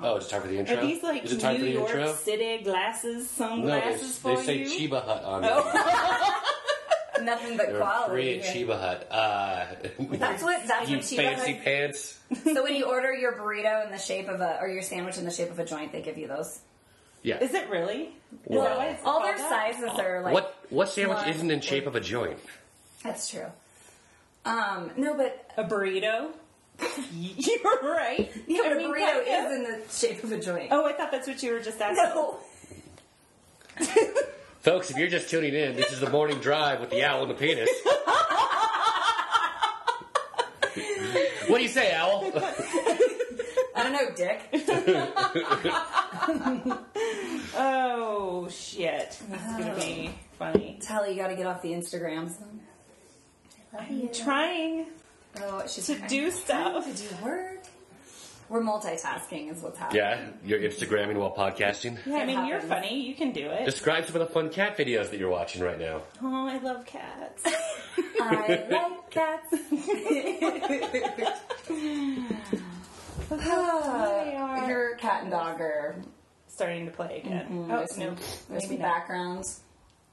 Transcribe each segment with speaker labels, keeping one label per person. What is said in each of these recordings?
Speaker 1: Oh, it's time for the intro.
Speaker 2: Are these like
Speaker 1: Is it time
Speaker 2: New
Speaker 1: for the
Speaker 2: York
Speaker 1: intro?
Speaker 2: City glasses,
Speaker 1: No, they,
Speaker 2: sunglasses
Speaker 1: they
Speaker 2: for
Speaker 1: say
Speaker 2: you? Oh,
Speaker 1: Chiba Hut on there.
Speaker 3: Nothing but
Speaker 1: They're free
Speaker 3: quality.
Speaker 1: at Chiba Hut. Uh,
Speaker 3: That's what. That's
Speaker 1: you
Speaker 3: what Chiba.
Speaker 1: fancy
Speaker 3: Hut-
Speaker 1: pants.
Speaker 3: so when you order your burrito in the shape of a, or your sandwich in the shape of a joint, they give you those.
Speaker 1: Yeah.
Speaker 2: Is it really?
Speaker 1: Wow.
Speaker 2: Is that why it's
Speaker 3: All their
Speaker 2: called that?
Speaker 3: sizes are like.
Speaker 1: what what sandwich
Speaker 3: Smart.
Speaker 1: isn't in shape of a joint?
Speaker 3: That's true. Um, no, but
Speaker 2: A burrito. You're right.
Speaker 3: yeah,
Speaker 2: I
Speaker 3: but a
Speaker 2: mean,
Speaker 3: burrito
Speaker 2: kinda.
Speaker 3: is in the shape of a joint.
Speaker 2: Oh, I thought that's what you were just asking.
Speaker 3: no.
Speaker 1: Folks, if you're just tuning in, this is the morning drive with the owl and the penis. what do you say, owl?
Speaker 3: I don't know, Dick.
Speaker 2: Oh shit, that's gonna be
Speaker 3: Oh.
Speaker 2: funny.
Speaker 3: Tell her you got to get off the Instagrams.
Speaker 2: I'm trying
Speaker 3: Oh, she's
Speaker 2: to do stuff.
Speaker 3: to do work. We're multitasking, is what's happening.
Speaker 1: yeah, you're Instagramming while podcasting.
Speaker 2: Yeah, I
Speaker 3: It
Speaker 2: mean, you're
Speaker 3: happens.
Speaker 2: funny. You can do it.
Speaker 1: Describe some of the fun cat videos that you're watching right now.
Speaker 2: Oh, I love cats.
Speaker 3: I like cats.
Speaker 2: They are
Speaker 3: Your cat and dog are
Speaker 2: starting to play again. Oh
Speaker 3: Mm-hmm. there's some,
Speaker 2: no,
Speaker 3: there's some
Speaker 2: Oh, maybe not.
Speaker 3: backgrounds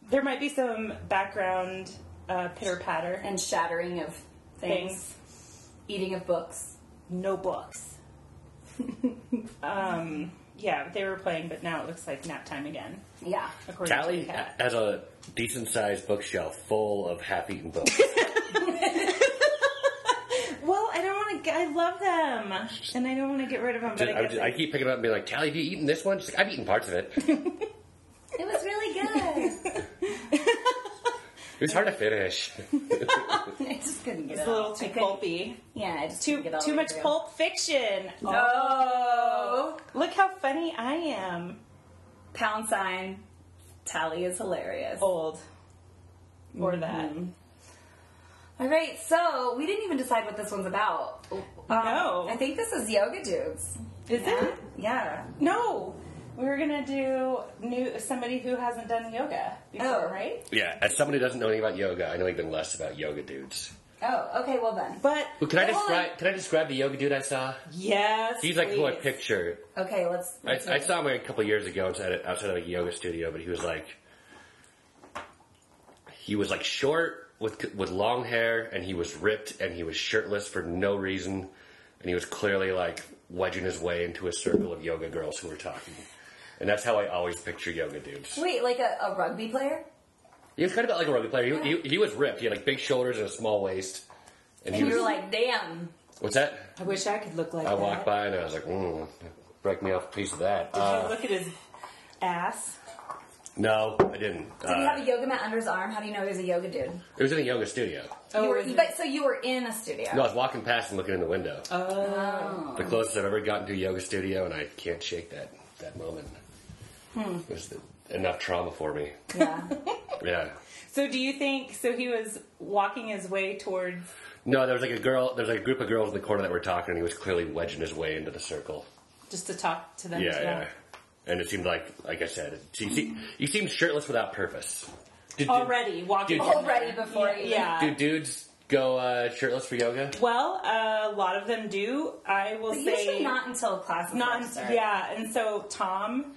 Speaker 2: There might be some background uh, pitter patter.
Speaker 3: and shattering of things,
Speaker 2: Things.
Speaker 3: eating of books.
Speaker 2: No books. um. Yeah, they were playing, but now it looks like nap time again.
Speaker 3: Yeah.
Speaker 2: According to
Speaker 1: Callie
Speaker 2: the cat.
Speaker 1: has a decent sized bookshelf full of half-eaten books.
Speaker 2: Well, I don't want to. I love them, and I don't want to get rid of them. But I,
Speaker 1: I,
Speaker 2: guess
Speaker 1: would- I keep picking it up and being like, Tally, have you eaten this one? She's like, I've eaten parts of it. It
Speaker 3: It was really good.
Speaker 1: was hard to finish.
Speaker 3: I just couldn't get
Speaker 2: it's
Speaker 3: it
Speaker 2: a little
Speaker 3: out.
Speaker 2: too
Speaker 3: I couldn't-
Speaker 2: pulpy.
Speaker 3: Yeah, I just
Speaker 2: Too
Speaker 3: couldn't get all
Speaker 2: too
Speaker 3: the way
Speaker 2: much
Speaker 3: through.
Speaker 2: Pulp Fiction. Oh,
Speaker 3: No.
Speaker 2: Look how funny I am.
Speaker 3: Pound sign. Tally is hilarious. Mm-hmm.
Speaker 2: Old. Or Oh, that.
Speaker 3: All right, so we didn't even decide what this one's about. Um,
Speaker 2: No.
Speaker 3: I think this is yoga dudes.
Speaker 2: Is it?
Speaker 3: Yeah.
Speaker 2: No. We were gonna do new somebody who hasn't done yoga before,
Speaker 3: Oh.
Speaker 2: right?
Speaker 1: Yeah, as someone who doesn't know anything about yoga, I know even less about yoga dudes.
Speaker 3: Oh, okay. Well then.
Speaker 2: But
Speaker 1: Well, can I
Speaker 3: Well, hold on.
Speaker 1: describe? Can I describe the yoga dude I saw?
Speaker 2: yes,
Speaker 1: He's like who I
Speaker 2: please.
Speaker 1: picture.
Speaker 3: Okay, let's.
Speaker 1: I,
Speaker 3: let's
Speaker 1: I saw him like, a couple years ago outside of, outside of a yoga studio, but he was like, he was like short with with long hair, and he was ripped, and he was shirtless for no reason, and he was clearly like wedging his way into a circle of yoga girls who were talking, and that's how I always picture yoga dudes.
Speaker 3: wait, like a, a rugby player.
Speaker 1: He was kind of like a rugby player. He, he, he was ripped. He had like big shoulders and a small waist. And he
Speaker 3: And
Speaker 1: was,
Speaker 3: you're like, damn.
Speaker 1: what's that?
Speaker 2: I wish I could look like
Speaker 1: I
Speaker 2: that.
Speaker 1: walked by and I was like, mm, break me off a piece of that.
Speaker 2: Did
Speaker 3: Oh,
Speaker 1: Uh,
Speaker 2: you Oh, look at his ass?
Speaker 1: no, I didn't.
Speaker 3: Did he
Speaker 1: Uh,
Speaker 3: have a yoga mat under his arm? How do you know he was a yoga dude?
Speaker 1: it was in a yoga studio.
Speaker 3: you were,
Speaker 2: is it-
Speaker 3: but so you were in a studio.
Speaker 1: No, I was walking past and looking in the window.
Speaker 3: Oh.
Speaker 1: The closest I've ever gotten to a yoga studio, and I can't shake that that moment.
Speaker 2: Hmm.
Speaker 1: It was the, enough trauma for me.
Speaker 3: Yeah.
Speaker 1: Yeah.
Speaker 2: So do you think so he was walking his way towards
Speaker 1: No, there was like a girl. There was like a group of girls in the corner that were talking, and he was clearly wedging his way into the circle.
Speaker 2: just to talk to them?
Speaker 1: Yeah,
Speaker 2: to
Speaker 1: yeah. And it seemed like, like I said, it, he, he, he seemed shirtless without purpose. Do, do-
Speaker 2: Already walking
Speaker 1: Dude.
Speaker 3: Already before you.
Speaker 2: yeah.
Speaker 1: do dudes go uh, shirtless for yoga?
Speaker 2: Well, a lot of them do. I will
Speaker 3: But
Speaker 2: say
Speaker 3: usually not until classes.
Speaker 2: not-
Speaker 3: start.
Speaker 2: yeah, and so Tom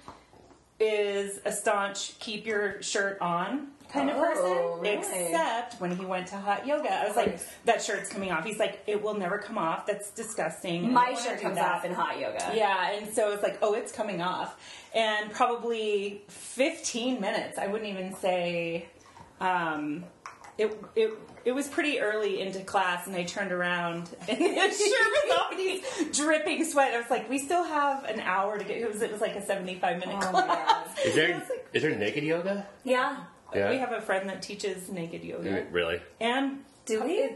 Speaker 2: is a staunch keep your shirt on kind of
Speaker 3: Oh,
Speaker 2: person.
Speaker 3: really?
Speaker 2: Except when he went to hot yoga, I was like, that shirt's coming off. He's like, it will never come off. That's disgusting. I don't
Speaker 3: My
Speaker 2: wanna
Speaker 3: shirt
Speaker 2: do
Speaker 3: comes
Speaker 2: that."
Speaker 3: off in hot yoga.
Speaker 2: Yeah, and so it's like, oh, it's coming off. And probably 15 minutes, I wouldn't even say um, it, it, it was pretty early into class, and I turned around and his shirt was off, and he's dripping sweat. I was like, we still have an hour to get. It was, it was like a 75 minute
Speaker 3: Oh my
Speaker 2: class.
Speaker 1: Is
Speaker 2: I
Speaker 1: there
Speaker 2: was like,
Speaker 1: is there naked yoga?
Speaker 3: Yeah.
Speaker 1: Yeah.
Speaker 2: We have a friend that teaches naked yoga,
Speaker 1: Mm, Really?
Speaker 2: and
Speaker 3: Do we?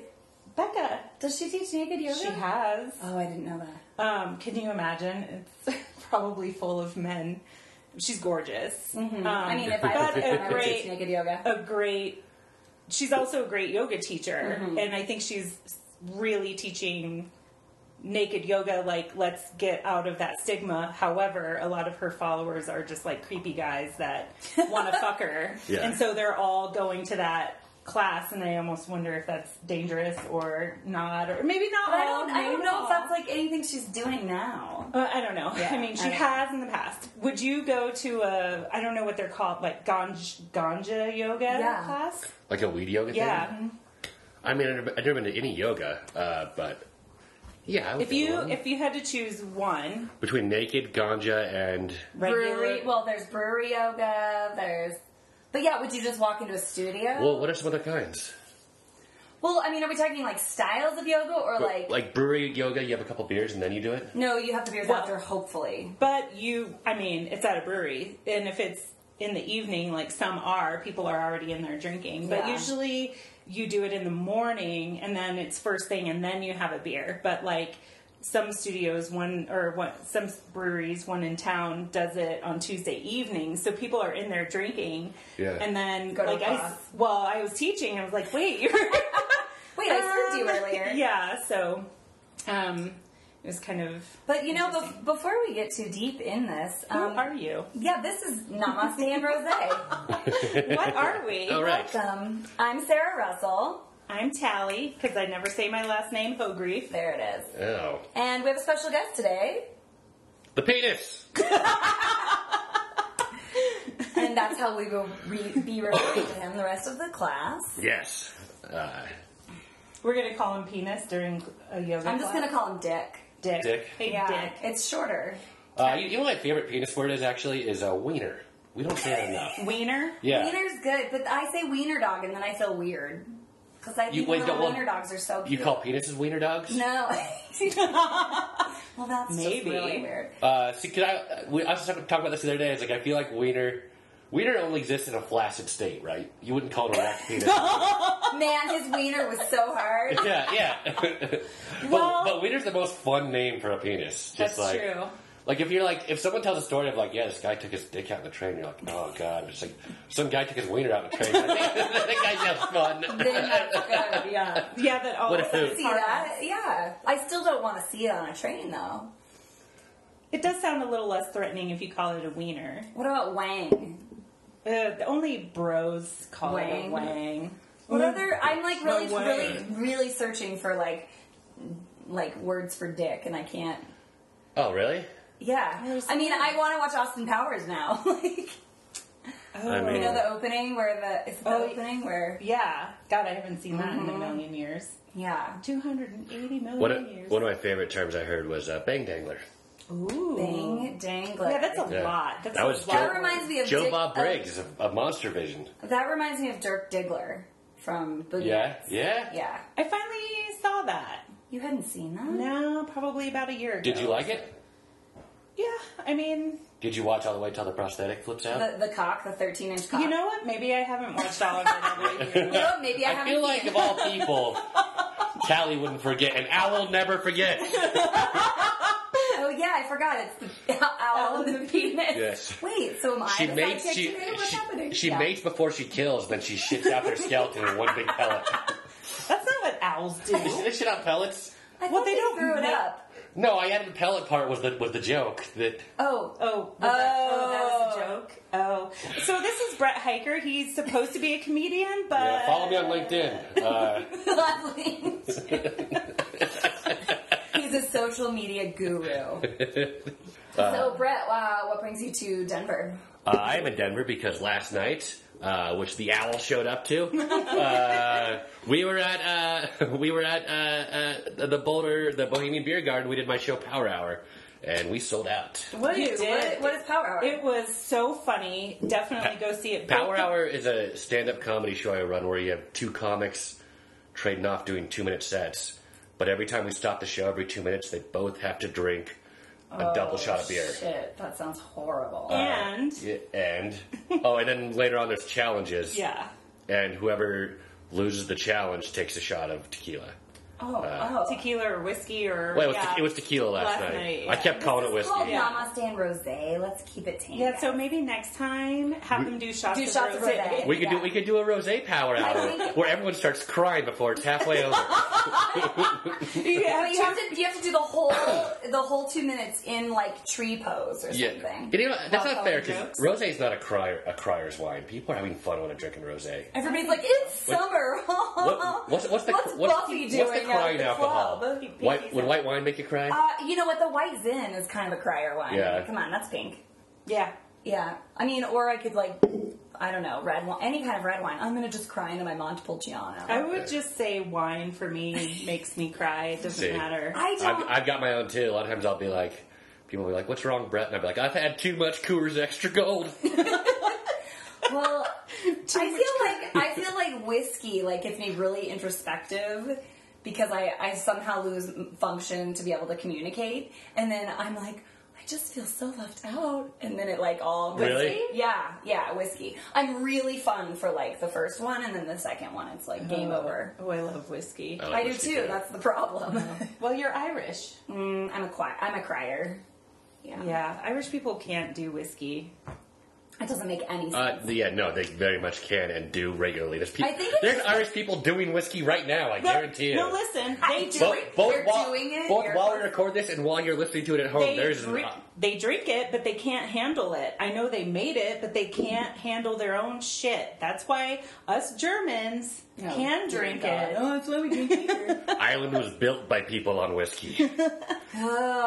Speaker 2: Becca,
Speaker 3: Does she teach naked yoga?
Speaker 2: she has.
Speaker 3: Oh, I didn't know that.
Speaker 2: Um, can you imagine? It's probably full of men. She's gorgeous. Um,
Speaker 3: I mean, if I
Speaker 2: but
Speaker 3: was a
Speaker 2: a
Speaker 3: I would teach
Speaker 2: great,
Speaker 3: naked yoga.
Speaker 2: a great. She's also a great yoga teacher,
Speaker 3: Mm-hmm.
Speaker 2: and I think she's really teaching naked yoga. Like, let's get out of that stigma. However, a lot of her followers are just like creepy guys that want to fuck her,
Speaker 1: Yeah.
Speaker 2: and so they're all going to that class, and I almost wonder if that's dangerous or not, or maybe not.
Speaker 3: But I
Speaker 2: all,
Speaker 3: don't, I don't
Speaker 2: maybe
Speaker 3: know
Speaker 2: all.
Speaker 3: if that's like anything she's doing now.
Speaker 2: Uh, I don't know.
Speaker 3: Yeah,
Speaker 2: I mean, she
Speaker 3: I don't know.
Speaker 2: has in the past. Would you go to a I don't know what they're called, like ganj, ganja yoga
Speaker 3: Yeah.
Speaker 2: class?
Speaker 1: Like a weed yoga
Speaker 2: Yeah.
Speaker 1: thing?
Speaker 3: Mm-hmm.
Speaker 1: I mean, I've never, I've never been to any yoga, uh, but yeah. I would
Speaker 2: If
Speaker 1: go to
Speaker 2: you
Speaker 1: one.
Speaker 2: if you had to choose one
Speaker 1: Between naked, ganja, and.
Speaker 2: regular,
Speaker 3: Brewery. Well, there's brewery yoga. There's. But yeah, would you just walk into a studio? Well,
Speaker 1: Well, what are some other kinds?
Speaker 3: I mean, are we talking like styles of yoga or like?
Speaker 1: Like brewery yoga, you have a couple beers and then you do it?
Speaker 3: no, you have to be
Speaker 2: Well-
Speaker 3: after. Hopefully,
Speaker 2: but you, I mean, it's at a brewery, and if it's in the evening, like some are, people are already in there drinking. But
Speaker 3: Yeah.
Speaker 2: usually, you do it in the morning, and then it's first thing, and then you have a beer. But like. Some studios, one or what, some breweries, one in town, does it on Tuesday evenings. So people are in there drinking,
Speaker 1: Yeah.
Speaker 2: and then
Speaker 3: Go to
Speaker 2: like I, s-
Speaker 3: class.
Speaker 2: well, I was teaching, I was like, wait, you're
Speaker 3: wait, I served
Speaker 2: Um,
Speaker 3: you earlier.
Speaker 2: Yeah, so um, it was kind of.
Speaker 3: But you know, bef- before we get too deep in this,
Speaker 2: Who
Speaker 3: um,
Speaker 2: are you?
Speaker 3: yeah, this is Namaste and Rosé.
Speaker 2: What are we?
Speaker 1: All right.
Speaker 3: Welcome. I'm Sarah Russell.
Speaker 2: I'm Tally because I never say my last name. Hogrief.
Speaker 3: There it is.
Speaker 1: Oh.
Speaker 3: And we have a special guest today,
Speaker 1: The penis!
Speaker 3: and that's how we will re- be referring to him the rest of the class.
Speaker 1: Yes. Uh,
Speaker 2: We're gonna call him penis during a yoga.
Speaker 3: I'm just
Speaker 2: class.
Speaker 3: gonna call him Dick.
Speaker 2: dick.
Speaker 1: Dick.
Speaker 2: Hey,
Speaker 3: Yeah,
Speaker 2: dick.
Speaker 3: it's shorter.
Speaker 1: uh, you, you know what my favorite penis word is actually? Is a wiener. We don't say that enough.
Speaker 2: Wiener.
Speaker 1: Yeah.
Speaker 3: Wiener's good, but I say wiener dog and then I feel weird because I think
Speaker 1: You- wait,
Speaker 3: little
Speaker 1: don't- well,
Speaker 3: wiener dogs are so
Speaker 1: You
Speaker 3: cute.
Speaker 1: call penises wiener dogs?
Speaker 3: no. well, that's maybe
Speaker 2: Maybe.
Speaker 3: really weird.
Speaker 1: Uh, see, could I, we, I was just talking about this the other day. It's like, I feel like wiener, wiener only exists in a flaccid state, right? You wouldn't call it a wax penis.
Speaker 3: Man, his wiener was so hard.
Speaker 1: yeah, yeah. but,
Speaker 2: Well-
Speaker 1: but wiener's the most fun name for a penis. Just
Speaker 2: That's
Speaker 1: like,
Speaker 2: true.
Speaker 1: Like if you're like, if someone tells a story of like, yeah, this guy took his dick out in the train, you're like, oh god, it's like some guy took his wiener out in the train. that guy sounds fun.
Speaker 3: Then that's good. Yeah.
Speaker 2: Yeah, that all
Speaker 1: What
Speaker 2: of
Speaker 1: a
Speaker 2: a sudden
Speaker 1: hoot.
Speaker 3: See
Speaker 2: hard.
Speaker 3: that? Yeah. I still don't want to see it on a train though.
Speaker 2: It does sound a little less threatening if you call it a wiener.
Speaker 3: What about wang?
Speaker 2: Uh, the only bros call it a
Speaker 3: Wang.
Speaker 2: wang.
Speaker 3: What other? I'm like really,
Speaker 2: Mm. No way.
Speaker 3: really, really searching for like, like words for dick, and I can't.
Speaker 1: Oh really?
Speaker 3: Yeah. I mean, I want to watch Austin Powers now. like,
Speaker 2: Oh.
Speaker 1: I mean-
Speaker 3: you know the opening where the is it the
Speaker 2: Oh,
Speaker 3: opening where
Speaker 2: yeah. God, I haven't seen that
Speaker 3: Mm-hmm.
Speaker 2: in a million years.
Speaker 3: yeah.
Speaker 2: Two hundred and eighty million
Speaker 1: One of,
Speaker 2: years.
Speaker 1: one of my favorite terms I heard was uh, bang dangler.
Speaker 2: Ooh.
Speaker 3: Bang, dangler.
Speaker 2: Yeah, that's a
Speaker 1: Yeah.
Speaker 2: lot. That's
Speaker 1: That
Speaker 2: a
Speaker 1: was
Speaker 2: lot.
Speaker 3: That reminds me of
Speaker 1: Joe
Speaker 3: Dick-
Speaker 1: Bob
Speaker 3: of-
Speaker 1: Briggs of, of Monster Vision.
Speaker 3: that reminds me of Dirk Diggler from Boogie.
Speaker 1: Yeah,
Speaker 3: Nights.
Speaker 1: yeah.
Speaker 3: Yeah.
Speaker 2: I finally saw that.
Speaker 3: You hadn't seen that?
Speaker 2: No, probably about a year ago.
Speaker 1: Did you like it?
Speaker 2: Yeah, I mean,
Speaker 1: Did you watch all the way till the prosthetic flips out?
Speaker 3: The, the cock, the 13 inch cock.
Speaker 2: you know what? Maybe I haven't watched all of it. over a year.
Speaker 3: You know, maybe I,
Speaker 1: I
Speaker 3: haven't
Speaker 1: feel
Speaker 3: seen
Speaker 1: like
Speaker 3: it.
Speaker 1: of all people, Callie wouldn't forget, and Owl never forgets.
Speaker 3: Oh yeah, I forgot. It's the owl and the penis.
Speaker 1: Yes.
Speaker 3: Wait, so am I
Speaker 1: She
Speaker 3: the
Speaker 1: mates.
Speaker 3: sidekick
Speaker 1: She
Speaker 3: today? What's
Speaker 1: she,
Speaker 3: happening?
Speaker 1: she
Speaker 3: Yeah.
Speaker 1: mates before she kills. Then she shits out their skeleton in one big pellet.
Speaker 2: That's not what owls do.
Speaker 1: Is this shit on pellets?
Speaker 3: I thought
Speaker 2: Well, they
Speaker 3: they,
Speaker 2: don't
Speaker 3: threw it
Speaker 2: make-
Speaker 3: up.
Speaker 1: No, I added the pellet part was the was the joke that
Speaker 3: Oh,
Speaker 2: Oh, was
Speaker 3: Oh, that was a joke?
Speaker 2: Oh, so this is Brett Hiker. He's supposed to be a comedian, but
Speaker 1: yeah, uh, follow me on LinkedIn. Uh,
Speaker 3: lovely. He's a social media guru. so Brett, wow, what brings you to Denver?
Speaker 1: uh, I'm in Denver because last night, uh, which the owl showed up to, uh, we were at uh, we were at uh, uh, the Boulder, the Bohemian Beer Garden. We did my show Power Hour, and we sold out.
Speaker 2: What
Speaker 3: You,
Speaker 2: you did?
Speaker 3: What, what is Power Hour?
Speaker 2: It was so funny. Definitely go see it.
Speaker 1: Power Hour is a stand-up comedy show I run where you have two comics trading off doing two-minute sets. But every time we stop the show, every two minutes, they both have to drink
Speaker 3: Oh,
Speaker 1: a double shot of beer.
Speaker 3: Shit, that sounds horrible.
Speaker 2: And
Speaker 1: Yeah, and oh, and then later on, there's challenges.
Speaker 2: yeah.
Speaker 1: And whoever loses the challenge takes a shot of tequila.
Speaker 2: Oh, oh, tequila or whiskey or
Speaker 1: Well, it was,
Speaker 2: yeah.
Speaker 1: te- it was tequila last, night.
Speaker 2: Last night,
Speaker 1: I
Speaker 2: yeah.
Speaker 1: kept calling it
Speaker 3: This is
Speaker 1: whiskey.
Speaker 3: called
Speaker 2: Yeah.
Speaker 3: Namaste and Rosé. Let's keep it tame.
Speaker 2: Yeah, so maybe next time have them do shots.
Speaker 3: Do
Speaker 2: of
Speaker 3: shots of
Speaker 2: rosé.
Speaker 3: rosé.
Speaker 1: We could do
Speaker 3: Yeah.
Speaker 1: we could do a rosé power hour
Speaker 3: think-
Speaker 1: where everyone starts crying before it's halfway over.
Speaker 3: But
Speaker 2: yeah,
Speaker 3: you have to you have to do the whole the whole two minutes in like tree pose or
Speaker 1: Yeah,
Speaker 3: something.
Speaker 1: You know, what? that's
Speaker 2: While
Speaker 1: not fair
Speaker 2: telling
Speaker 1: because
Speaker 2: jokes.
Speaker 1: rosé is not a crier a crier's wine. People are having fun when they're drinking rosé.
Speaker 3: Everybody's like, it's summer.
Speaker 1: What, what's, what's the
Speaker 3: Uh-huh. What's
Speaker 1: what's,
Speaker 3: Buffy
Speaker 1: what's
Speaker 3: doing
Speaker 1: the
Speaker 3: at
Speaker 1: crying
Speaker 3: the
Speaker 1: alcohol?
Speaker 3: club?
Speaker 1: White, would white wine make you cry?
Speaker 3: uh, you know what? The white Zin is kind of a crier wine.
Speaker 1: Yeah.
Speaker 3: Come on, that's pink.
Speaker 2: yeah.
Speaker 3: Yeah. I mean, or I could like, I don't know, red wine, any kind of red wine. I'm gonna just cry into my Montepulciano.
Speaker 2: I
Speaker 3: I,
Speaker 2: would just say wine for me makes me cry. It doesn't
Speaker 1: See.
Speaker 2: matter.
Speaker 3: don't.
Speaker 1: I've, I've got my own too. A lot of times I'll be like, people will be like, "What's wrong, Brett?" And I'll be like, "I've had too much Coors Extra Gold."
Speaker 3: well, I feel like I feel like whiskey like gets me really introspective because I, I somehow lose m- function to be able to communicate, and then I'm like. I just feel so left out, and then it like all goes-
Speaker 1: Really?
Speaker 3: yeah, yeah, whiskey. I'm really fun for like the first one, and then the second one, it's like game over.
Speaker 2: Oh, I love whiskey.
Speaker 1: Oh.
Speaker 3: I do
Speaker 1: whiskey
Speaker 3: too.
Speaker 1: too.
Speaker 3: That's the problem.
Speaker 2: Well, you're Irish.
Speaker 3: Mm, I'm a qui- I'm a crier. Yeah.
Speaker 2: Yeah, Irish people can't do whiskey.
Speaker 3: It doesn't make any sense.
Speaker 1: Uh, yeah, no, they very much can and do regularly. There's people.
Speaker 3: I think it's-
Speaker 1: There's Irish people doing whiskey right now. I guarantee you.
Speaker 2: No, listen, they
Speaker 3: I-
Speaker 2: do
Speaker 1: both,
Speaker 2: it.
Speaker 1: both
Speaker 3: They're
Speaker 1: while,
Speaker 3: doing it,
Speaker 1: both
Speaker 3: you're-
Speaker 1: while we record this and while you're listening to it at home.
Speaker 2: They,
Speaker 1: there's an-
Speaker 2: drink, they drink it, but they can't handle it. I know they made it, but they can't handle their own shit. That's why us Germans
Speaker 3: No,
Speaker 2: can
Speaker 3: dear
Speaker 2: drink
Speaker 3: God.
Speaker 2: it.
Speaker 3: Oh, that's why we drink beer.
Speaker 1: Ireland was built by people on whiskey.
Speaker 3: Whoa.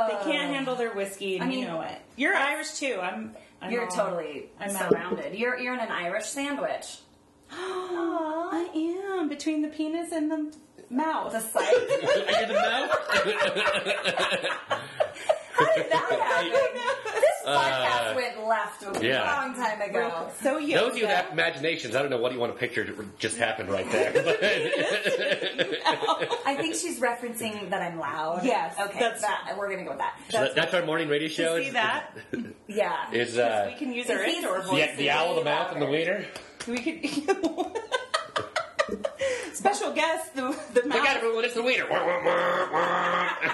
Speaker 2: They can't handle their whiskey, and
Speaker 3: I
Speaker 2: you
Speaker 3: mean,
Speaker 2: know it. You're Irish too. I'm. I'm
Speaker 3: You're
Speaker 2: all-
Speaker 3: totally
Speaker 2: I'm out.
Speaker 3: surrounded. You're you're in an Irish sandwich.
Speaker 2: I am between the penis and the mouth.
Speaker 3: The sight.
Speaker 1: I hear the mouth.
Speaker 3: How did that happen? this podcast went left a
Speaker 1: uh, yeah.
Speaker 3: long time ago.
Speaker 2: So yeah,
Speaker 1: Those of you that have imaginations, I don't know what you want to picture just happened right there. But
Speaker 3: I think she's referencing that I'm loud.
Speaker 2: Yes,
Speaker 3: Okay.
Speaker 2: that's-
Speaker 3: that, we're gonna go with that.
Speaker 1: that's, our morning radio show.
Speaker 2: see that
Speaker 3: yeah.
Speaker 1: Is uh,
Speaker 2: we can use our
Speaker 3: He's-
Speaker 2: indoor
Speaker 3: he's-
Speaker 1: the,
Speaker 2: voice.
Speaker 1: the owl, the mouth, and the wiener?
Speaker 2: We could. Special guest, the the
Speaker 1: Look at
Speaker 2: mouth.
Speaker 1: everyone, it's the wiener. Wah, wah,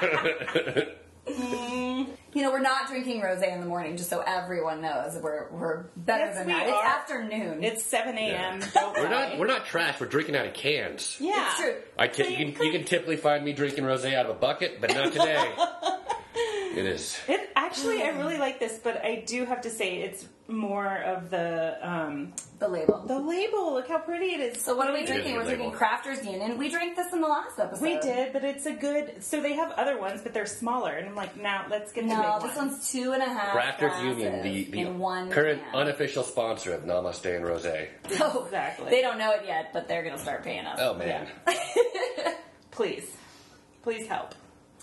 Speaker 1: wah, wah.
Speaker 3: you know, we're not drinking rosé in the morning, just so everyone knows. We're we're better
Speaker 2: Yes,
Speaker 3: than
Speaker 2: we are.
Speaker 3: that. It's afternoon.
Speaker 2: It's seven a.m. Don't
Speaker 1: We're
Speaker 2: lie.
Speaker 1: not we're not trash. We're drinking out of cans.
Speaker 2: Yeah,
Speaker 3: It's true.
Speaker 1: I can, you can you can typically find me drinking rosé out of a bucket, but not today. it is.
Speaker 2: It actually, I really like this, but I do have to say it's more of the um
Speaker 3: the label.
Speaker 2: the label. Look how pretty it is.
Speaker 3: So what are we
Speaker 1: is a
Speaker 3: drinking? We're
Speaker 1: good
Speaker 3: drinking
Speaker 1: label.
Speaker 3: Crafters Union. We drank this in the last episode.
Speaker 2: We did, but it's a good. So they have other ones, but they're smaller, and I'm like, now let's get the
Speaker 3: No,
Speaker 2: big
Speaker 3: this
Speaker 2: one.
Speaker 3: one's two and a half.
Speaker 1: Crafters
Speaker 3: glasses
Speaker 1: Union, the, the
Speaker 3: in one
Speaker 1: current
Speaker 3: can.
Speaker 1: unofficial sponsor of Namaste and Rosé.
Speaker 3: So,
Speaker 2: Exactly.
Speaker 3: They don't know it yet, but they're gonna start paying us.
Speaker 1: Oh man.
Speaker 2: Please, please help.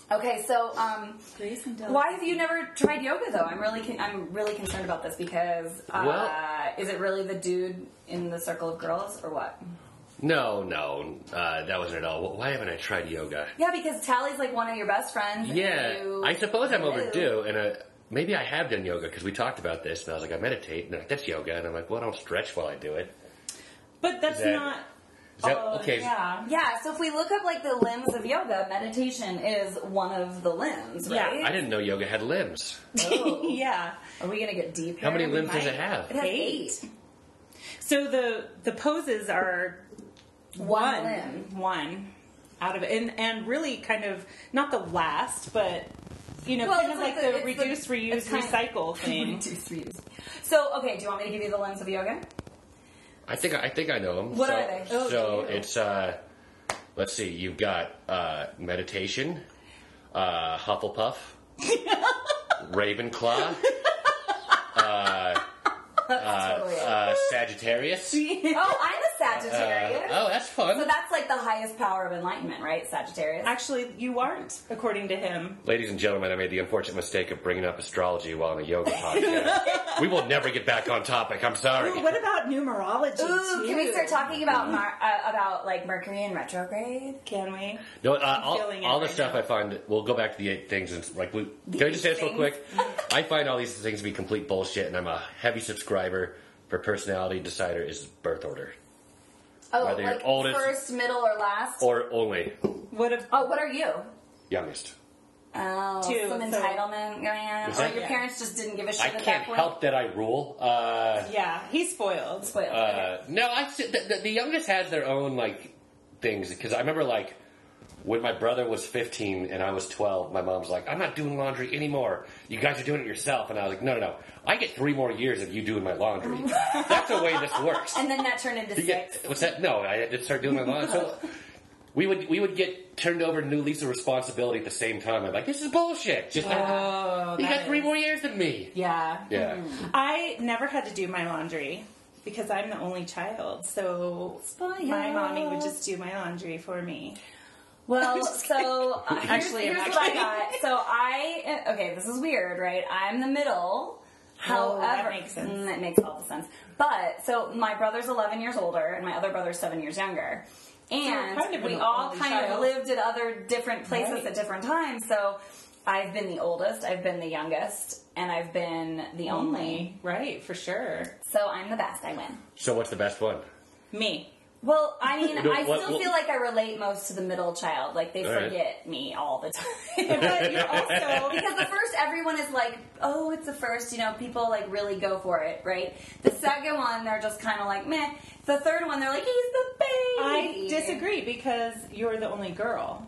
Speaker 3: Okay, so um,
Speaker 2: Grace and Dylan.
Speaker 3: why have you never tried yoga though? I'm really con- I'm really concerned about this because uh,
Speaker 1: Well-
Speaker 3: is it really the dude in the circle of girls or what?
Speaker 1: No, no, uh, that wasn't at all. Why haven't I tried yoga?
Speaker 3: Yeah, because Tally's like one of your best friends. and
Speaker 1: Yeah,
Speaker 3: you-
Speaker 1: I suppose I'm
Speaker 3: you-
Speaker 1: overdue, and uh, maybe I have done yoga because we talked about this, and I was like, I meditate, and they're like, that's yoga, and I'm like, well, I don't stretch while I do it.
Speaker 2: But that's
Speaker 1: Is that-
Speaker 2: not.
Speaker 1: Is that
Speaker 2: oh,
Speaker 1: okay?
Speaker 2: Yeah.
Speaker 3: Yeah, so if we look up like the limbs of yoga, meditation is one of the limbs,
Speaker 2: Yeah,
Speaker 3: right?
Speaker 1: I didn't know yoga had limbs.
Speaker 3: Oh.
Speaker 2: yeah.
Speaker 3: Are we gonna get deep?
Speaker 1: How
Speaker 3: here?
Speaker 1: many
Speaker 3: We
Speaker 1: limbs does
Speaker 3: might.
Speaker 1: it have?
Speaker 3: It has
Speaker 2: Eight.
Speaker 3: eight.
Speaker 2: So the the poses are
Speaker 3: One,
Speaker 2: one
Speaker 3: limb.
Speaker 2: one out of it, and and really kind of not the last, but you know,
Speaker 3: Well,
Speaker 2: kind
Speaker 3: it's
Speaker 2: of like,
Speaker 3: like
Speaker 2: the,
Speaker 3: the- it's the-
Speaker 2: reduce, reuse,
Speaker 3: it's kind of-
Speaker 2: recycle
Speaker 3: One,
Speaker 2: thing.
Speaker 3: two, three. So, okay, do you want me to give you the limbs of
Speaker 1: Uh,
Speaker 3: yoga?
Speaker 1: I think I think I know them.
Speaker 3: What
Speaker 1: so,
Speaker 3: are they? Oh,
Speaker 1: so
Speaker 3: do you?
Speaker 1: it's uh, let's see. You've got uh, meditation, uh, Hufflepuff, Ravenclaw,
Speaker 3: That's totally it.
Speaker 1: uh, Sagittarius.
Speaker 3: Oh, I'm a
Speaker 1: Uh,
Speaker 3: Sagittarius.
Speaker 1: oh, that's
Speaker 3: So
Speaker 1: fun.
Speaker 3: that's like the highest power of enlightenment, right? Sagittarius.
Speaker 2: Actually, you aren't, according to him.
Speaker 1: Ladies and gentlemen, I made the unfortunate mistake of bringing up astrology while on a yoga podcast. we will never get back on topic. I'm sorry.
Speaker 2: Ooh, what about numerology?
Speaker 3: Ooh,
Speaker 2: too? Mm-hmm.
Speaker 3: can we start talking about Mar- uh, about like Mercury in retrograde?
Speaker 2: Can we?
Speaker 1: No, uh, all,
Speaker 2: feeling it
Speaker 1: all the
Speaker 2: right
Speaker 1: stuff I find. We'll go back to the eight things and like. We, can I just say this real
Speaker 3: things.
Speaker 1: quick? I find all these things to be complete bullshit, and I'm a heavy subscriber for personality decider is birth order
Speaker 3: Oh,
Speaker 1: Whether you're
Speaker 3: like
Speaker 1: oldest-
Speaker 3: first, middle, or last?
Speaker 1: or only.
Speaker 2: What if?
Speaker 3: Oh, what are you?
Speaker 1: Youngest.
Speaker 3: Oh,
Speaker 2: Two,
Speaker 3: some
Speaker 2: so-
Speaker 3: entitlement going on.
Speaker 1: Is
Speaker 3: Or
Speaker 1: that-
Speaker 3: your
Speaker 2: Yeah.
Speaker 3: parents just didn't give a shit
Speaker 1: I
Speaker 3: at
Speaker 1: can't
Speaker 3: that point.
Speaker 1: help that I rule. Uh,
Speaker 2: Yeah, he's spoiled.
Speaker 3: Spoiled.
Speaker 1: Uh, no, I the, the, the youngest has their own like things because I remember like when my brother was 15 and I was 12, my mom's like, "I'm not doing laundry anymore. You guys are doing it yourself." And I was like, "No, no, no. I get three more years of you doing my laundry. That's the way this works."
Speaker 3: and then that turned into
Speaker 1: You get-
Speaker 3: six.
Speaker 1: what's that? No, I didn't start doing my laundry. So we would we would get turned over new leaves of responsibility at the same time. I'm like, "This is bullshit." Just like,
Speaker 2: Oh,
Speaker 1: you
Speaker 2: that
Speaker 1: got three
Speaker 2: is-
Speaker 1: more years than me.
Speaker 2: Yeah.
Speaker 1: Yeah.
Speaker 2: I never had to do my laundry because I'm the only child, so my mommy would just do my laundry for me.
Speaker 3: Well, so uh, here's,
Speaker 2: Actually, I'm not
Speaker 3: here's what I
Speaker 2: kidding.
Speaker 3: got. So I okay, this is weird, right? I'm the middle. However,
Speaker 2: Oh, that makes sense.
Speaker 3: Mm, that makes all the sense. But so my brother's 11 years older, and my other brother's seven years younger, and
Speaker 2: So kind of
Speaker 3: we
Speaker 2: an
Speaker 3: all
Speaker 2: only
Speaker 3: kind of
Speaker 2: child.
Speaker 3: lived at other different places
Speaker 2: Right.
Speaker 3: at different times. So I've been the oldest, I've been the youngest, and I've been the only.
Speaker 2: Right, for sure.
Speaker 3: So I'm the best. I win.
Speaker 1: So what's the best one?
Speaker 2: Me.
Speaker 3: Well, I mean,
Speaker 1: No,
Speaker 3: I
Speaker 1: what-
Speaker 3: still
Speaker 1: what-
Speaker 3: feel like I relate most to the middle child. Like they
Speaker 1: All right.
Speaker 3: forget me all the time.
Speaker 2: But you're also
Speaker 3: because the first everyone is like oh it's the first you know people like really go for it right the second one they're just kind of like meh the third one they're like he's the
Speaker 2: I
Speaker 3: baby
Speaker 2: disagree because you're the only girl.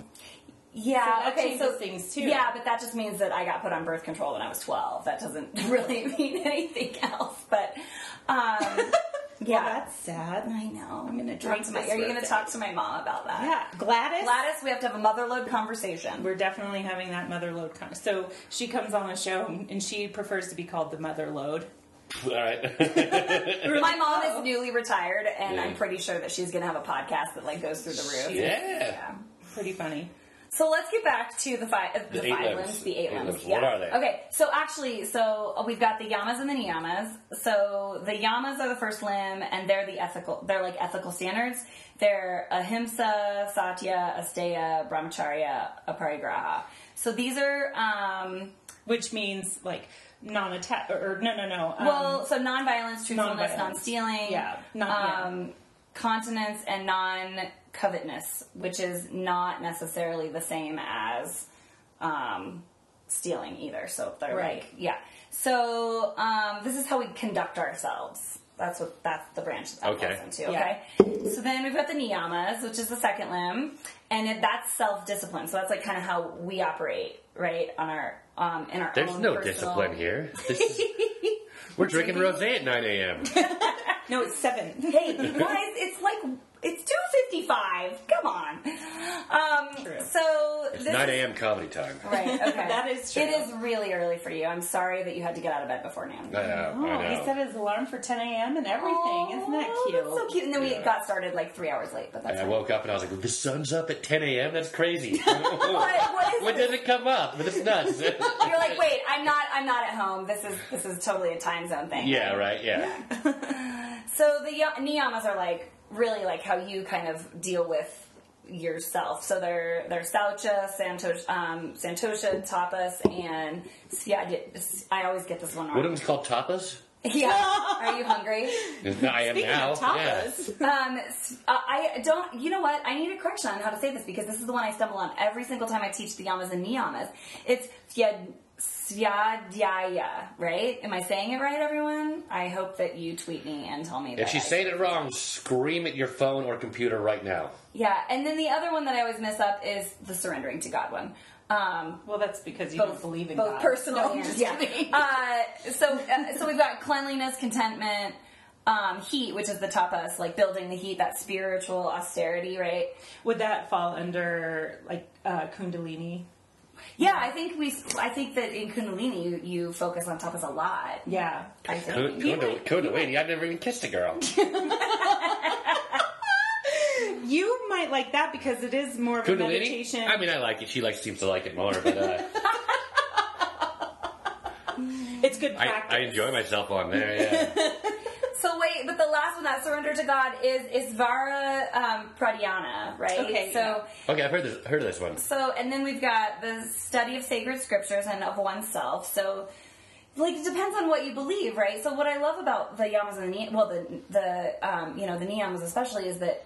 Speaker 3: yeah
Speaker 2: So that
Speaker 3: okay
Speaker 2: changes
Speaker 3: so
Speaker 2: things, too.
Speaker 3: yeah but that just means that i got put on birth control when i was 12 that doesn't really mean anything else but um yeah
Speaker 2: Well, that's sad.
Speaker 3: i know i'm
Speaker 2: gonna
Speaker 3: talk
Speaker 2: drink
Speaker 3: to my
Speaker 2: this
Speaker 3: are you gonna
Speaker 2: birthday.
Speaker 3: talk to my mom about that
Speaker 2: Yeah, Gladys.
Speaker 3: gladys we have to have a motherload conversation
Speaker 2: We're definitely having that mother load. Con- so she comes on the show and she prefers to be called the mother load.
Speaker 1: All right.
Speaker 3: My mom is newly retired, and
Speaker 1: Yeah.
Speaker 3: I'm pretty sure that she's gonna have a podcast that like goes through the roof.
Speaker 1: yeah.
Speaker 2: Pretty funny.
Speaker 3: So let's get back to the five, uh, the,
Speaker 1: eight
Speaker 3: five
Speaker 1: limbs.
Speaker 3: limbs. the eight,
Speaker 1: Eight
Speaker 3: limbs.
Speaker 1: limbs. What are they?
Speaker 3: Okay, so actually, so uh, we've got the yamas and the niyamas. So the yamas are the first limb, and they're the ethical. They're like ethical standards. They're ahimsa, satya, asteya, brahmacharya, aparigraha. So these are. Um,
Speaker 2: Which means like non attack or, or no no no. um,
Speaker 3: Well, so nonviolence, truthfulness,
Speaker 2: Nonviolence.
Speaker 3: non-stealing,
Speaker 2: Yeah, not-
Speaker 3: um, continence, and non-covetousness, which is not necessarily the same as um, stealing either. So they're
Speaker 2: Right.
Speaker 3: like, yeah. So um, this is how we conduct ourselves. That's what that's the branch that, that
Speaker 1: Okay.
Speaker 3: falls into. Okay. So then we've got the niyamas, which is the second limb, and it, that's self-discipline. So that's like kind of how we operate, right? On our um, in our
Speaker 1: There's
Speaker 3: own
Speaker 1: no
Speaker 3: personal-
Speaker 1: discipline here. This is, we're drinking rosé at 9 a.m.
Speaker 2: no, it's seven.
Speaker 3: Hey, guys, it's like it's two fifty five. Come on. Um,
Speaker 2: True.
Speaker 3: so this
Speaker 1: 9
Speaker 3: is-
Speaker 1: a.m. comedy time.
Speaker 2: Oh,
Speaker 3: Right. Okay.
Speaker 2: That is true.
Speaker 3: It is really early for you. I'm sorry that you had to get out of bed before noon.
Speaker 1: I know,
Speaker 2: Oh,
Speaker 1: I
Speaker 2: he
Speaker 1: know.
Speaker 2: set his alarm for 10 a.m. and everything. Isn't that
Speaker 3: Oh,
Speaker 2: cute?
Speaker 3: That's so cute. And then we
Speaker 1: Yeah.
Speaker 3: got started like three hours late, but that's
Speaker 1: And I
Speaker 3: fine.
Speaker 1: woke up and I was like, the sun's up at 10 a.m.? That's crazy.
Speaker 3: What- what is
Speaker 1: when
Speaker 3: this?
Speaker 1: does it come up? But it's nuts.
Speaker 3: You're like, wait, I'm not. I'm not at home. This is this is totally a time zone thing.
Speaker 1: yeah, right, yeah.
Speaker 3: So the ya- niyamas are like really like how you kind of deal with yourself. So they're they're saucha, santosh, um, santosha, tapas, and syad- I always get this one
Speaker 1: One of
Speaker 3: wrong.
Speaker 1: them's called tapas?
Speaker 3: Yeah. Are you hungry?
Speaker 1: I am
Speaker 2: Speaking
Speaker 1: now.
Speaker 2: of
Speaker 1: yeah.
Speaker 2: tapas,
Speaker 3: Um, s- uh, I don't. You know what? I need a correction on how to say this because this is the one I stumble on every single time I teach the yamas and niyamas. It's syad- syadhyaya, right? Am I saying it right, everyone? I hope that you tweet me and tell me.
Speaker 1: If
Speaker 3: that
Speaker 1: she's
Speaker 3: I-
Speaker 1: saying it wrong, scream at your phone or computer right now.
Speaker 3: Yeah, and then the other one that I always mess up is the surrendering to God one. Um,
Speaker 2: Well, that's because you don't believe in
Speaker 3: both
Speaker 2: God.
Speaker 3: personal
Speaker 2: No, I'm
Speaker 3: and
Speaker 2: just
Speaker 3: yeah.
Speaker 2: kidding.
Speaker 3: Uh, so, uh, so we've got cleanliness, contentment, um, heat, which is the tapas, like building the heat, that spiritual austerity, right?
Speaker 2: Would that fall under like uh, Kundalini?
Speaker 3: Yeah, I think we, I think that in Kundalini you, you focus on tapas a lot.
Speaker 2: Yeah.
Speaker 3: I
Speaker 1: Kunda,
Speaker 3: think.
Speaker 1: Kunda, Kundalini, I've never even kissed a girl.
Speaker 2: You might like that because it is more of a meditation.
Speaker 1: Kundalini? I mean, I like it. She like seems to like it more, but uh,
Speaker 2: it's good
Speaker 1: I,
Speaker 2: practice.
Speaker 1: I enjoy myself on there, yeah.
Speaker 3: So wait, but the last one that surrender to God is Isvara um, Pradyana, right?
Speaker 2: Okay,
Speaker 3: So.
Speaker 2: yeah.
Speaker 1: Okay, I've heard this, heard of this one.
Speaker 3: So, and then we've got the study of sacred scriptures and of oneself. So, like, it depends on what you believe, right? So, what I love about the yamas and the ni- well, the the um, you know the niyamas especially is that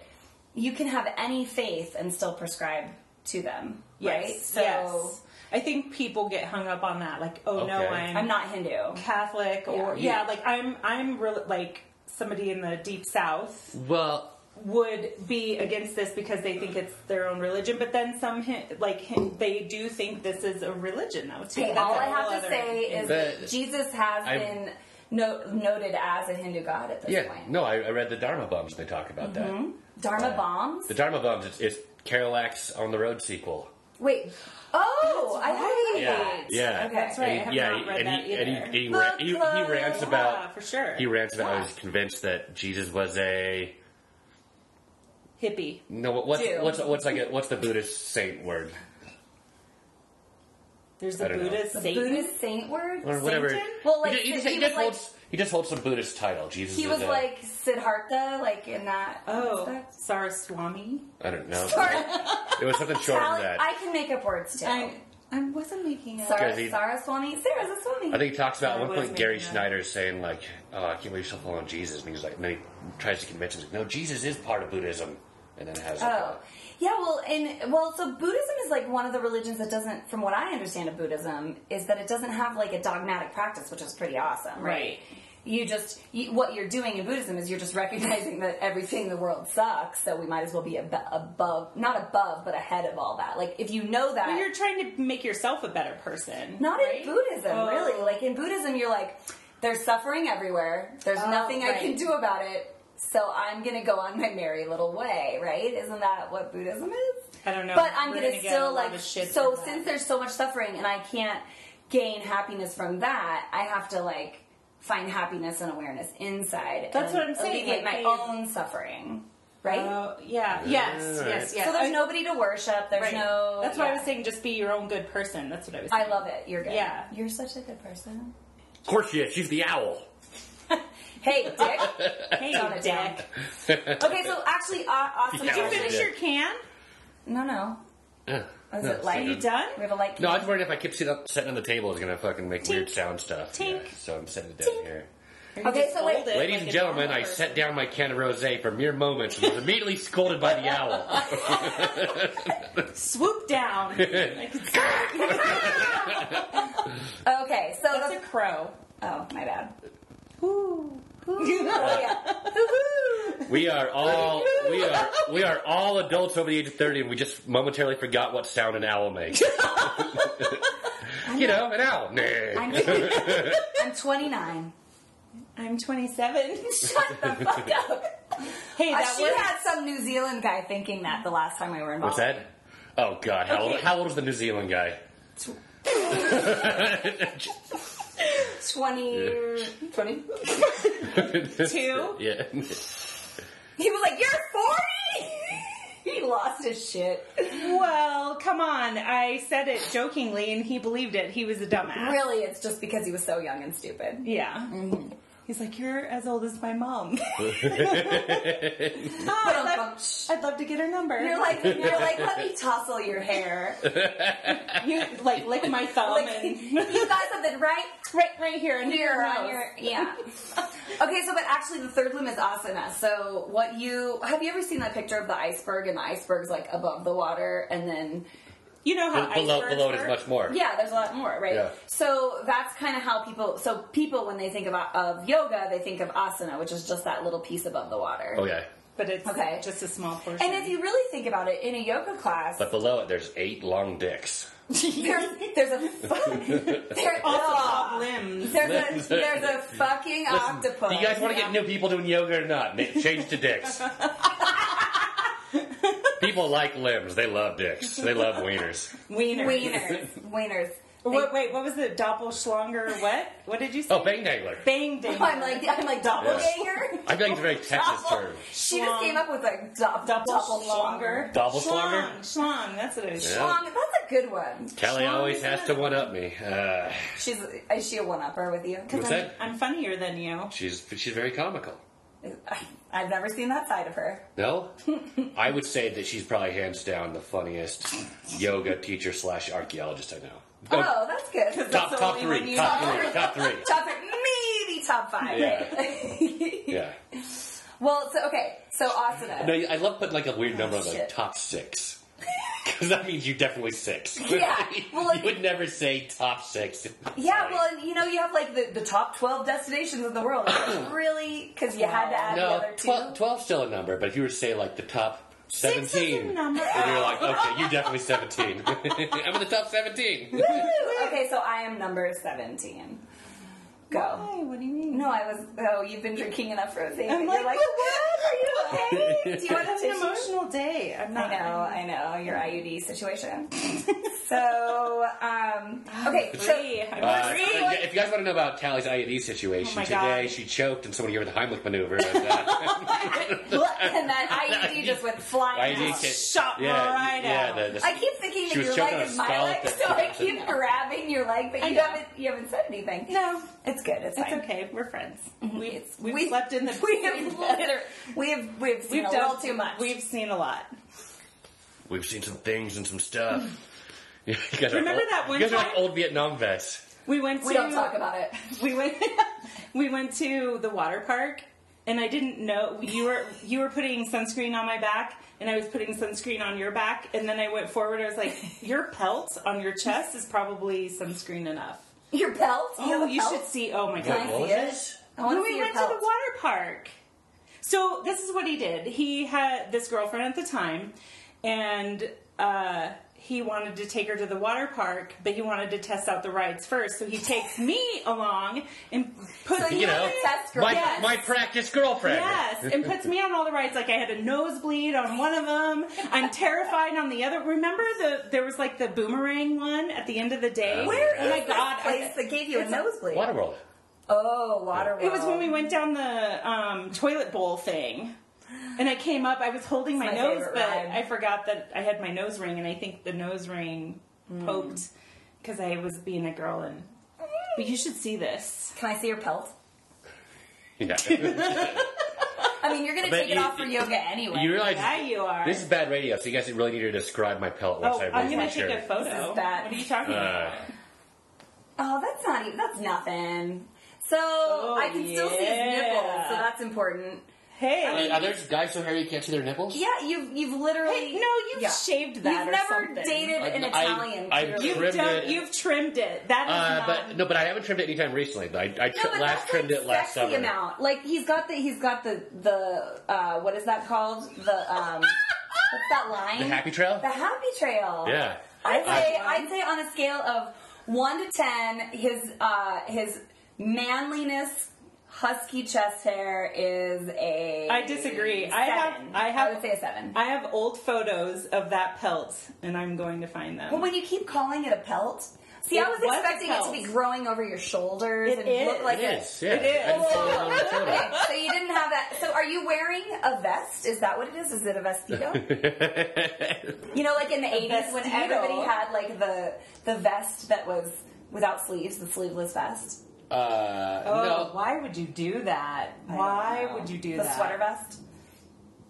Speaker 3: you can have any faith and still prescribe to them,
Speaker 2: Yes.
Speaker 3: right? So
Speaker 2: yes. I think people get hung up on that, like, oh no,
Speaker 1: Okay.
Speaker 2: I'm,
Speaker 3: I'm not Hindu.
Speaker 2: Catholic, or
Speaker 3: Yeah.
Speaker 2: yeah, like I'm, I'm real like somebody in the deep south
Speaker 1: Well,
Speaker 2: would be against this because they think it's their own religion, but then some hin- like hin- they do think this is a religion though too.
Speaker 3: Okay,
Speaker 2: That's
Speaker 3: all
Speaker 2: a
Speaker 3: I
Speaker 2: whole
Speaker 3: have to
Speaker 2: other-
Speaker 3: say is that
Speaker 1: But-
Speaker 3: Jesus has
Speaker 1: I-
Speaker 3: been no, noted as a Hindu god at this
Speaker 1: yeah,
Speaker 3: point.
Speaker 1: no, I, I read the Dharma Bombs. and They talk about that.
Speaker 3: Dharma bombs.
Speaker 1: The Dharma Bombs. It's, it's Carolac's on the road sequel.
Speaker 3: Wait. Oh, I
Speaker 2: right.
Speaker 3: had
Speaker 1: Yeah,
Speaker 3: it.
Speaker 1: yeah.
Speaker 3: Okay.
Speaker 2: That's right. I
Speaker 1: And
Speaker 2: have
Speaker 1: he- yeah,
Speaker 2: not read
Speaker 1: and
Speaker 2: that
Speaker 1: he,
Speaker 2: either.
Speaker 1: and he, and he,
Speaker 3: Book
Speaker 1: ra- he, he
Speaker 3: club.
Speaker 1: rants
Speaker 2: yeah,
Speaker 1: about
Speaker 2: for sure.
Speaker 1: he rants about. how He's convinced that Jesus was a
Speaker 2: Hippie.
Speaker 1: no. what- What's
Speaker 3: Jew.
Speaker 1: what's what's like a, what's the Buddhist saint word
Speaker 2: There's a
Speaker 1: I don't know.
Speaker 2: Buddhist Satan.
Speaker 3: Buddhist saint word.
Speaker 1: or whatever?
Speaker 2: Sainton?
Speaker 3: Well, like,
Speaker 1: he, ju- he just, he
Speaker 3: he was
Speaker 1: just
Speaker 3: like-
Speaker 1: holds he just holds some Buddhist title. Jesus.
Speaker 3: He
Speaker 1: is
Speaker 3: was
Speaker 1: a-
Speaker 3: like Siddhartha, like in that.
Speaker 2: Oh,
Speaker 3: aspect.
Speaker 2: Saraswamy.
Speaker 1: I don't know.
Speaker 3: Sorry,
Speaker 1: It was something short of
Speaker 3: Alex,
Speaker 1: that.
Speaker 3: I can make up words too.
Speaker 2: I I wasn't making it.
Speaker 3: Sara,
Speaker 1: Because he-
Speaker 3: Saraswamy, Sarah's a
Speaker 1: I
Speaker 3: Swami.
Speaker 1: think he talks about at
Speaker 2: Sorry,
Speaker 1: one
Speaker 2: what
Speaker 1: point
Speaker 2: was
Speaker 1: Gary
Speaker 2: making that?
Speaker 1: Schneider saying like, "Oh, I can't believe you're still following Jesus," and he's like, and then he tries to convince him, like, "No, Jesus is part of Buddhism," and then it has. Like,
Speaker 3: Oh,
Speaker 1: a-
Speaker 3: yeah. Well, and well, so Buddhism is like one of the religions that doesn't, from what I understand of Buddhism, is that it doesn't have like a dogmatic practice, which is pretty awesome, right?
Speaker 2: Right.
Speaker 3: You just you, what you're doing in Buddhism is you're just recognizing that everything in the world sucks, so we might as well be ab- above, not above, but ahead of all that. Like if you know that,
Speaker 2: Well, you're trying to make yourself a better person.
Speaker 3: Not
Speaker 2: right?
Speaker 3: in Buddhism,
Speaker 2: Oh.
Speaker 3: really. Like in Buddhism, you're like, there's suffering everywhere. There's
Speaker 2: Oh,
Speaker 3: nothing I
Speaker 2: right.
Speaker 3: can do about it. So I'm gonna go on my merry little way, right? Isn't that what Buddhism is?
Speaker 2: I don't know.
Speaker 3: But I'm
Speaker 2: We're
Speaker 3: gonna,
Speaker 2: get a
Speaker 3: still
Speaker 2: lot
Speaker 3: like.
Speaker 2: of shit
Speaker 3: So
Speaker 2: for that.
Speaker 3: since there's so much suffering and I can't gain happiness from that, I have to like find happiness and awareness inside.
Speaker 2: That's
Speaker 3: and
Speaker 2: what I'm saying,
Speaker 3: Alleviate
Speaker 2: like,
Speaker 3: my
Speaker 2: these-
Speaker 3: own suffering, right?
Speaker 2: Oh, yeah. Yes.
Speaker 1: Right.
Speaker 2: Yes. Yes.
Speaker 3: So there's
Speaker 2: I-
Speaker 3: nobody to worship. There's
Speaker 2: Right.
Speaker 3: no.
Speaker 2: That's why I
Speaker 3: yeah.
Speaker 2: was saying just be your own good person. That's what I was saying.
Speaker 3: I love it. You're good.
Speaker 2: Yeah.
Speaker 3: You're such a good person.
Speaker 1: Of course she is. She's the owl.
Speaker 3: Hey, Dick.
Speaker 2: hey,
Speaker 3: Tone it down.
Speaker 2: Dick.
Speaker 3: Okay, so actually, uh, awesome.
Speaker 1: Yeah.
Speaker 2: Did you finish
Speaker 1: Yeah.
Speaker 2: your Oh, can?
Speaker 3: No, no.
Speaker 1: Ugh.
Speaker 3: Is
Speaker 1: No,
Speaker 3: it
Speaker 1: it's
Speaker 3: light?
Speaker 2: Are
Speaker 1: not
Speaker 2: you
Speaker 1: good.
Speaker 2: done?
Speaker 3: We have a light.
Speaker 1: No, I was worried if I kept sitting up, sitting on the table, it was gonna fucking make weird
Speaker 2: Tink.
Speaker 1: sound stuff.
Speaker 2: Tink.
Speaker 1: Yeah, so I'm setting it down
Speaker 2: Tink.
Speaker 1: here.
Speaker 2: Or you
Speaker 3: Okay,
Speaker 2: just
Speaker 3: so wait.
Speaker 2: fold it
Speaker 1: Ladies
Speaker 2: like
Speaker 1: and
Speaker 2: a
Speaker 1: gentlemen,
Speaker 2: normal
Speaker 1: I
Speaker 2: person?
Speaker 1: set down my can of rosé for mere moments and was immediately scolded by the owl.
Speaker 2: Swoop down. I could see it.
Speaker 3: okay, so
Speaker 2: That's a
Speaker 3: the,
Speaker 2: crow.
Speaker 3: oh my bad.
Speaker 2: Whoo.
Speaker 3: Oh, yeah. Woo-hoo.
Speaker 1: We are all we are we are all adults over the age of thirty, and we just momentarily forgot what sound an owl makes. you know, an owl. Nah.
Speaker 3: I'm, I'm 29.
Speaker 2: I'm 27.
Speaker 3: Shut the fuck up.
Speaker 2: Hey,
Speaker 3: Uh,
Speaker 2: that
Speaker 3: she
Speaker 2: was
Speaker 3: had some New Zealand guy thinking that the last time we were involved.
Speaker 1: What's that? Oh God, how old
Speaker 2: Okay.
Speaker 1: how old is the New Zealand guy?
Speaker 3: 20. 20?
Speaker 2: two.
Speaker 1: Yeah.
Speaker 3: He was like, You're 40? he lost his shit.
Speaker 2: Well, come on. I said it jokingly, and he believed it. He was a dumbass.
Speaker 3: Really, Mm-hmm. it's just because he was so young and stupid.
Speaker 2: Yeah. He's like, you're as old as my mom. Oh, I'd, love, I'd love to get her number.
Speaker 3: You're like, you're like, let me tousle your hair.
Speaker 2: you like lick my thumb
Speaker 3: Like,
Speaker 2: and
Speaker 3: you guys have been right
Speaker 2: right, right here and
Speaker 3: Mirror on
Speaker 2: nose.
Speaker 3: your- yeah. okay, so but actually the third limb is asana. So what you have you ever seen that picture of the iceberg and the iceberg's like above the water and then
Speaker 2: You know how
Speaker 1: below
Speaker 2: icebergs
Speaker 1: below it is
Speaker 2: work?
Speaker 1: much more.
Speaker 3: yeah, there's a lot more, right?
Speaker 1: Yeah.
Speaker 3: So that's kind of how people. So people when they think of of yoga, they think of asana, which is just that little piece above the water.
Speaker 1: Okay.
Speaker 2: but it's
Speaker 3: Okay.
Speaker 2: just a small portion.
Speaker 3: And if you really think about it, in a yoga class,
Speaker 1: But below it there's eight long dicks.
Speaker 3: there's, there's a there,
Speaker 2: also
Speaker 3: oh,
Speaker 2: top limbs.
Speaker 3: there's a there's a fucking
Speaker 2: Oh,
Speaker 3: octopus.
Speaker 1: Do you guys want to get new people doing yoga or not? Ma- Change to dicks. people like limbs. They love dicks. They love wieners.
Speaker 2: Wiener.
Speaker 3: wieners? Wieners.
Speaker 2: What, wait, what was it? Doppelschlanger what? What did you say?
Speaker 1: Oh, bang dangler.
Speaker 2: Bang ding.
Speaker 3: I'm like I'm like doppelganger.
Speaker 1: I feel like it's a very Texas
Speaker 3: Doppel-
Speaker 1: term.
Speaker 3: She just
Speaker 2: Schlong.
Speaker 3: came up with a doppel doppelganger.
Speaker 2: Doppelschlanger.
Speaker 1: Doppelschlanger?
Speaker 2: Schlong. Schlong. That's what it is.
Speaker 1: Yeah.
Speaker 3: Schlong, that's a good one.
Speaker 1: Callie
Speaker 2: Schlong
Speaker 1: always
Speaker 2: is
Speaker 1: has to
Speaker 2: another-
Speaker 1: one up me. Uh,
Speaker 3: She's is she a one upper with you?
Speaker 1: what's
Speaker 2: I'm,
Speaker 1: that?
Speaker 2: I'm funnier than you.
Speaker 1: She's she's very comical.
Speaker 3: I've never seen that side of her.
Speaker 1: No, I would say that she's probably hands down the funniest yoga teacher slash archaeologist I know.
Speaker 3: Oh, that's good.
Speaker 1: top
Speaker 2: the
Speaker 1: top
Speaker 2: only one
Speaker 1: three,
Speaker 2: you
Speaker 1: top
Speaker 3: know.
Speaker 1: three, top three.
Speaker 3: Top maybe top five.
Speaker 1: Yeah. Yeah.
Speaker 3: well, so okay, so asana.
Speaker 1: No, I love putting like a weird number on the
Speaker 3: shit.
Speaker 1: top six. Because that means you definitely six.
Speaker 3: Yeah, well, like-
Speaker 1: you would never say top six.
Speaker 3: Yeah, well, and, you know, you have like the, the top 12 destinations in the world. Like, really? Because you had to add the
Speaker 1: no,
Speaker 3: other two.
Speaker 1: 12, 12's still a number, but if you were to say like the top seventeen,
Speaker 2: Six is a number.
Speaker 1: and you're like, okay, you're definitely seventeen. I'm in the top seventeen.
Speaker 3: Okay, so I am number 17. Go.
Speaker 2: Why? Oh, What do you mean?
Speaker 3: No, I was. Oh, you've been drinking enough rosé.
Speaker 2: I'm
Speaker 3: You're
Speaker 2: like,
Speaker 3: like,
Speaker 2: what? Are you okay?
Speaker 3: Do you
Speaker 2: I
Speaker 3: want
Speaker 2: had
Speaker 3: a
Speaker 2: an
Speaker 3: tissue?
Speaker 2: emotional day. I'm
Speaker 3: I
Speaker 2: not.
Speaker 3: know, I know your IUD situation. so, um, okay, so
Speaker 2: Three. I'm
Speaker 1: Uh,
Speaker 2: three.
Speaker 1: if you guys want to know about Tally's IED situation,
Speaker 2: Oh my
Speaker 1: today
Speaker 2: God.
Speaker 1: she choked and someone gave her the Heimlich maneuver. And, uh,
Speaker 3: and then IUD just went flying.
Speaker 1: IUD
Speaker 3: out.
Speaker 1: kid-
Speaker 2: shot right
Speaker 1: yeah,
Speaker 2: out.
Speaker 1: The, the,
Speaker 3: I keep thinking
Speaker 1: She
Speaker 3: that
Speaker 1: was
Speaker 3: your
Speaker 1: choking
Speaker 3: leg
Speaker 1: on
Speaker 3: is
Speaker 1: a
Speaker 3: my
Speaker 1: skull
Speaker 3: leg,
Speaker 1: at
Speaker 3: so
Speaker 1: the
Speaker 3: I
Speaker 1: time.
Speaker 3: keep grabbing your leg, but
Speaker 2: I
Speaker 3: you
Speaker 2: know.
Speaker 3: haven't you haven't said anything.
Speaker 2: no,
Speaker 3: It's good. It's,
Speaker 2: it's
Speaker 3: fine.
Speaker 2: okay. We're friends. We we
Speaker 3: Mhm. We-
Speaker 2: have slept in the
Speaker 3: We have liter- we have we've seen
Speaker 2: We've
Speaker 3: a
Speaker 2: done
Speaker 3: little too much.
Speaker 2: We've seen a lot.
Speaker 1: We've seen some things and some stuff. You guys are
Speaker 2: Remember
Speaker 1: old-
Speaker 2: that one
Speaker 1: You guys are
Speaker 2: time?
Speaker 1: like old Vietnam vets.
Speaker 2: We went. To,
Speaker 3: we don't talk about it.
Speaker 2: we went we went to the water park and I didn't know you were you were putting sunscreen on my back and I was putting sunscreen on your back and then I went forward I was like your pelt on your chest is probably sunscreen enough.
Speaker 3: Your pelt. have
Speaker 2: Oh,
Speaker 3: a
Speaker 2: you
Speaker 3: pelt?
Speaker 2: should see. Oh my
Speaker 1: Wait,
Speaker 3: I
Speaker 2: god.
Speaker 1: what was
Speaker 3: see it.
Speaker 1: this?
Speaker 3: I want
Speaker 2: When
Speaker 3: to see
Speaker 2: we
Speaker 3: your
Speaker 2: went
Speaker 3: pelt.
Speaker 2: to the water park. So this is what he did. He had this girlfriend at the time, and uh, he wanted to take her to the water park, but he wanted to test out the rides first. So he takes me along and puts
Speaker 3: So
Speaker 2: me
Speaker 1: You
Speaker 3: Yeah,
Speaker 1: know,
Speaker 3: that's
Speaker 1: my,
Speaker 3: correct.
Speaker 1: my practice girlfriend.
Speaker 2: Yes, and puts me on all the rides. Like I had a nosebleed on one of them. I'm terrified on the other. Remember the there was like the boomerang one at the end of the day.
Speaker 1: Oh,
Speaker 3: Where
Speaker 1: yeah.
Speaker 2: Oh my
Speaker 3: is this
Speaker 2: god! I-
Speaker 3: place that gave you a nosebleed?
Speaker 1: Waterworld.
Speaker 3: Oh, water.
Speaker 2: It was when we went down the um, toilet bowl thing. And I came up, I was holding my,
Speaker 3: my
Speaker 2: nose,
Speaker 3: favorite
Speaker 2: but
Speaker 3: ride.
Speaker 2: I forgot that I had my nose ring, and I think the nose ring
Speaker 3: Hmm.
Speaker 2: poked because I was being a girl. And but you should see this.
Speaker 3: Can I see your pelt?
Speaker 1: Yeah.
Speaker 3: I mean, you're gonna
Speaker 1: But
Speaker 3: take it
Speaker 1: you-
Speaker 3: off for yoga anyway.
Speaker 1: you realize
Speaker 2: Yeah, you are.
Speaker 1: this is bad radio, so you guys really need to describe my pelt once
Speaker 2: oh,
Speaker 1: I
Speaker 2: I'm
Speaker 1: raise
Speaker 2: gonna
Speaker 1: my
Speaker 2: take
Speaker 1: shirt.
Speaker 2: a photo.
Speaker 3: This is
Speaker 2: What
Speaker 3: bad.
Speaker 2: are you talking about?
Speaker 1: Uh,
Speaker 3: oh, that's not even. That's nothing. So I can still see his
Speaker 2: Oh, yeah.
Speaker 3: nipples, so that's important.
Speaker 2: Hey,
Speaker 1: Wait, are there guys so hairy you can't see their nipples?
Speaker 3: Yeah, you've you've literally
Speaker 2: Hey, no, you've shaved that
Speaker 3: You've
Speaker 2: or
Speaker 3: never
Speaker 2: something.
Speaker 3: dated
Speaker 1: I-
Speaker 3: an
Speaker 1: I-
Speaker 3: Italian.
Speaker 1: I-
Speaker 3: clearly.
Speaker 1: you-
Speaker 2: you've
Speaker 1: trimmed
Speaker 2: done,
Speaker 1: it.
Speaker 2: you've trimmed it. That is
Speaker 1: Uh,
Speaker 2: not.
Speaker 1: but no, but I haven't trimmed it any time recently. But I, I tri-
Speaker 3: No, but
Speaker 1: last
Speaker 3: that's
Speaker 1: trimmed
Speaker 3: like
Speaker 1: it last
Speaker 3: sexy
Speaker 1: summer.
Speaker 3: amount. Like he's got the he's got the the uh, what is that called? The um, what's that line?
Speaker 1: The happy trail?
Speaker 3: The happy trail.
Speaker 1: Yeah. Uh,
Speaker 3: I'd say
Speaker 2: I-
Speaker 3: I'd say on a scale of one to ten, his uh, his manliness, husky chest hair is a.
Speaker 2: I disagree. I
Speaker 3: seven.
Speaker 2: have- I have-
Speaker 3: would say a seven.
Speaker 2: I have old photos of that pelt, and I'm going to find them.
Speaker 3: Well, when you keep calling it a pelt, see,
Speaker 2: It
Speaker 3: I was
Speaker 2: was a
Speaker 3: expecting it to
Speaker 2: pelt.
Speaker 3: be growing over your shoulders
Speaker 2: It
Speaker 3: and
Speaker 2: is.
Speaker 3: look like
Speaker 1: It is. Yeah.
Speaker 2: It is.
Speaker 1: I didn't see it on the photo.
Speaker 3: Okay, so you didn't have that. So are you wearing a vest? Is that what it is? Is it a vestido? you know, like in the eighties when
Speaker 2: vestido.
Speaker 3: everybody had like the the vest that was without sleeves, the sleeveless vest.
Speaker 1: Uh,
Speaker 2: Oh,
Speaker 1: no.
Speaker 2: why would you do that?
Speaker 3: I
Speaker 2: Why
Speaker 3: don't know.
Speaker 2: would you do
Speaker 3: the
Speaker 2: that?
Speaker 3: sweater vest?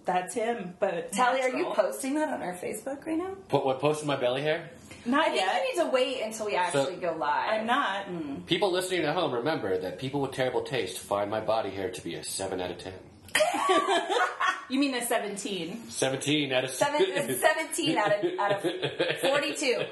Speaker 2: That's him. But
Speaker 3: Tally, are you
Speaker 2: natural.
Speaker 3: posting that on our Facebook right now?
Speaker 1: Put what posted my belly hair?
Speaker 2: Not
Speaker 3: I think
Speaker 2: yet.
Speaker 3: we need to wait until we actually go live.
Speaker 2: I'm not.
Speaker 1: People listening at home remember that people with terrible taste find my body hair to be a seven out of ten.
Speaker 2: You mean a 17?
Speaker 1: Seventeen out of
Speaker 3: Seven, it's 17 out of, out of 42.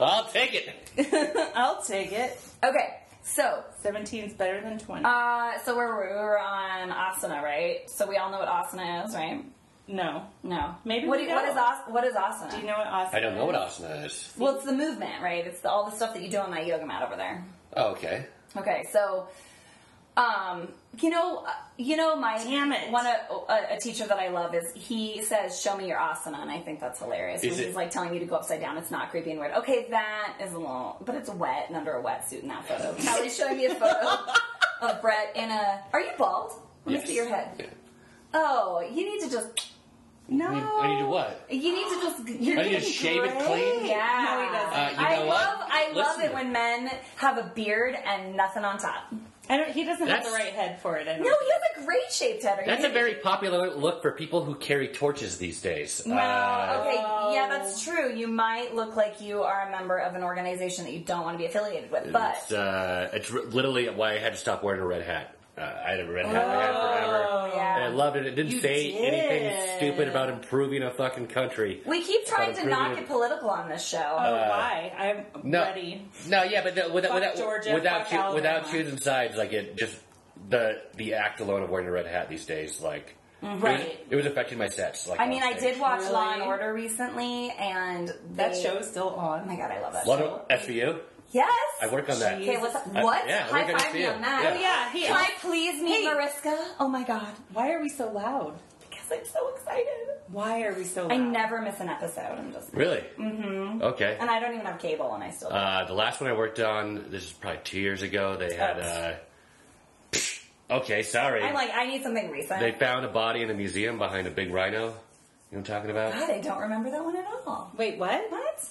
Speaker 1: I'll take it.
Speaker 2: I'll take it.
Speaker 3: Okay, so
Speaker 2: 17's better than 20.
Speaker 3: Uh, so we're, we're on asana, right? So we all know what asana is, right?
Speaker 2: no.
Speaker 3: No.
Speaker 2: Maybe
Speaker 3: what,
Speaker 2: we
Speaker 3: do- what
Speaker 2: don't.
Speaker 3: is as, what is asana?
Speaker 2: Do you know what awesome
Speaker 1: I don't know what asana is.
Speaker 3: Well, it's the movement, right? It's the, all the stuff that you do on that yoga mat over there.
Speaker 1: Oh, okay.
Speaker 3: Okay, so um, you know, uh, you know, my
Speaker 2: Damn it.
Speaker 3: one uh, oh, a, a teacher that I love is he says, "Show me your asana," and I think that's hilarious.
Speaker 1: Is
Speaker 3: when
Speaker 1: it-
Speaker 3: he's like telling you to go upside down. It's not creepy and weird. Okay, that is a little, but it's wet and under a wetsuit in that photo. Callie's showing me a photo of Brett in a. Are you bald? Let me see your head.
Speaker 1: Yeah.
Speaker 3: Oh, you need to just.
Speaker 2: No.
Speaker 1: I need, I need to what?
Speaker 3: You need to just. You're
Speaker 1: I need to
Speaker 3: getting
Speaker 1: shave it
Speaker 3: gray.
Speaker 1: clean?
Speaker 3: Yeah.
Speaker 2: No, he doesn't.
Speaker 1: Uh, you
Speaker 3: I
Speaker 1: know
Speaker 3: love.
Speaker 1: what?
Speaker 3: I love
Speaker 1: Listen.
Speaker 3: it when men have a beard and nothing on top.
Speaker 2: I don't, he doesn't have
Speaker 1: That's-
Speaker 2: the right head for it. I don't
Speaker 3: No, he has a great shaped head. Are you
Speaker 1: That's a
Speaker 3: kidding?
Speaker 1: very popular look for people who carry torches these days.
Speaker 3: Well,
Speaker 1: Uh,
Speaker 3: okay, yeah, that's true. You might look like you are a member of an organization that you don't want to be affiliated with, but
Speaker 1: it's, uh, it's r- literally why I had to stop wearing a red hat. Uh, I had a red hat I had forever. And I
Speaker 3: Oh, Yeah.
Speaker 1: loved it. It didn't
Speaker 2: You
Speaker 1: say anything
Speaker 2: did.
Speaker 1: stupid about improving a fucking country.
Speaker 3: We keep trying
Speaker 1: called
Speaker 3: to not
Speaker 1: improving
Speaker 3: get political on this show.
Speaker 2: Oh, why? I'm
Speaker 1: Uh, No,
Speaker 2: ready.
Speaker 1: no, yeah, but the, without
Speaker 2: Fuck
Speaker 1: without
Speaker 2: Georgia,
Speaker 1: without,
Speaker 2: fuck
Speaker 1: choo-
Speaker 2: Alabama.
Speaker 1: without choosing sides, like it just the the act alone of wearing a red hat these days, like it, was,
Speaker 2: Right.
Speaker 1: it was affecting my sets. Like
Speaker 3: I mean,
Speaker 1: on
Speaker 3: I
Speaker 1: stage.
Speaker 3: did watch
Speaker 2: Really?
Speaker 3: Law and Order recently, and
Speaker 2: That
Speaker 3: they-
Speaker 2: show's still on.
Speaker 3: Oh my god, I love that.
Speaker 1: Lot
Speaker 3: show.
Speaker 1: of SVU.
Speaker 3: Yes.
Speaker 1: I work on that.
Speaker 3: Okay, what's up?
Speaker 1: I-
Speaker 3: What?
Speaker 1: yeah, I work
Speaker 3: High
Speaker 1: on
Speaker 3: five me
Speaker 1: SVU.
Speaker 3: on that.
Speaker 1: Yeah.
Speaker 2: Oh, yeah, hey,
Speaker 3: Can I please meet
Speaker 2: Hey.
Speaker 3: Mariska? Oh my god,
Speaker 2: Why are we so loud?
Speaker 3: because I'm so excited.
Speaker 2: Why are we so loud?
Speaker 3: I never miss an episode. I'm just,
Speaker 1: Really? Mm-hmm. Okay.
Speaker 3: and I don't even have cable, and I still.
Speaker 1: Uh, the last one I worked on, this is probably two years ago. They had. Uh, okay, sorry.
Speaker 3: I'm like, I need something recent.
Speaker 1: they found a body in a museum behind a big rhino. You know what I'm talking about?
Speaker 3: God, I don't remember that one at all.
Speaker 2: Wait, what?
Speaker 3: What?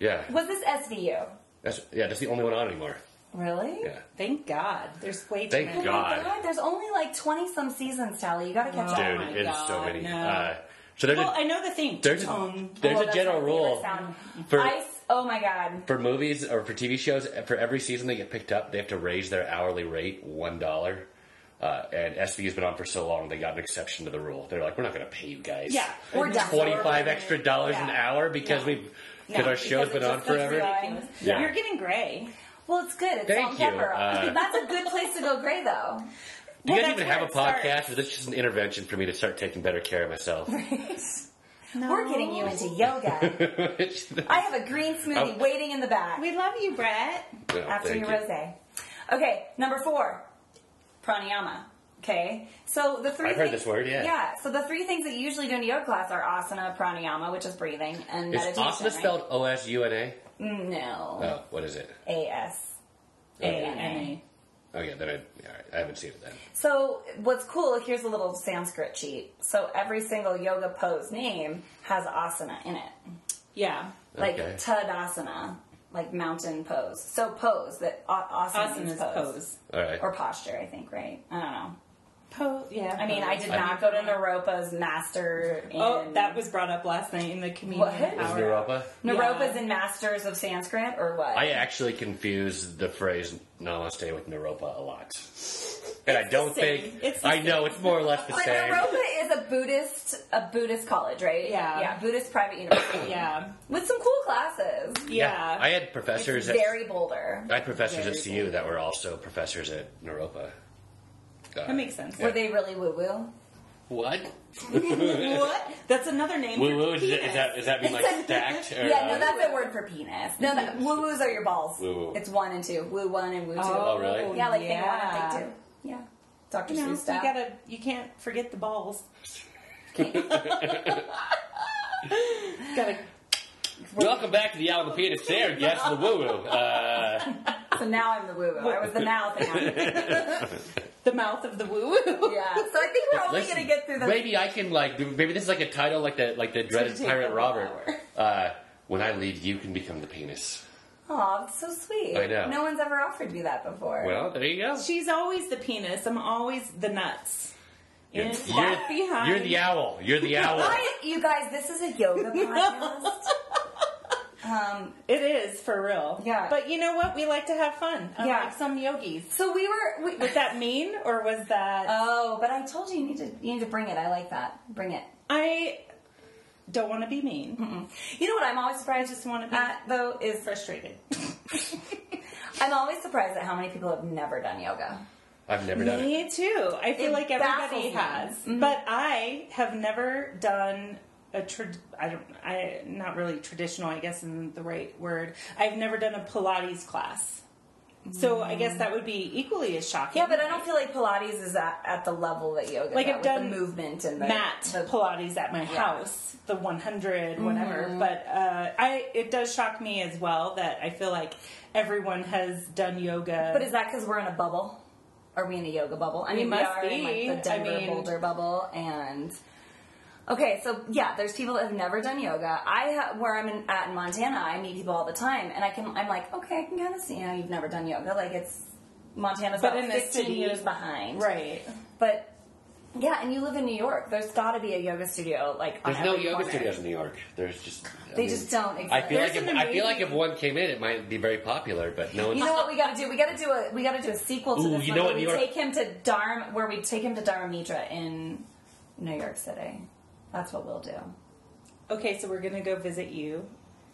Speaker 1: Yeah.
Speaker 3: Was this SVU?
Speaker 1: That's yeah. That's the only one on anymore.
Speaker 3: Really?
Speaker 1: Yeah.
Speaker 2: Thank God. There's way too
Speaker 1: Thank
Speaker 2: many.
Speaker 3: Oh
Speaker 1: God.
Speaker 3: my god, there's only like 20 some seasons, Tally. You gotta catch
Speaker 2: Oh
Speaker 1: Dude,
Speaker 3: up.
Speaker 2: my
Speaker 1: it is so
Speaker 2: God,
Speaker 1: many.
Speaker 2: no.
Speaker 1: Uh, so there's
Speaker 2: Well,
Speaker 1: a
Speaker 2: I know the Um, thing.
Speaker 1: there's a,
Speaker 2: Tone.
Speaker 1: there's
Speaker 3: Oh,
Speaker 1: a
Speaker 3: that's
Speaker 1: general
Speaker 3: my favorite
Speaker 1: rule
Speaker 3: sound.
Speaker 1: for
Speaker 3: Ice. Oh my god.
Speaker 1: for movies or for TV shows. For every season they get picked up, they have to raise their hourly rate one dollar. Uh, and SV has been on for so long, they got an exception to the rule. They're like, we're not going to pay you guys.
Speaker 2: Yeah.
Speaker 3: We're done.
Speaker 1: twenty-five extra dollars an
Speaker 2: Yeah.
Speaker 1: hour because we've because
Speaker 2: No,
Speaker 1: our show's been
Speaker 2: because it
Speaker 1: on
Speaker 2: just looks
Speaker 1: forever.
Speaker 2: ridiculous.
Speaker 1: Yeah.
Speaker 2: You're getting gray.
Speaker 3: Well, it's good. It's
Speaker 1: Thank
Speaker 3: salt and
Speaker 1: you.
Speaker 3: pepper.
Speaker 1: Uh,
Speaker 3: That's a good place to go gray, though.
Speaker 1: Do you guys
Speaker 2: Well, that's
Speaker 1: even
Speaker 2: where
Speaker 1: have a
Speaker 2: it starts.
Speaker 1: podcast? Or is this just an intervention for me to start taking better care of myself?
Speaker 3: We're getting you into yoga.
Speaker 1: It's-
Speaker 3: I have a green smoothie
Speaker 1: Oh.
Speaker 3: waiting in the back
Speaker 2: We love you, Brett.
Speaker 1: No,
Speaker 3: after
Speaker 1: Oh, thank
Speaker 3: your
Speaker 1: you.
Speaker 3: rosé. Okay, number four, pranayama. Okay, so the 3
Speaker 1: I've heard
Speaker 3: things-
Speaker 1: this word, yeah.
Speaker 3: Yeah. So the three things that you usually do in yoga class are asana, pranayama, which is breathing, and
Speaker 1: Is
Speaker 3: meditation.
Speaker 1: Asana spelled O S U N A?
Speaker 3: right? No.
Speaker 1: Oh, what is it?
Speaker 3: A S.
Speaker 2: A-N-A.
Speaker 1: Okay, then I, all right, I haven't seen it then.
Speaker 3: So what's cool? Here's a little Sanskrit cheat. So every single yoga pose name has asana in it.
Speaker 2: Yeah.
Speaker 3: like
Speaker 1: Okay.
Speaker 3: tadasana, like mountain pose. So pose that a- asana
Speaker 2: Awesome
Speaker 3: means
Speaker 2: is
Speaker 3: pose.
Speaker 2: pose.
Speaker 1: All right.
Speaker 3: or posture. I think right. I don't know.
Speaker 2: Pose. Yeah.
Speaker 3: I mean, I did not go to Naropa's master. In,
Speaker 2: Oh, that was brought up last night in the community
Speaker 3: What? Is
Speaker 1: Is
Speaker 2: hour.
Speaker 1: Naropa?
Speaker 3: Naropa's
Speaker 2: Yeah.
Speaker 3: in masters of Sanskrit or what?
Speaker 1: I actually confuse the phrase Namaste with Naropa a lot, and I don't
Speaker 2: same.
Speaker 1: think
Speaker 2: It's the
Speaker 1: I know it's more or less the
Speaker 3: but
Speaker 1: same.
Speaker 3: Naropa is a Buddhist, a Buddhist college, right?
Speaker 2: Yeah.
Speaker 3: yeah, Buddhist private university
Speaker 2: Yeah.
Speaker 3: with some cool classes.
Speaker 2: Yeah.
Speaker 1: I had professors. At,
Speaker 3: Very Boulder.
Speaker 1: I had professors at
Speaker 2: Very
Speaker 1: CU that were also professors at Naropa. Uh,
Speaker 2: that makes sense.
Speaker 3: Were they really woo woo?
Speaker 1: What?
Speaker 2: what? That's another name
Speaker 1: Woo
Speaker 2: for
Speaker 1: woo? Is,
Speaker 2: penis.
Speaker 1: that does that mean like stacked? Or,
Speaker 3: Yeah, no,
Speaker 1: uh,
Speaker 3: that's a word for penis. No, that, woo woos are your balls.
Speaker 1: Woo-woo.
Speaker 3: It's one and two. Woo one and woo two.
Speaker 1: Oh, really?
Speaker 3: Yeah, like
Speaker 2: yeah.
Speaker 3: they want to do. Yeah. Dr.
Speaker 2: You know, you
Speaker 3: Seuss style.
Speaker 2: gotta. You can't forget the balls. gotta.
Speaker 1: Welcome back to the Alameda Fair, guests of the Woo Woo. Uh,
Speaker 3: So now I'm the woo woo. I was the mouth now.
Speaker 2: The mouth of the woo woo.
Speaker 3: yeah. So I think we're only
Speaker 1: listen,
Speaker 3: gonna get through the
Speaker 1: Maybe I can like. Maybe this is like a title, like the like the dreaded
Speaker 2: take
Speaker 1: pirate
Speaker 2: a
Speaker 1: Robert.
Speaker 2: while.
Speaker 1: Uh, when I leave, you can become the penis.
Speaker 3: Aw, that's so sweet.
Speaker 1: I know.
Speaker 3: No one's ever offered me that before.
Speaker 1: Well, there you go.
Speaker 2: She's always the penis. I'm always the nuts. In back
Speaker 1: You're,
Speaker 2: behind.
Speaker 1: you're the owl. You're the owl.
Speaker 3: I, you guys, this is a yoga podcast. um,
Speaker 2: It is for real.
Speaker 3: Yeah.
Speaker 2: But you know what? We like to have fun. Unlike
Speaker 3: Yeah.
Speaker 2: some yogis.
Speaker 3: so we were we,
Speaker 2: Was that mean or was that?
Speaker 3: Oh, but I told you you need to you need to bring it. I like that. Bring it.
Speaker 2: I don't want to be mean.
Speaker 3: You know what I'm always
Speaker 2: I
Speaker 3: surprised
Speaker 2: just want to be
Speaker 3: at though is
Speaker 2: frustrated.
Speaker 3: I'm always surprised at how many people have never done yoga.
Speaker 1: I've never done it.
Speaker 2: Me too. I feel
Speaker 3: It
Speaker 2: like everybody
Speaker 3: baffles me. Mm-hmm.
Speaker 2: has, but I have never done a trad. I don't. I not really traditional. I guess isn't the right word. I've never done a Pilates class. So I guess that would be equally as shocking.
Speaker 3: Mm. Yeah, but I don't feel like Pilates is at, at the level that yoga.
Speaker 2: Like,
Speaker 3: is
Speaker 2: I've
Speaker 3: at with
Speaker 2: done
Speaker 3: the movement and the
Speaker 2: mat
Speaker 3: the-
Speaker 2: Pilates at my house, the 100, whatever.
Speaker 3: Mm-hmm.
Speaker 2: But uh, I, it does shock me as well that I feel like everyone has done yoga.
Speaker 3: but is that because we're in a bubble? Are we in a yoga bubble? I mean, we
Speaker 2: must
Speaker 3: are in
Speaker 2: be.
Speaker 3: like the
Speaker 2: I
Speaker 3: Denver
Speaker 2: mean-
Speaker 3: Boulder bubble, and okay, so yeah, there's people that have never done yoga. I ha- where I'm in, at in Montana, I meet people all the time, and I can I'm like, okay, I can kind of see how you've never done yoga. Like it's Montana's
Speaker 2: But
Speaker 3: about
Speaker 2: in the
Speaker 3: 15
Speaker 2: city-
Speaker 3: years behind,
Speaker 2: right.
Speaker 3: But Yeah, and you live in New York. There's got to be a yoga studio like on
Speaker 1: There's no
Speaker 3: every
Speaker 1: yoga
Speaker 3: corner.
Speaker 1: studios in New York. There's just I
Speaker 3: They
Speaker 1: mean,
Speaker 3: just don't
Speaker 1: I feel
Speaker 3: exist.
Speaker 1: like if,
Speaker 2: There's an
Speaker 1: I feel like if
Speaker 2: amazing-
Speaker 1: one came in, it might be very popular, but no one's.
Speaker 3: You know what we gotta do? We gotta do a we gotta do a sequel to
Speaker 1: Ooh,
Speaker 3: this.
Speaker 1: you
Speaker 2: know
Speaker 1: what,
Speaker 3: one where
Speaker 1: New
Speaker 3: we
Speaker 1: York-
Speaker 3: take him to Dharm where we take him to Dharamitra in New York City. That's what we'll do.
Speaker 2: Okay, so we're gonna go visit you.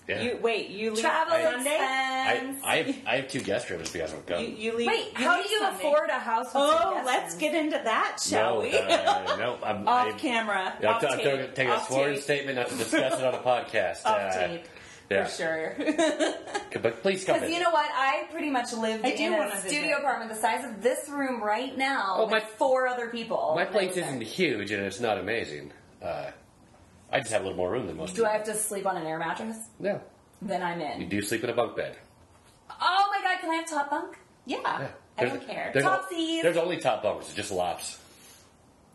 Speaker 1: yeah.
Speaker 2: You wait. You leave
Speaker 3: Travel
Speaker 2: Sunday.
Speaker 1: I,
Speaker 3: expense.
Speaker 1: I have I have two guest rooms if you guys want to go.
Speaker 2: You, you leave.
Speaker 3: Wait, how
Speaker 2: leave
Speaker 3: do you
Speaker 2: Sunday.
Speaker 3: afford a house? With
Speaker 2: Oh,
Speaker 3: suggestions?
Speaker 2: let's get into that, shall
Speaker 1: no,
Speaker 2: we?
Speaker 1: uh, no, I'm,
Speaker 2: off
Speaker 1: I'm,
Speaker 2: camera.
Speaker 1: I'm,
Speaker 2: off
Speaker 1: t- I'm
Speaker 2: tape,
Speaker 1: taking- taking a
Speaker 2: off
Speaker 1: sworn
Speaker 2: tape,
Speaker 1: statement not to discuss it on a podcast.
Speaker 2: Off
Speaker 1: uh,
Speaker 2: tape.
Speaker 1: yeah.
Speaker 2: For sure.
Speaker 1: But please come
Speaker 3: Because
Speaker 1: in.
Speaker 3: you know what? I pretty much lived
Speaker 2: I do
Speaker 3: in
Speaker 2: wanna
Speaker 3: a
Speaker 2: visit.
Speaker 3: studio apartment the size of this room right now
Speaker 1: Oh,
Speaker 3: with
Speaker 1: my-
Speaker 3: four other people.
Speaker 1: My
Speaker 3: And I
Speaker 1: place
Speaker 3: was like,
Speaker 1: isn't huge and it's not amazing. Uh, I just have a little more room than most
Speaker 3: Do
Speaker 1: people.
Speaker 3: I have to sleep on an air mattress?
Speaker 1: No.
Speaker 3: Then I'm
Speaker 1: You
Speaker 3: in.
Speaker 1: do sleep in a bunk bed.
Speaker 3: Oh my god, can I have top bunk?
Speaker 2: yeah. I
Speaker 1: There's-
Speaker 2: don't care.
Speaker 1: There's,
Speaker 3: Top
Speaker 1: al-
Speaker 3: seas.
Speaker 1: there's only top bunks, it's just lops.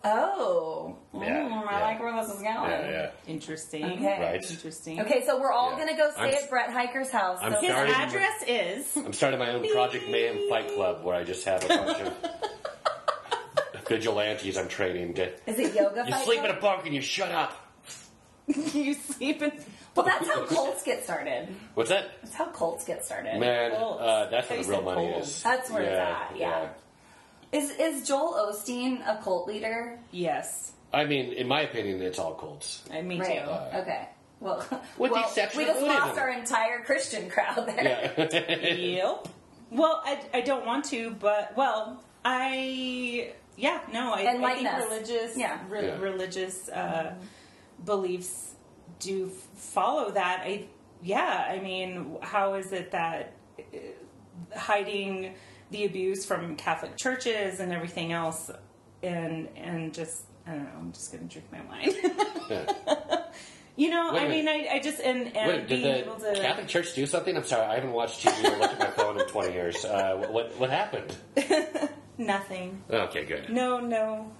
Speaker 3: Oh,
Speaker 1: Yeah,
Speaker 3: Mm, I
Speaker 1: yeah.
Speaker 3: like where this is going.
Speaker 1: Yeah, yeah.
Speaker 2: Interesting.
Speaker 3: Okay.
Speaker 1: Right.
Speaker 2: Interesting.
Speaker 3: Okay, so we're all
Speaker 1: Yeah.
Speaker 3: gonna go stay
Speaker 1: I'm-
Speaker 3: at Brett Hiker's house.
Speaker 1: I'm
Speaker 3: so
Speaker 2: His
Speaker 1: Starting with-
Speaker 2: address is.
Speaker 1: I'm starting my own Project Man Fight Club where I just have a bunch of vigilantes I'm training to.
Speaker 3: is it yoga?
Speaker 1: You
Speaker 3: Fight
Speaker 1: sleep in
Speaker 3: Club?
Speaker 1: a bunk and you shut up.
Speaker 2: you sleep in.
Speaker 3: Well, that's how cults get started.
Speaker 1: What's that?
Speaker 3: That's how cults get started.
Speaker 1: Man,
Speaker 2: Bulbs.
Speaker 1: uh, that's where
Speaker 2: They
Speaker 1: the real
Speaker 2: said
Speaker 1: money
Speaker 2: bulbs.
Speaker 1: is.
Speaker 3: That's where it's at, yeah. Is is Joel Osteen a cult leader?
Speaker 2: Yes.
Speaker 1: I mean, in my opinion, it's all cults.
Speaker 2: I mean,
Speaker 3: Right.
Speaker 2: too.
Speaker 1: Uh,
Speaker 3: okay. Well,
Speaker 1: With the
Speaker 3: well,
Speaker 1: exception
Speaker 3: we
Speaker 1: of
Speaker 3: just
Speaker 1: Buddhism.
Speaker 3: lost our entire Christian crowd there.
Speaker 1: Yeah.
Speaker 2: Yep. Well, I, I don't want to, but well, I yeah no I, I
Speaker 3: Enlighten
Speaker 2: think
Speaker 3: us.
Speaker 2: religious
Speaker 3: Yeah.
Speaker 2: re-
Speaker 1: Yeah.
Speaker 2: religious uh, beliefs do f- follow that. I yeah I mean how is it that uh, hiding the abuse from Catholic churches and everything else and and just I don't know I'm just gonna drink my wine. You know,
Speaker 1: Wait a
Speaker 2: I mean, I, I just and, and
Speaker 1: Wait,
Speaker 2: being
Speaker 1: did the
Speaker 2: able to
Speaker 1: Catholic Church do something? I'm sorry, I haven't watched TV or looked at my phone in 20 years. Uh, wh- what what happened?
Speaker 2: nothing.
Speaker 1: Okay, good.
Speaker 2: No, no,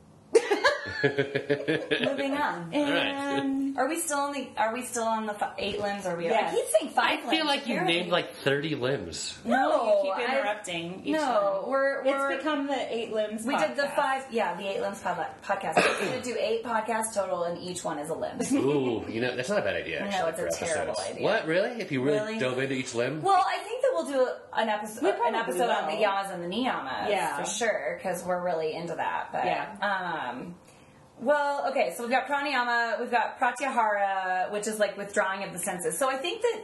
Speaker 3: Moving on.
Speaker 1: All right.
Speaker 2: And
Speaker 3: Are we still on the? Are we still on the f- eight limbs? Are we?
Speaker 2: Yes.
Speaker 3: I keep saying five limbs.
Speaker 1: I feel like you
Speaker 3: apparently.
Speaker 1: named like 30 limbs.
Speaker 2: no,
Speaker 3: No,
Speaker 2: you keep
Speaker 3: I-
Speaker 2: interrupting. each
Speaker 3: No,
Speaker 2: time.
Speaker 3: we're, we're
Speaker 2: it's become the eight limbs.
Speaker 3: We did the
Speaker 2: podcast.
Speaker 3: five, yeah, the eight limbs pod- podcast. We're going to do eight podcasts total, and each one is a limb.
Speaker 1: Ooh, you know, that's not a bad idea,
Speaker 3: No,
Speaker 1: actually.
Speaker 3: it's a
Speaker 1: for
Speaker 3: terrible
Speaker 1: episodes.
Speaker 3: idea.
Speaker 1: What, really? If you really,
Speaker 3: Really?
Speaker 1: dove into each limb?
Speaker 3: well, I think that we'll do an episode,
Speaker 2: We
Speaker 3: an
Speaker 2: probably
Speaker 3: episode on the
Speaker 2: will.
Speaker 3: yamas and the niyamas,
Speaker 2: Yeah.
Speaker 3: for sure, because we're really into that. But
Speaker 2: Yeah.
Speaker 3: um, well, okay, so we've got pranayama, we've got pratyahara, which is like withdrawing of the senses. So I think that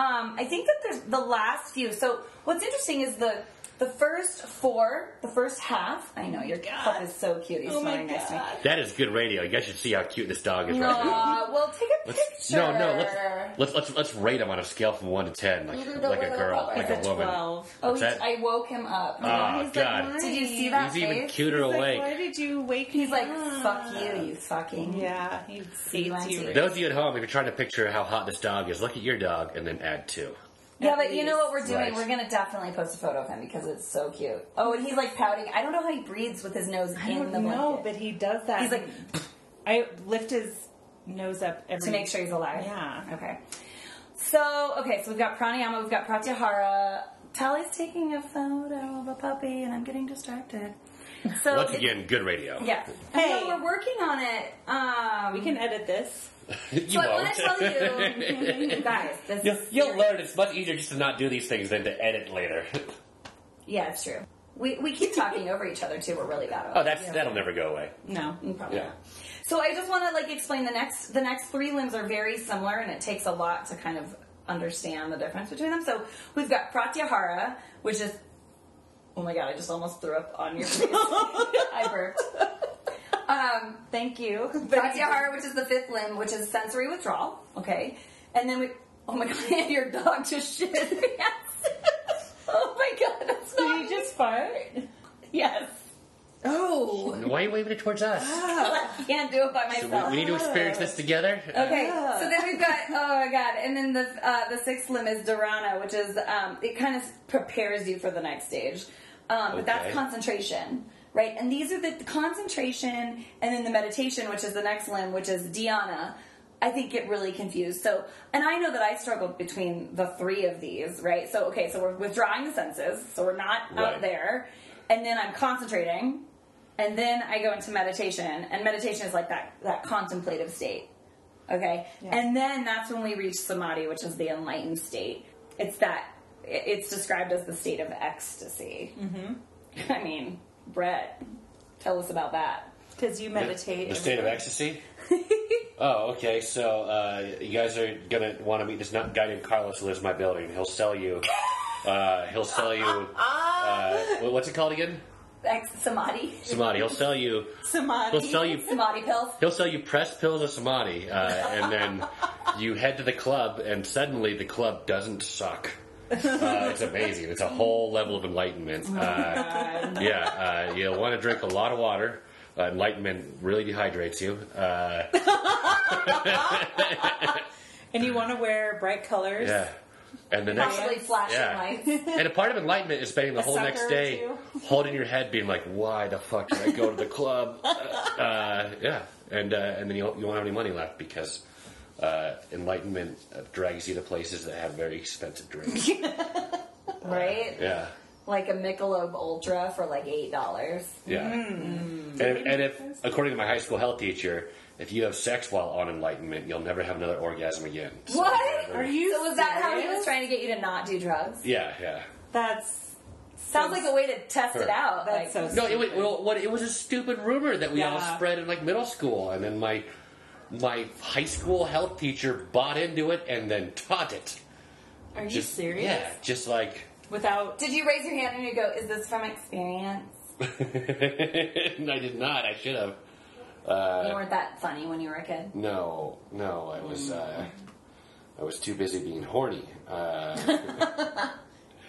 Speaker 3: um, I think that there's the last few. So what's interesting is the the first four, the first half. I know your pup is so cute. He's
Speaker 2: Oh my
Speaker 3: smiling next to me.
Speaker 2: god.
Speaker 1: that is good radio. You guys should see how cute this dog is right now.
Speaker 3: Aw, well, take a
Speaker 1: Let's-
Speaker 3: picture.
Speaker 1: No, no, let's, let's let's let's rate him on a scale from one to ten, like
Speaker 3: Little
Speaker 1: like a
Speaker 3: little
Speaker 1: girl,
Speaker 3: puppy.
Speaker 1: like
Speaker 2: It's
Speaker 1: a
Speaker 2: a
Speaker 1: woman.
Speaker 2: twelve.
Speaker 3: Oh,
Speaker 1: What's
Speaker 3: he,
Speaker 1: that?
Speaker 3: I woke him up.
Speaker 1: Ah,
Speaker 2: Oh, He's
Speaker 1: God.
Speaker 2: Like, why?
Speaker 3: Did you see that
Speaker 1: He's even
Speaker 3: face?
Speaker 1: cuter
Speaker 2: He's
Speaker 1: awake.
Speaker 2: Like, why did you wake
Speaker 3: He's
Speaker 2: me
Speaker 3: like,
Speaker 2: up?
Speaker 3: "Fuck you, you fucking."
Speaker 2: Yeah, he hates you.
Speaker 1: Those of you at home, if you're trying to picture how hot this dog is, look at your dog and then add two.
Speaker 3: Yeah,
Speaker 2: At
Speaker 3: but you know what we're
Speaker 2: least.
Speaker 3: doing?
Speaker 1: Right.
Speaker 3: We're gonna definitely post a photo of him because it's so cute. Oh, and he's like pouting. I don't know how he breathes with his nose
Speaker 2: I
Speaker 3: in the
Speaker 2: don't know,
Speaker 3: blanket
Speaker 2: but he does that.
Speaker 3: he's like
Speaker 2: I lift his nose up every
Speaker 3: to make sure he's alive.
Speaker 2: Yeah.
Speaker 3: Okay. So okay, so we've got pranayama, we've got pratyahara. Tally's taking a photo of a puppy, and I'm getting distracted. So
Speaker 1: Once again, good radio.
Speaker 3: yeah.
Speaker 2: Hey.
Speaker 3: No, we're working on it. Um,
Speaker 2: We can edit this.
Speaker 1: you
Speaker 3: So I
Speaker 1: won't.
Speaker 3: want to tell you, you guys, this
Speaker 1: You'll,
Speaker 3: is
Speaker 1: you'll learn it's much easier just to not do these things than to edit later.
Speaker 3: yeah, it's true. We, we keep talking over each other too. We're really bad. About
Speaker 1: Oh,
Speaker 3: it.
Speaker 1: that's
Speaker 3: Yeah.
Speaker 1: that'll never go away.
Speaker 2: No.
Speaker 3: Probably
Speaker 1: yeah.
Speaker 3: not. So I just want to like explain the next the next three limbs are very similar, and it takes a lot to kind of understand the difference between them. So we've got pratyahara, which is oh my god, I just almost threw up on your face. I burped. Um,
Speaker 2: Thank you.
Speaker 3: Pratyahara, which is the fifth limb, which is sensory withdrawal. Okay, and then we. Oh my god, and your dog just shit. Yes. oh my god, that's
Speaker 2: Did
Speaker 3: not.
Speaker 2: you just fart?
Speaker 3: Yes.
Speaker 2: Oh.
Speaker 1: Why are you waving it towards us?
Speaker 3: I can't do it by
Speaker 1: We,
Speaker 3: myself.
Speaker 1: we need to experience this together.
Speaker 3: Okay,
Speaker 2: Yeah.
Speaker 3: so then we've got oh my god, and then the uh, the sixth limb is dharana, which is um, it kind of prepares you for the next stage, um, but
Speaker 1: Okay.
Speaker 3: that's concentration, right? And these are the, the concentration, and then the meditation, which is the next limb, which is dhyana. I think get really confused. So, and I know that I struggled between the three of these, right? So, okay, so we're withdrawing the senses, so we're not
Speaker 1: Right.
Speaker 3: out there, and then I'm concentrating, and then I go into meditation, and meditation is like that that contemplative state. Okay,
Speaker 2: Yeah.
Speaker 3: and then that's when we reach samadhi, which is the enlightened state. It's that it- it's described as the state of ecstasy. Mm-hmm. I mean, Brett, tell us about that.
Speaker 2: Because you meditate.
Speaker 1: The
Speaker 2: every-
Speaker 1: state of ecstasy. oh, okay. So uh, you guys are gonna want to meet this nut guy named Carlos who lives in my building. He'll sell you. Uh, he'll sell you. Uh, what- what's it called again?
Speaker 3: Ex- samadhi,
Speaker 1: Samadhi. He'll sell you.
Speaker 2: Samadhi.
Speaker 1: He'll sell you.
Speaker 3: samadhi pills.
Speaker 1: He'll sell you press pills of samadhi, uh, and then you head to the club, and suddenly the club doesn't suck. Uh, it's amazing. It's a whole level of enlightenment. Uh, yeah, uh, you want to drink a lot of water. Uh, enlightenment really dehydrates you. Uh,
Speaker 2: And you want to wear bright colors.
Speaker 1: yeah, and the next
Speaker 3: Possibly flashing
Speaker 1: Yeah.
Speaker 3: lights.
Speaker 1: and a part of enlightenment is spending the whole
Speaker 2: sucker
Speaker 1: next
Speaker 2: or
Speaker 1: day
Speaker 2: two.
Speaker 1: holding your head, being like, "Why the fuck did I go to the club?" Uh, uh, yeah, and uh, and then you won't, you won't have any money left because uh, enlightenment uh, drags you to places that have very expensive drinks.
Speaker 3: right?
Speaker 1: yeah,
Speaker 3: Like a Michelob Ultra for like eight dollars.
Speaker 1: yeah. And,
Speaker 2: Mm.
Speaker 1: and if, according to my high school health teacher, if you have sex while on enlightenment, you'll never have another orgasm again. So
Speaker 3: What?
Speaker 1: whatever.
Speaker 2: Are you?
Speaker 3: So was that how he
Speaker 2: serious?
Speaker 3: was trying to get you to not do drugs?
Speaker 1: Yeah, yeah.
Speaker 2: That's
Speaker 3: Sounds like a way to test
Speaker 1: Sure.
Speaker 3: it out.
Speaker 2: that's
Speaker 3: like,
Speaker 2: so.
Speaker 1: No, it was, well, what, it was a stupid rumor that we all
Speaker 2: Yeah.
Speaker 1: spread in like middle school, and then my my high school health teacher bought into it and then taught it.
Speaker 2: Are you
Speaker 1: Just
Speaker 2: serious?
Speaker 1: Yeah, just like
Speaker 2: Without
Speaker 3: Did you raise your hand and you go, "Is this from experience?"
Speaker 1: I did not. I should have. Uh,
Speaker 3: you weren't that funny when you were a kid.
Speaker 1: No, no, I was uh, I was too busy being horny. Uh,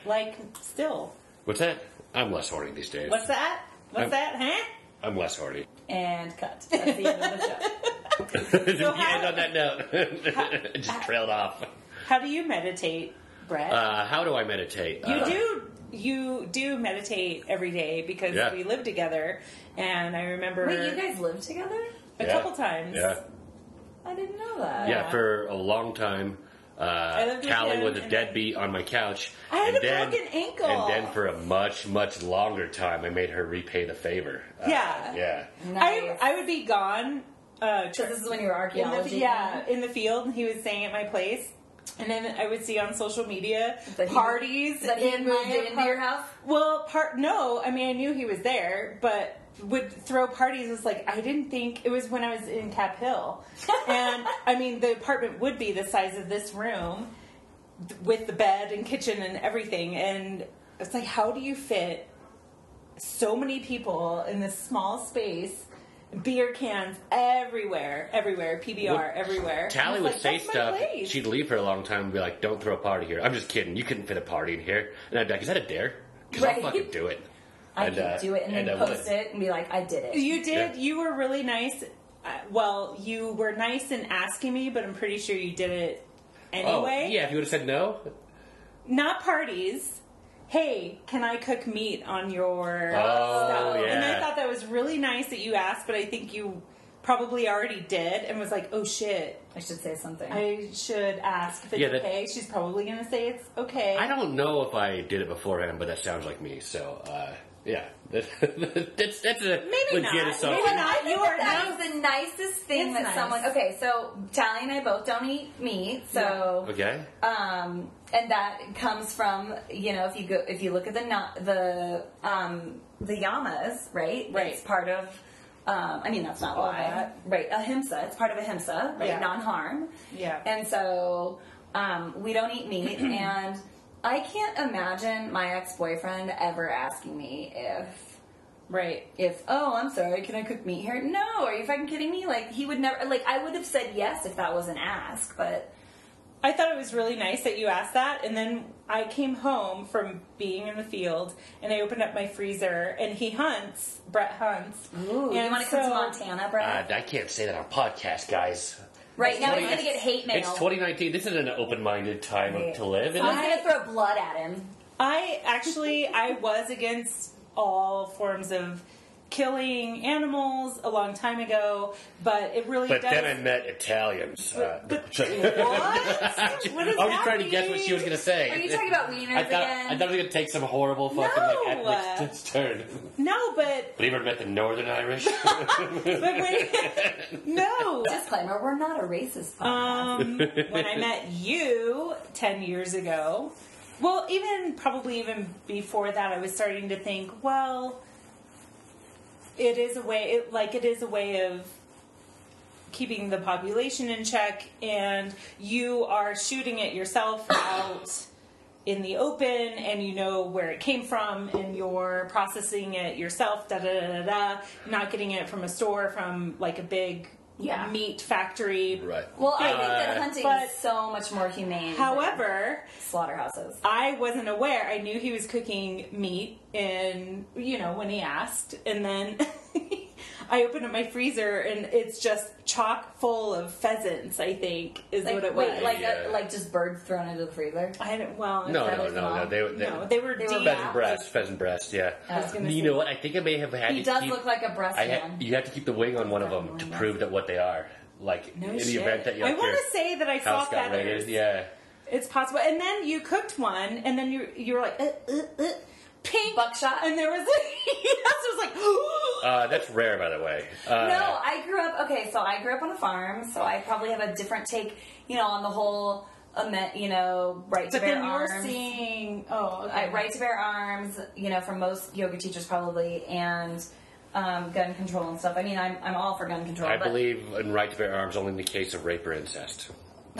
Speaker 2: like still.
Speaker 1: what's that? I'm less horny these days.
Speaker 2: What's that? What's
Speaker 1: I'm-
Speaker 2: that? Huh?
Speaker 1: I'm less horny.
Speaker 3: And cut. That's the end of the show.
Speaker 1: we
Speaker 2: how-
Speaker 1: end on that note. It just trailed off.
Speaker 2: How do you meditate, Brett?
Speaker 1: Uh, how do I meditate?
Speaker 2: you
Speaker 1: Uh,
Speaker 2: do. You do meditate every day because
Speaker 1: Yeah.
Speaker 2: we live together, and I remember
Speaker 3: Wait, you guys lived together?
Speaker 2: a
Speaker 1: Yeah.
Speaker 2: couple times.
Speaker 1: Yeah.
Speaker 3: I didn't know that.
Speaker 1: Yeah,
Speaker 2: Yeah.
Speaker 1: for a long time.
Speaker 2: lived
Speaker 1: Uh,
Speaker 2: with
Speaker 1: Callie
Speaker 2: him
Speaker 1: was a
Speaker 2: and-
Speaker 1: deadbeat on my couch.
Speaker 2: I had
Speaker 1: and
Speaker 2: a broken ankle.
Speaker 1: And then for a much, much longer time, I made her repay the favor. Uh,
Speaker 2: Yeah. Mm-hmm.
Speaker 1: Yeah.
Speaker 2: I I would be gone. Uh,
Speaker 3: So this is when you were
Speaker 2: in the,
Speaker 3: archaeology.
Speaker 2: yeah, in the field, and he was staying at my place. And then I would see on social media
Speaker 3: That he-
Speaker 2: parties
Speaker 3: That he
Speaker 2: in
Speaker 3: moved
Speaker 2: my
Speaker 3: into your
Speaker 2: apart-
Speaker 3: house.
Speaker 2: Well, part no, I mean I knew he was there, but would throw parties was like I didn't think it was when I was in Cap Hill, and I mean the apartment would be the size of this room, th- with the bed and kitchen and everything, and it's like how do you fit so many people in this small space? Beer cans everywhere, everywhere, PBR
Speaker 1: Well,
Speaker 2: everywhere. And
Speaker 1: Callie
Speaker 2: it's
Speaker 1: would
Speaker 2: like,
Speaker 1: say
Speaker 2: "That's my
Speaker 1: stuff.
Speaker 2: place."
Speaker 1: She'd leave for a long time and be like, "Don't throw a party here." I'm just kidding. You couldn't fit a party in here. And I'd be like, "Is that a dare?" Because I'll
Speaker 3: Right.
Speaker 1: fucking do it.
Speaker 3: I
Speaker 1: And,
Speaker 3: could
Speaker 1: uh,
Speaker 3: do it and, then
Speaker 1: I would.
Speaker 3: post it and be like, "I did it."
Speaker 2: You did.
Speaker 1: Yeah.
Speaker 2: You were really nice. Uh, well, you were nice in asking me, but I'm pretty sure you did it
Speaker 1: Oh,
Speaker 2: anyway.
Speaker 1: yeah. If you would have said no,
Speaker 2: Not parties. Hey, can I cook meat on your
Speaker 1: Oh,
Speaker 2: stuff? And I
Speaker 1: yeah.
Speaker 2: thought that was really nice that you asked, but I think you probably already did and was like, oh shit,
Speaker 3: I should say something.
Speaker 2: I should ask if it's
Speaker 1: Yeah, that-
Speaker 2: okay. She's probably going to say it's okay.
Speaker 1: I don't know if I did it beforehand, but that sounds like me. So, uh, yeah, that's that's a
Speaker 2: Maybe
Speaker 1: legit
Speaker 2: not.
Speaker 1: assumption.
Speaker 2: Maybe not.
Speaker 3: I think
Speaker 2: You are
Speaker 3: that was the nicest thing
Speaker 2: It's
Speaker 3: that
Speaker 2: nice.
Speaker 3: someone. Okay, so Tally and I both don't eat meat, so
Speaker 1: Okay.
Speaker 3: um, and that comes from you know if you go if you look at the na- the um, the yamas right
Speaker 2: Right.
Speaker 3: it's part of um, I mean that's not
Speaker 2: All
Speaker 3: why
Speaker 2: that.
Speaker 3: right ahimsa it's part of ahimsa right
Speaker 2: Yeah.
Speaker 3: non harm
Speaker 2: Yeah.
Speaker 3: and so um, we don't eat meat and I can't imagine my ex boyfriend ever asking me if
Speaker 2: Right.
Speaker 3: if oh I'm sorry, can I cook meat here? No, are you fucking kidding me? Like he would never like I would have said yes if that was an ask, but
Speaker 2: I thought it was really nice that you asked that. And then I came home from being in the field and I opened up my freezer and he hunts, Brett hunts.
Speaker 3: Ooh, you
Speaker 2: And
Speaker 3: want to come to
Speaker 2: so-
Speaker 3: Montana,
Speaker 1: Uh,
Speaker 3: Brett?
Speaker 1: I can't say that on podcast, guys.
Speaker 3: right now he's
Speaker 1: 20
Speaker 3: gonna get hate mail.
Speaker 1: It's 2019. This isn't an open-minded time
Speaker 3: Right.
Speaker 1: to live. Isn't
Speaker 3: Someone's
Speaker 1: it?
Speaker 3: gonna throw blood at him.
Speaker 2: I actually, I was against all forms of killing animals a long time ago, but it really
Speaker 1: But
Speaker 2: does.
Speaker 1: then I met Italians. Uh,
Speaker 2: But-
Speaker 1: sorry.
Speaker 2: what? what is
Speaker 1: I was trying to guess what she was
Speaker 2: happening?
Speaker 1: going to say.
Speaker 3: Are you talking about wieners
Speaker 1: I thought,
Speaker 3: again?
Speaker 1: I thought it was going to take some horrible fucking
Speaker 2: No.
Speaker 1: like ethnic t- turn.
Speaker 2: No, but
Speaker 1: But you ever met the Northern Irish?
Speaker 2: but when, no.
Speaker 3: Disclaimer: We're not a racist podcast.
Speaker 2: Um, when I met you ten years ago, well, even probably even before that, I was starting to think, well, it is a way, it, like it is a way of keeping the population in check, and you are shooting it yourself out. In the open, and you know where it came from, and you're processing it yourself, da da da da da, not getting it from a store, from like a big
Speaker 3: Yeah.
Speaker 2: meat factory,
Speaker 3: well, I think that
Speaker 1: Uh,
Speaker 3: hunting
Speaker 2: but-
Speaker 3: is so much more humane.
Speaker 2: However,
Speaker 3: than slaughterhouses.
Speaker 2: I wasn't aware. I knew he was cooking meat, and you know when he asked, and then I opened up my freezer, and it's just chock full of pheasants. I think is
Speaker 3: Like,
Speaker 2: what it
Speaker 3: wait,
Speaker 2: was.
Speaker 3: like
Speaker 1: Yeah.
Speaker 3: a, like just birds thrown into the freezer.
Speaker 2: I don't, well,
Speaker 1: No,
Speaker 2: that
Speaker 1: no,
Speaker 2: was
Speaker 1: no,
Speaker 2: wrong.
Speaker 1: no. They, they,
Speaker 2: no, they were
Speaker 3: They were
Speaker 2: deep.
Speaker 1: pheasant breast, pheasant breast. Yeah.
Speaker 2: I was gonna
Speaker 1: you
Speaker 2: say-
Speaker 1: know what? I think I may have had.
Speaker 3: He
Speaker 1: to
Speaker 3: does
Speaker 1: keep-
Speaker 3: look like a breast
Speaker 1: I ha-
Speaker 3: man.
Speaker 1: you have to keep the wing on one of
Speaker 3: Fucking
Speaker 1: them to
Speaker 3: wing.
Speaker 1: prove that what they are. Like
Speaker 2: No
Speaker 1: in the
Speaker 2: Oh, shit.
Speaker 1: event that you
Speaker 2: I want to say that I saw
Speaker 1: house got
Speaker 2: feathers.
Speaker 1: raided. Yeah.
Speaker 2: It's possible. And then you cooked one, and then you you were like uh, uh, uh, pink
Speaker 3: Buckshot?
Speaker 2: and there was yes, it was like.
Speaker 1: Uh, that's rare, by the way. Uh,
Speaker 3: No, I grew up. Okay, so I grew up on a farm, so I probably have a different take, you know, on the whole, amen- you know, right to
Speaker 2: But
Speaker 3: bear
Speaker 2: then
Speaker 3: arms.
Speaker 2: you're seeing oh okay.
Speaker 3: I, right to bear arms, you know, from most yoga teachers probably, and um, gun control and stuff. I mean, I'm, I'm all for gun control.
Speaker 1: I
Speaker 3: but
Speaker 1: believe in right to bear arms only in the case of rape or incest.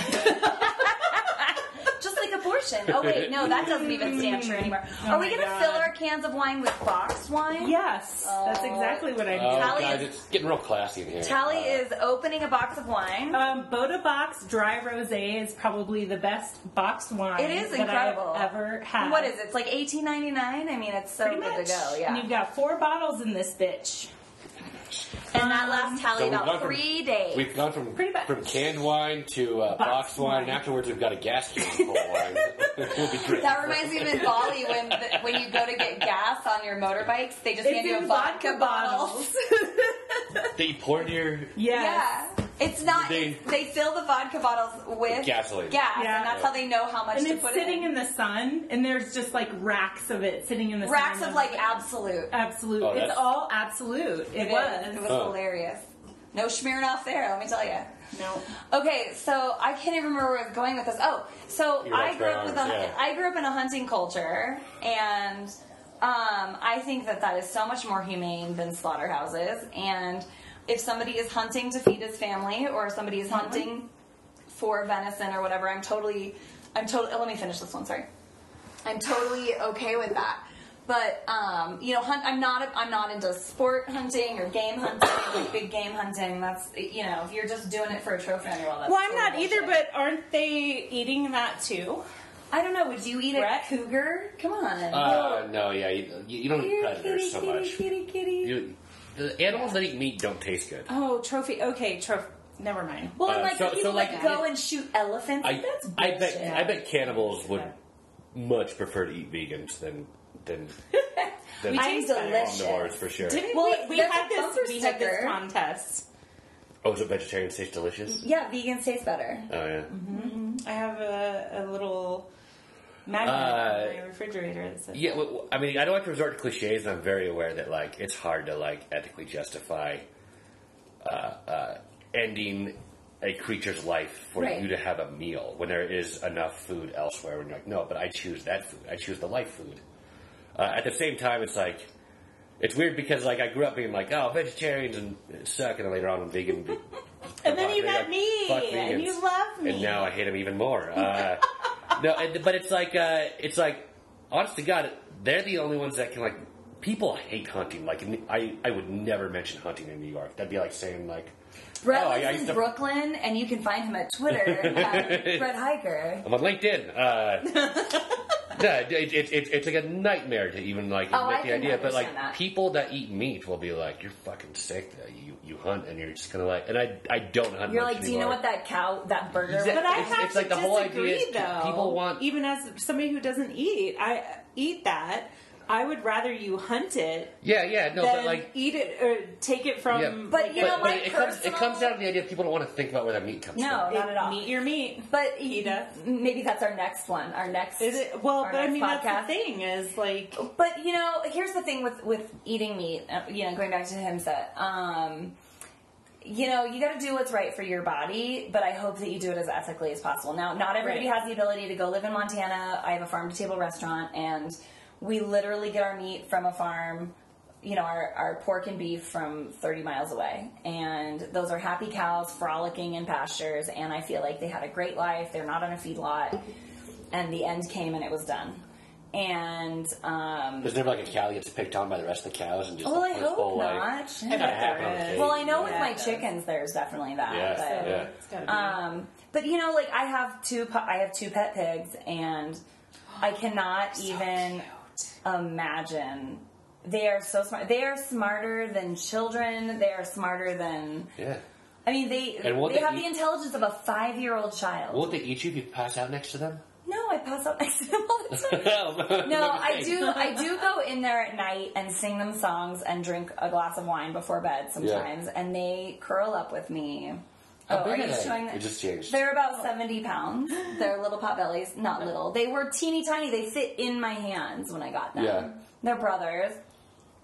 Speaker 3: just like abortion. Oh wait, no, that doesn't even stand true anymore. Are we
Speaker 2: Oh my
Speaker 3: gonna
Speaker 2: God.
Speaker 3: fill our cans of wine with boxed wine?
Speaker 2: Yes, that's exactly what I
Speaker 1: Oh,
Speaker 2: did.
Speaker 3: Tally
Speaker 1: guys,
Speaker 3: is-
Speaker 1: it's getting real classy in here.
Speaker 3: Tally
Speaker 1: Uh,
Speaker 3: is opening a box of wine.
Speaker 2: Um, Boda Box Dry Rosé is probably the best boxed wine
Speaker 3: it is
Speaker 2: that
Speaker 3: incredible.
Speaker 2: I've ever had.
Speaker 3: What is it? It's like eighteen ninety nine. I mean, it's so
Speaker 2: Pretty
Speaker 3: good
Speaker 2: much.
Speaker 3: to go. Yeah.
Speaker 2: And you've got four bottles in this bitch.
Speaker 3: And
Speaker 2: um,
Speaker 3: that lasts Tally
Speaker 1: So we've gone
Speaker 3: about
Speaker 1: from-
Speaker 3: three days.
Speaker 1: We've gone from
Speaker 2: Pretty bad.
Speaker 1: from canned wine to uh,
Speaker 2: Boxed
Speaker 1: boxed wine, and
Speaker 2: wine.
Speaker 1: afterwards we've got a gas can full of wine. It'll be great.
Speaker 3: That reminds me of in Bali when the, when you go to get gas on your motorbikes, they just
Speaker 2: It's
Speaker 3: hand you a
Speaker 2: in
Speaker 3: vodka,
Speaker 2: vodka
Speaker 3: bottle.
Speaker 2: bottles.
Speaker 1: That you pour into your
Speaker 2: Yes.
Speaker 3: Yeah, it's not.
Speaker 1: They-
Speaker 3: They, they fill the vodka bottles with
Speaker 1: Gasoline.
Speaker 3: Gas,
Speaker 2: Yeah.
Speaker 3: and that's how they know how much
Speaker 2: And
Speaker 3: to
Speaker 2: it's
Speaker 3: put
Speaker 2: sitting
Speaker 3: in.
Speaker 2: in the sun, and there's just like racks of it sitting in the
Speaker 3: Racks
Speaker 2: sun.
Speaker 3: of like absolute.
Speaker 2: absolute.
Speaker 1: Oh,
Speaker 2: it's
Speaker 1: that's-
Speaker 2: all absolute. It,
Speaker 3: It is. It
Speaker 2: was.
Speaker 3: was
Speaker 1: Huh.
Speaker 3: hilarious. No Smirnoff there. Let me tell you.
Speaker 2: No.
Speaker 3: Okay, so I can't even remember where I was going with this. Oh, so
Speaker 1: You're
Speaker 3: I
Speaker 1: right,
Speaker 3: grew up with a,
Speaker 1: firearms, yeah.
Speaker 3: I grew up in a hunting culture, and um, I think that that is so much more humane than slaughterhouses. And if somebody is hunting to feed his family, or somebody is hunting for venison or whatever, I'm totally, I'm totally. Let me finish this one. Sorry, I'm totally okay with that. But um, you know, hunt, I'm not a, I'm not into sport hunting or game hunting, like big game hunting. That's you know, if you're just doing it for a trophy on your wall. That's
Speaker 2: Well, I'm not
Speaker 3: bullshit.
Speaker 2: either, but aren't they eating that too?
Speaker 3: I don't know. Would you eat
Speaker 2: Brett?
Speaker 3: a cougar? Come on.
Speaker 1: Uh, no, yeah, you, you you don't eat
Speaker 3: Here,
Speaker 1: predators
Speaker 3: kitty,
Speaker 1: so
Speaker 3: kitty,
Speaker 1: much.
Speaker 3: kitty, kitty.
Speaker 1: You, the animals that eat meat don't taste good.
Speaker 2: Oh, trophy. Okay, trophy. Never mind.
Speaker 3: well, and
Speaker 1: uh,
Speaker 3: like
Speaker 1: so-
Speaker 3: the people
Speaker 1: so, like,
Speaker 3: that go and shoot elephants.
Speaker 1: I,
Speaker 3: Oh, that's
Speaker 1: I
Speaker 3: bullshit.
Speaker 1: bet I bet cannibals would much prefer to eat vegans than than than
Speaker 3: We
Speaker 2: I'm
Speaker 3: taste delicious.
Speaker 1: omnivores for sure.
Speaker 2: Didn't
Speaker 3: Well,
Speaker 2: we? We
Speaker 3: there's
Speaker 2: had
Speaker 3: a
Speaker 2: this.
Speaker 3: bumper
Speaker 2: We had this
Speaker 3: sticker.
Speaker 2: contest.
Speaker 1: Oh, is it vegetarian taste delicious?
Speaker 2: Mm-hmm.
Speaker 3: Yeah, vegans taste better.
Speaker 1: Oh yeah.
Speaker 2: I have a, a little magnet
Speaker 1: Uh,
Speaker 2: in my refrigerator that says.
Speaker 1: Yeah, well, well, I mean, I don't like to resort to cliches, and I'm very aware that like it's hard to like ethically justify uh, uh, ending a creature's life for
Speaker 3: Right.
Speaker 1: you to have a meal when there is enough food elsewhere. When you're like, no, but I choose that food. I choose the life food. Uh, at the same time, it's like it's weird because like I grew up being like, oh, vegetarians and it suck, and then later on, I'm vegan. be-
Speaker 2: And then you
Speaker 1: Fuck
Speaker 2: met me,
Speaker 1: Fuck
Speaker 2: and
Speaker 1: vegans.
Speaker 2: you love me.
Speaker 1: And now I hate him even more. Uh, no, and, but it's like uh, it's like honest to God, they're the only ones that can like. People hate hunting. Like I, I would never mention hunting in New York. That'd be like saying like,
Speaker 3: Brett
Speaker 1: oh, I, I
Speaker 3: lives
Speaker 1: used
Speaker 3: in
Speaker 1: to-
Speaker 3: Brooklyn, and you can find him at Twitter at Brett Hiker.
Speaker 1: I'm on LinkedIn. Uh, no, it, it, it, it's like a nightmare to even like
Speaker 3: Oh,
Speaker 1: make
Speaker 3: I
Speaker 1: the
Speaker 3: can
Speaker 1: idea. But like
Speaker 3: understand that.
Speaker 1: people that eat meat will be like, you're fucking sick. That you you hunt and you're just gonna like. And I I don't hunt.
Speaker 3: You're
Speaker 1: much
Speaker 3: like, do you know
Speaker 1: anymore.
Speaker 3: what that cow, that burger?
Speaker 1: Exactly.
Speaker 2: but I
Speaker 1: It's-
Speaker 2: have
Speaker 1: it's
Speaker 2: to
Speaker 1: like the whole
Speaker 2: disagree,
Speaker 1: idea is
Speaker 2: though.
Speaker 1: people want-
Speaker 2: even as somebody who doesn't eat, I eat that. I would rather you hunt it
Speaker 1: Yeah, yeah, no,
Speaker 2: than
Speaker 1: but like,
Speaker 2: eat it or take it from.
Speaker 1: Yeah.
Speaker 3: But you
Speaker 2: like,
Speaker 3: know,
Speaker 1: but,
Speaker 3: my
Speaker 1: but it comes it
Speaker 3: personal-
Speaker 1: comes down to the idea of people don't want to think about where that meat comes
Speaker 3: No.
Speaker 1: from.
Speaker 3: Not at all.
Speaker 2: Meet your meat.
Speaker 3: But
Speaker 2: Ida.
Speaker 3: maybe that's our next one. Our next
Speaker 2: Is it well?
Speaker 3: our
Speaker 2: But I
Speaker 3: next
Speaker 2: mean,
Speaker 3: podcast.
Speaker 2: that's the thing is like
Speaker 3: But you know, here's the thing with with eating meat. uh, You know, going back to himsa. Um, you know, you got to do what's right for your body, but I hope that you do it as ethically as possible. Now, not everybody
Speaker 2: Right.
Speaker 3: has the ability to go live in Montana. I have a farm to table restaurant, and we literally get our meat from a farm. You know, our, our pork and beef from 30 miles away. And those are happy cows frolicking in pastures. And I feel like they had a great life. They're not on a feedlot. And the end came and it was done. And um,
Speaker 1: There's never like a cow that gets picked on by the rest of the cows and just
Speaker 3: well,
Speaker 1: like,
Speaker 3: I
Speaker 1: for its
Speaker 3: hope
Speaker 1: whole life.
Speaker 3: not.
Speaker 1: It's gotta happen
Speaker 2: there
Speaker 1: on
Speaker 2: is.
Speaker 1: occasion,
Speaker 3: Well, I know with
Speaker 1: yeah.
Speaker 3: my chickens, there's definitely that.
Speaker 1: Yeah,
Speaker 3: but,
Speaker 1: yeah.
Speaker 2: it's gotta be-
Speaker 3: Um, but you know, like I have two, pu- I have two pet pigs, and I cannot even imagine. They are so smart. They are smarter than children. They are smarter than.
Speaker 1: Yeah.
Speaker 3: I mean, they
Speaker 1: And won't
Speaker 3: they
Speaker 1: they
Speaker 3: have
Speaker 1: eat-
Speaker 3: the intelligence of a five year old child.
Speaker 1: Won't they eat you if you pass out next to them?
Speaker 3: No, I pass out next to them all the time. No, I do. I do go in there at night and sing them songs and drink a glass of wine before bed sometimes, and they curl up with me.
Speaker 1: How
Speaker 3: Oh,
Speaker 1: big
Speaker 3: are
Speaker 1: are
Speaker 3: you
Speaker 1: they?
Speaker 3: showing
Speaker 1: It
Speaker 3: that?
Speaker 1: just changed.
Speaker 3: They're about seventy pounds. They're little pot bellies, not little. They were teeny tiny. They fit in my hands when I got them.
Speaker 1: Yeah.
Speaker 3: They're brothers.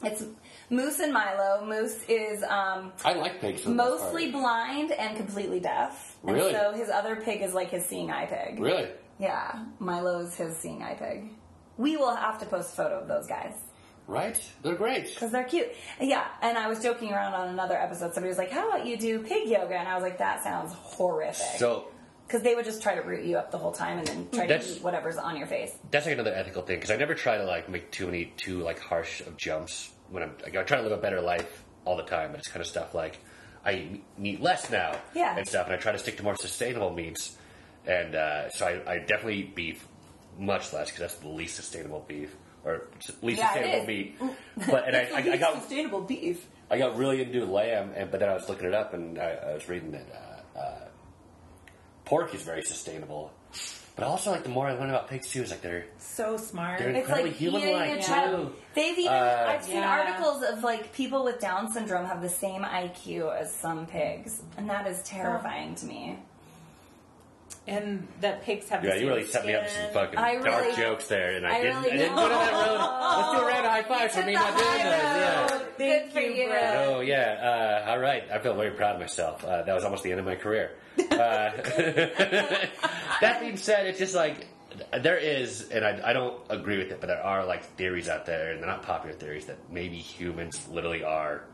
Speaker 3: It's Moose and Milo. Moose is um,
Speaker 1: I like pigs. For the most
Speaker 3: mostly
Speaker 1: part.
Speaker 3: blind and completely deaf.
Speaker 1: Really?
Speaker 3: And so his other pig is like his seeing eye pig.
Speaker 1: Really?
Speaker 3: Yeah, Milo's his seeing eye pig. We will have to post a photo of those guys
Speaker 1: Right? They're great.
Speaker 3: because they're cute. Yeah, and I was joking around on another episode. Somebody was like, "How about you do pig yoga?" And I was like, "That sounds horrific."
Speaker 1: So
Speaker 3: because they would just try to root you up the whole time and then try
Speaker 1: That's-
Speaker 3: to eat whatever's on your face.
Speaker 1: that's like another ethical thing because I never try to like make too many too like harsh of jumps when I'm like, I try to live a better life all the time. It's kind of stuff like I eat- eat less now,
Speaker 3: Yeah.
Speaker 1: and stuff, and I try to stick to more sustainable meats. And uh, so I, I definitely eat beef much less because that's the least sustainable beef or least
Speaker 3: Yeah, it
Speaker 1: sustainable
Speaker 3: is.
Speaker 1: meat. But and I, I, I got
Speaker 2: sustainable beef.
Speaker 1: I got really into lamb, and but then I was looking it up, and I, I was reading that uh, uh, pork is very sustainable. But also, like the more I learn about pigs too, is like they're
Speaker 2: So smart.
Speaker 1: They're-
Speaker 3: It's
Speaker 1: Incredibly
Speaker 3: like eating
Speaker 1: human-like,
Speaker 3: a child.
Speaker 1: too.
Speaker 3: They've even
Speaker 1: Uh,
Speaker 3: I've seen
Speaker 2: Yeah.
Speaker 3: articles of like people with Down syndrome have the same IQ as some pigs, and that is terrifying to me.
Speaker 2: and that pigs have.
Speaker 1: Yeah,
Speaker 2: the
Speaker 1: you really
Speaker 2: same
Speaker 1: set me up some
Speaker 2: skin.
Speaker 1: fucking
Speaker 3: I
Speaker 1: dark
Speaker 3: really-
Speaker 1: jokes there, and I,
Speaker 3: I
Speaker 1: didn't.
Speaker 3: really
Speaker 1: I didn't go down that road. Let's do a round of high fives for
Speaker 3: Took
Speaker 1: me
Speaker 3: the
Speaker 1: not doing
Speaker 3: high
Speaker 1: those. Yeah.
Speaker 3: road.
Speaker 2: Thank
Speaker 3: Good for
Speaker 2: you,
Speaker 3: you.
Speaker 2: Brett.
Speaker 1: Oh yeah. Uh, all right. I feel very proud of myself. Uh, that was almost the end of my career. Uh, that being said, it's just like there is, and I, I don't agree with it, but there are like theories out there, and they're not popular theories that maybe humans literally are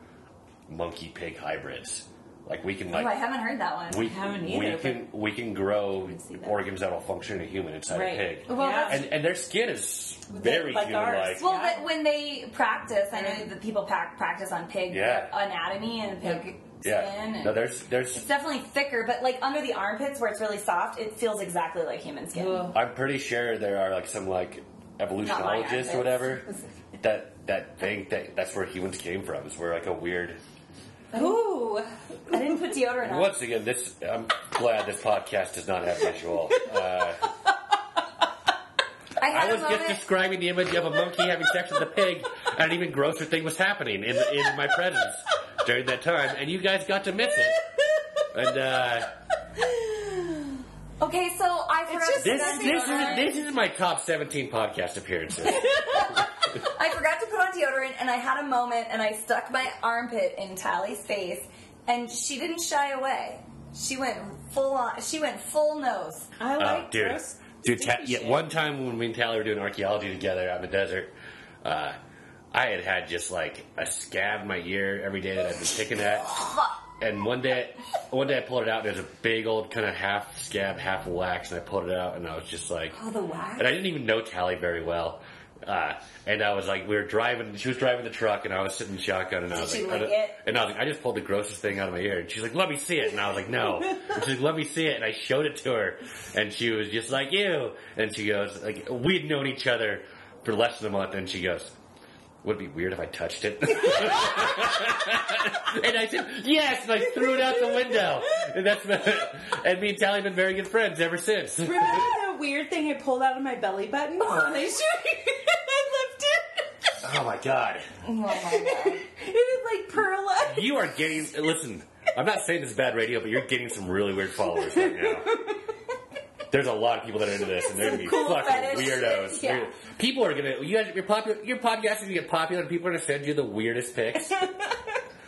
Speaker 1: monkey pig hybrids. Like we can
Speaker 3: Oh, I
Speaker 1: like
Speaker 3: haven't heard that one.
Speaker 1: we,
Speaker 2: haven't
Speaker 1: we
Speaker 2: either,
Speaker 1: can we can grow
Speaker 2: see that.
Speaker 1: organs that'll function in a human inside
Speaker 2: Right.
Speaker 1: a pig.
Speaker 3: Well,
Speaker 2: yeah.
Speaker 3: that's-
Speaker 1: And, and their skin is very
Speaker 2: Like
Speaker 1: human-like.
Speaker 2: ours.
Speaker 3: Well,
Speaker 2: Yeah.
Speaker 3: that when they practice, I know that people pack, practice on pig
Speaker 1: Yeah.
Speaker 3: anatomy and pig skin.
Speaker 1: yeah.
Speaker 3: And
Speaker 1: No, there's there's.
Speaker 3: it's definitely thicker, but like under the armpits where it's really soft, it feels exactly like human skin.
Speaker 2: Ugh.
Speaker 1: I'm pretty sure there are like some like evolutionologists
Speaker 3: armpits.
Speaker 1: or whatever that that think that that's where humans came from. Is where like a weird.
Speaker 2: Ooh,
Speaker 3: I didn't put deodorant on.
Speaker 1: Once again, this I'm glad this podcast does not have visual. Uh,
Speaker 3: I
Speaker 1: I
Speaker 3: had
Speaker 1: was
Speaker 3: a
Speaker 1: just
Speaker 3: moment.
Speaker 1: describing the image of a monkey having sex with a pig, and an even grosser thing was happening in in my presence during that time, and you guys got to miss it. And uh,
Speaker 3: okay, so I forgot
Speaker 2: just-
Speaker 3: to
Speaker 1: this
Speaker 3: put on
Speaker 1: this
Speaker 3: deodorant.
Speaker 1: is this is my top 17 podcast appearances.
Speaker 3: I forgot to put on deodorant, and I had a moment, and I stuck my armpit in Tally's face, and she didn't shy away. She went full on. She went full nose.
Speaker 2: I
Speaker 1: Oh,
Speaker 2: like
Speaker 1: dude.
Speaker 2: gross,
Speaker 1: Dude, ta-
Speaker 2: sticky
Speaker 1: yeah,
Speaker 2: shit.
Speaker 1: one time when me and Tally were doing archaeology together out in the desert, uh, I had had just like a scab in my ear every day that I'd been picking at. And one day, one day I pulled it out. and There's a big old kind of half scab, half wax, and I pulled it out, and I was just like,
Speaker 3: Oh, the wax.
Speaker 1: and I didn't even know Tally very well. Uh, and I was like, we were driving. She was driving the truck, and I was sitting shotgun, and I was
Speaker 3: she
Speaker 1: like, I
Speaker 3: lick
Speaker 1: don't-
Speaker 3: it?
Speaker 1: and I was like, I just pulled the grossest thing out of my ear. And she's like, let me see it. And I was like, no. And she's like, let me see it. And I showed it to her, and she was just like, ew. And she goes, like, we'd known each other for less than a month, and she goes. Would it be weird if I touched it? and I said yes, and I threw it out the window. And that's and me and Tally have been very good friends ever since.
Speaker 2: Remember that weird thing I pulled out of my belly button? And I showed you- I left it.
Speaker 1: Oh my god.
Speaker 3: Oh my god.
Speaker 2: It is like perla.
Speaker 1: You are getting. Listen, I'm not saying this is bad radio, but you're getting some really weird followers right now. There's a lot of people that are into this, and they're gonna be
Speaker 3: Cool
Speaker 1: fucking
Speaker 3: fetish.
Speaker 1: weirdos.
Speaker 3: Yeah.
Speaker 1: People are gonna. You guys, your popular, your podcast is gonna get popular, and people are gonna send you the weirdest pics.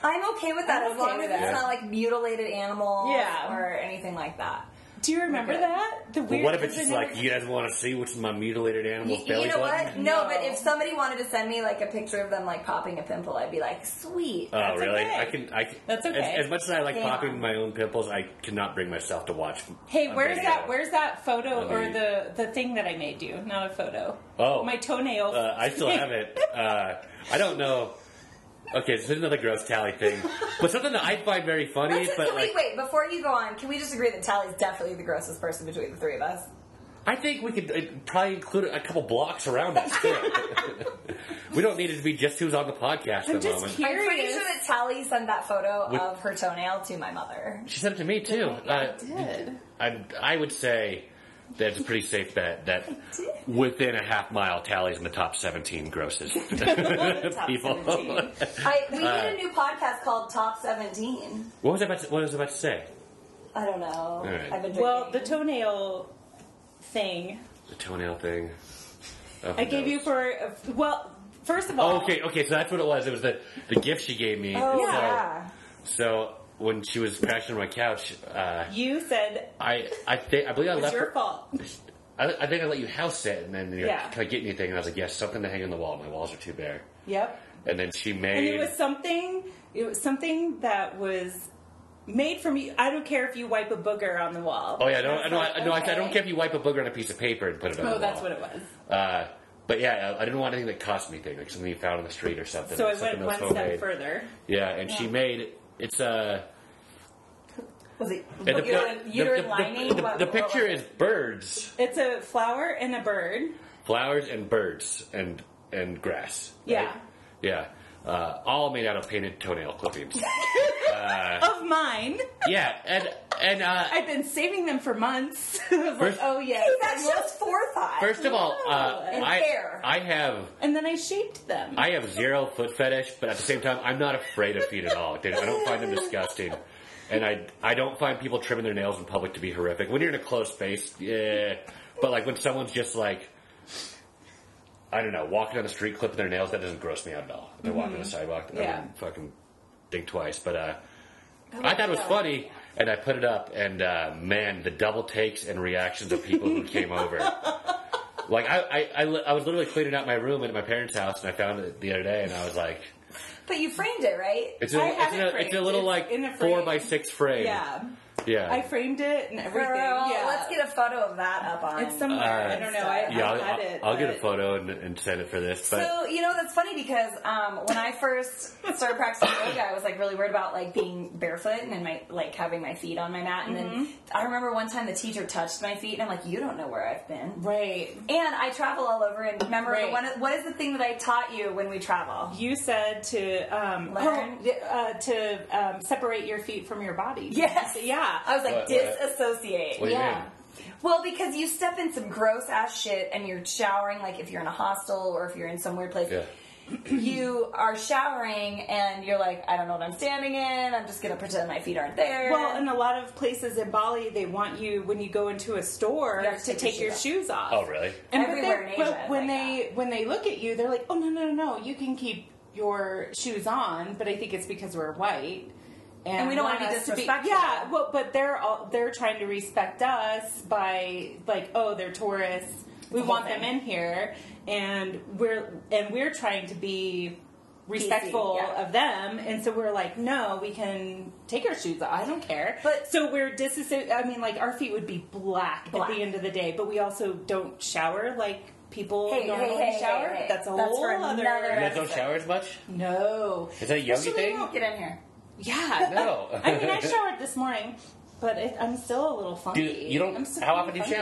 Speaker 3: I'm okay with that
Speaker 2: I'm okay
Speaker 3: as long as
Speaker 2: with
Speaker 3: it's
Speaker 1: that.
Speaker 3: not like mutilated animals
Speaker 2: Yeah.
Speaker 3: or anything like that.
Speaker 2: Do you remember
Speaker 3: Okay.
Speaker 2: that? The
Speaker 1: But
Speaker 2: weird.
Speaker 1: what if it's
Speaker 2: the
Speaker 1: just
Speaker 2: number-
Speaker 1: like you guys want to see what's my mutilated
Speaker 3: You,
Speaker 1: animal's
Speaker 3: you
Speaker 1: belly
Speaker 3: know
Speaker 1: button?
Speaker 3: what? No,
Speaker 2: No.
Speaker 3: but if somebody wanted to send me like a picture of them like popping a pimple, I'd be like, sweet.
Speaker 1: Oh
Speaker 2: That's
Speaker 1: really?
Speaker 2: okay.
Speaker 1: I can. I can,
Speaker 2: That's
Speaker 1: as-
Speaker 2: okay.
Speaker 1: As, much as I like
Speaker 3: Yeah.
Speaker 1: popping my own pimples, I cannot bring myself to watch.
Speaker 2: Hey,
Speaker 1: a
Speaker 2: where's
Speaker 1: video.
Speaker 2: that? Where's that photo
Speaker 1: Let
Speaker 2: or
Speaker 1: me-
Speaker 2: the the thing that I made you? Not a photo.
Speaker 1: Oh.
Speaker 2: my toenail.
Speaker 1: Uh, I still have it. Uh, I don't know. Okay, this is another gross tally thing, but something that I find very funny.
Speaker 3: Let's just,
Speaker 1: But like,
Speaker 3: wait, wait, before you go on, can we just agree that Tally's definitely the grossest person between the three of us?
Speaker 1: I think we could uh, probably include a couple blocks around it. Still, we don't need it to be just who's on the podcast
Speaker 2: I'm
Speaker 1: at the
Speaker 2: just
Speaker 1: moment.
Speaker 3: I'm pretty
Speaker 2: curious.
Speaker 3: sure that Tally sent that photo
Speaker 1: With-
Speaker 3: of her toenail to my mother.
Speaker 1: She sent it to me too. Uh,
Speaker 2: Oh, did.
Speaker 1: I, I would say that's a pretty safe bet that
Speaker 3: did.
Speaker 1: within a half mile, tallies in the top 17 grossest
Speaker 2: Top
Speaker 1: people.
Speaker 2: 17.
Speaker 3: I, we need a new podcast called Top 17.
Speaker 1: What was I about to, what was I about to say?
Speaker 3: I don't know.
Speaker 1: right.
Speaker 3: I've been
Speaker 2: Well, the
Speaker 3: drinking.
Speaker 2: toenail thing
Speaker 1: The toenail thing. Oh,
Speaker 2: I gave
Speaker 1: no.
Speaker 2: you for well, first of all,
Speaker 1: Okay, okay, so that's what it was. It was the, the gift she gave me.
Speaker 3: Oh,
Speaker 1: so,
Speaker 3: yeah.
Speaker 1: so when she was crashing on my couch, uh,
Speaker 2: you said
Speaker 1: I I think I believe I
Speaker 2: it was
Speaker 1: left
Speaker 2: your
Speaker 1: her.
Speaker 2: fault.
Speaker 1: I, I think I let you house it, and then you
Speaker 2: Yeah.
Speaker 1: know, can I get anything? And I was like, yes, something to hang on the wall. My walls are too bare.
Speaker 2: Yep.
Speaker 1: And then she made.
Speaker 2: And it was something. It was something that was made for me. I don't care if you wipe a booger on the wall.
Speaker 1: Oh yeah, no, no,
Speaker 3: like,
Speaker 1: I, no I, I don't
Speaker 3: okay.
Speaker 1: care if you wipe a booger on a piece of paper and put it on.
Speaker 2: Oh,
Speaker 1: the
Speaker 2: that's
Speaker 1: wall.
Speaker 2: what it was.
Speaker 1: Uh, but yeah, I, I didn't want anything that cost me anything, like something you found on the street or something.
Speaker 2: So I
Speaker 1: something
Speaker 2: went
Speaker 1: that
Speaker 2: one
Speaker 1: was
Speaker 2: step
Speaker 1: homemade.
Speaker 2: further.
Speaker 1: Yeah, and she made it's a.
Speaker 3: Was it
Speaker 1: and the,
Speaker 3: uterine,
Speaker 1: the-
Speaker 3: uterine
Speaker 1: the-
Speaker 3: lining?
Speaker 1: the- the-
Speaker 3: What-
Speaker 1: the
Speaker 3: what-
Speaker 1: picture is birds,
Speaker 2: It's a flower and a bird.
Speaker 1: flowers, and birds, and and grass. right?
Speaker 2: Yeah.
Speaker 1: yeah, uh, all made out of painted toenail clippings. Uh.
Speaker 2: of mine.
Speaker 1: yeah, and and uh,
Speaker 2: I've been saving them for months. I was like,
Speaker 1: First-
Speaker 2: oh yeah.
Speaker 3: That shows forethought.
Speaker 1: first of all, uh,
Speaker 2: And
Speaker 1: I
Speaker 3: hair.
Speaker 1: I have.
Speaker 2: And then I shaped them.
Speaker 1: I have zero foot fetish, but at the same time, I'm not afraid of feet at all. dude. I don't find them disgusting, and I I don't find people trimming their nails in public to be horrific. When you're in a closed space, yeah, but like when someone's just like. I don't know, walking on the street clipping their nails, that doesn't gross me out at all. They're walking on the sidewalk, I
Speaker 2: Yeah.
Speaker 1: wouldn't fucking think twice. But uh, I thought it was funny, and I put it up, and uh, man, the double takes and reactions of people who came over. Like I, I, I, li- I was literally cleaning out my room at my parents' house, and I found it the other day, and I was like,
Speaker 3: But you framed it, right?
Speaker 1: "It's a,
Speaker 2: I
Speaker 1: it's
Speaker 2: have it
Speaker 1: a, it's a
Speaker 2: framed.
Speaker 1: little
Speaker 2: It's
Speaker 1: like
Speaker 2: in a
Speaker 1: four
Speaker 2: frame.
Speaker 1: by six frame."
Speaker 2: yeah.
Speaker 1: yeah.
Speaker 2: I framed it and everything.
Speaker 3: Girl,
Speaker 2: yeah.
Speaker 3: let's get a photo of that up on.
Speaker 2: It's somewhere.
Speaker 1: Uh,
Speaker 2: I don't know. I,
Speaker 1: yeah,
Speaker 2: I
Speaker 1: I'll,
Speaker 2: had
Speaker 1: I'll-
Speaker 2: it.
Speaker 1: I'll get a
Speaker 2: but-
Speaker 1: photo and, and send it for this. But
Speaker 3: So you know that's funny because um, when I first started practicing yoga, I was like really worried about like being barefoot and then my like having my feet on my mat. And then
Speaker 2: Mm-hmm.
Speaker 3: I remember one time the teacher touched my feet, and I'm like, "You don't know where I've been."
Speaker 2: Right.
Speaker 3: And I travel all over. And remember,
Speaker 2: Right.
Speaker 3: one of- what is the thing that I taught you when we travel?
Speaker 2: You said to um,
Speaker 3: Learn.
Speaker 2: oh, uh, to um, separate your feet from your body.
Speaker 3: Yes.
Speaker 2: Yeah.
Speaker 3: I was like,
Speaker 1: What- what-
Speaker 3: disassociate.
Speaker 1: what do you
Speaker 2: yeah.
Speaker 1: mean?
Speaker 3: Well, because you step in some gross ass shit and you're showering, like if you're in a hostel or if you're in some weird place,
Speaker 1: Yeah.
Speaker 3: you are showering and you're like, I don't know what I'm standing in. I'm just gonna pretend my feet aren't there.
Speaker 2: Well, in a lot of places in Bali, they want you when you go into a store
Speaker 3: You have
Speaker 2: to
Speaker 3: to take
Speaker 2: take
Speaker 3: your
Speaker 2: your
Speaker 3: shoes
Speaker 2: shoes off.
Speaker 1: Oh, really?
Speaker 2: And but
Speaker 3: Everywhere
Speaker 2: they-
Speaker 3: in
Speaker 2: but
Speaker 3: Asia is
Speaker 2: when
Speaker 3: like
Speaker 2: they when they look at you, they're like, "Oh no, no, no, no! You can keep your shoes on." But I think it's because we're white, and,
Speaker 3: we don't wanna
Speaker 2: want
Speaker 3: be
Speaker 2: us
Speaker 3: disrespectful.
Speaker 2: yeah, well, but they're all they're trying to respect us by like, "Oh, they're tourists. We
Speaker 3: whole
Speaker 2: want
Speaker 3: thing.
Speaker 2: them in here," and we're and we're trying to be respectful
Speaker 3: yeah.
Speaker 2: of them and so we're like no we can take our shoes off i don't care
Speaker 3: But-
Speaker 2: so we're disassociated i mean like our feet would be black,
Speaker 3: Black.
Speaker 2: at the end of the day but we also don't shower like people
Speaker 3: Hey, hey,
Speaker 2: normally
Speaker 3: hey,
Speaker 2: shower
Speaker 3: hey, hey.
Speaker 2: that's a
Speaker 3: That's
Speaker 2: whole
Speaker 3: for
Speaker 2: other
Speaker 3: another-
Speaker 1: You guys don't shower as much?
Speaker 2: no
Speaker 1: Is that a yogi
Speaker 2: Actually,
Speaker 1: thing?
Speaker 2: no.
Speaker 3: get in here.
Speaker 2: yeah
Speaker 1: No.
Speaker 2: i mean i showered this morning but it, i'm still a little
Speaker 1: Do,
Speaker 2: funky
Speaker 1: you don't.
Speaker 2: I'm still
Speaker 1: how often do
Speaker 2: kinda
Speaker 1: you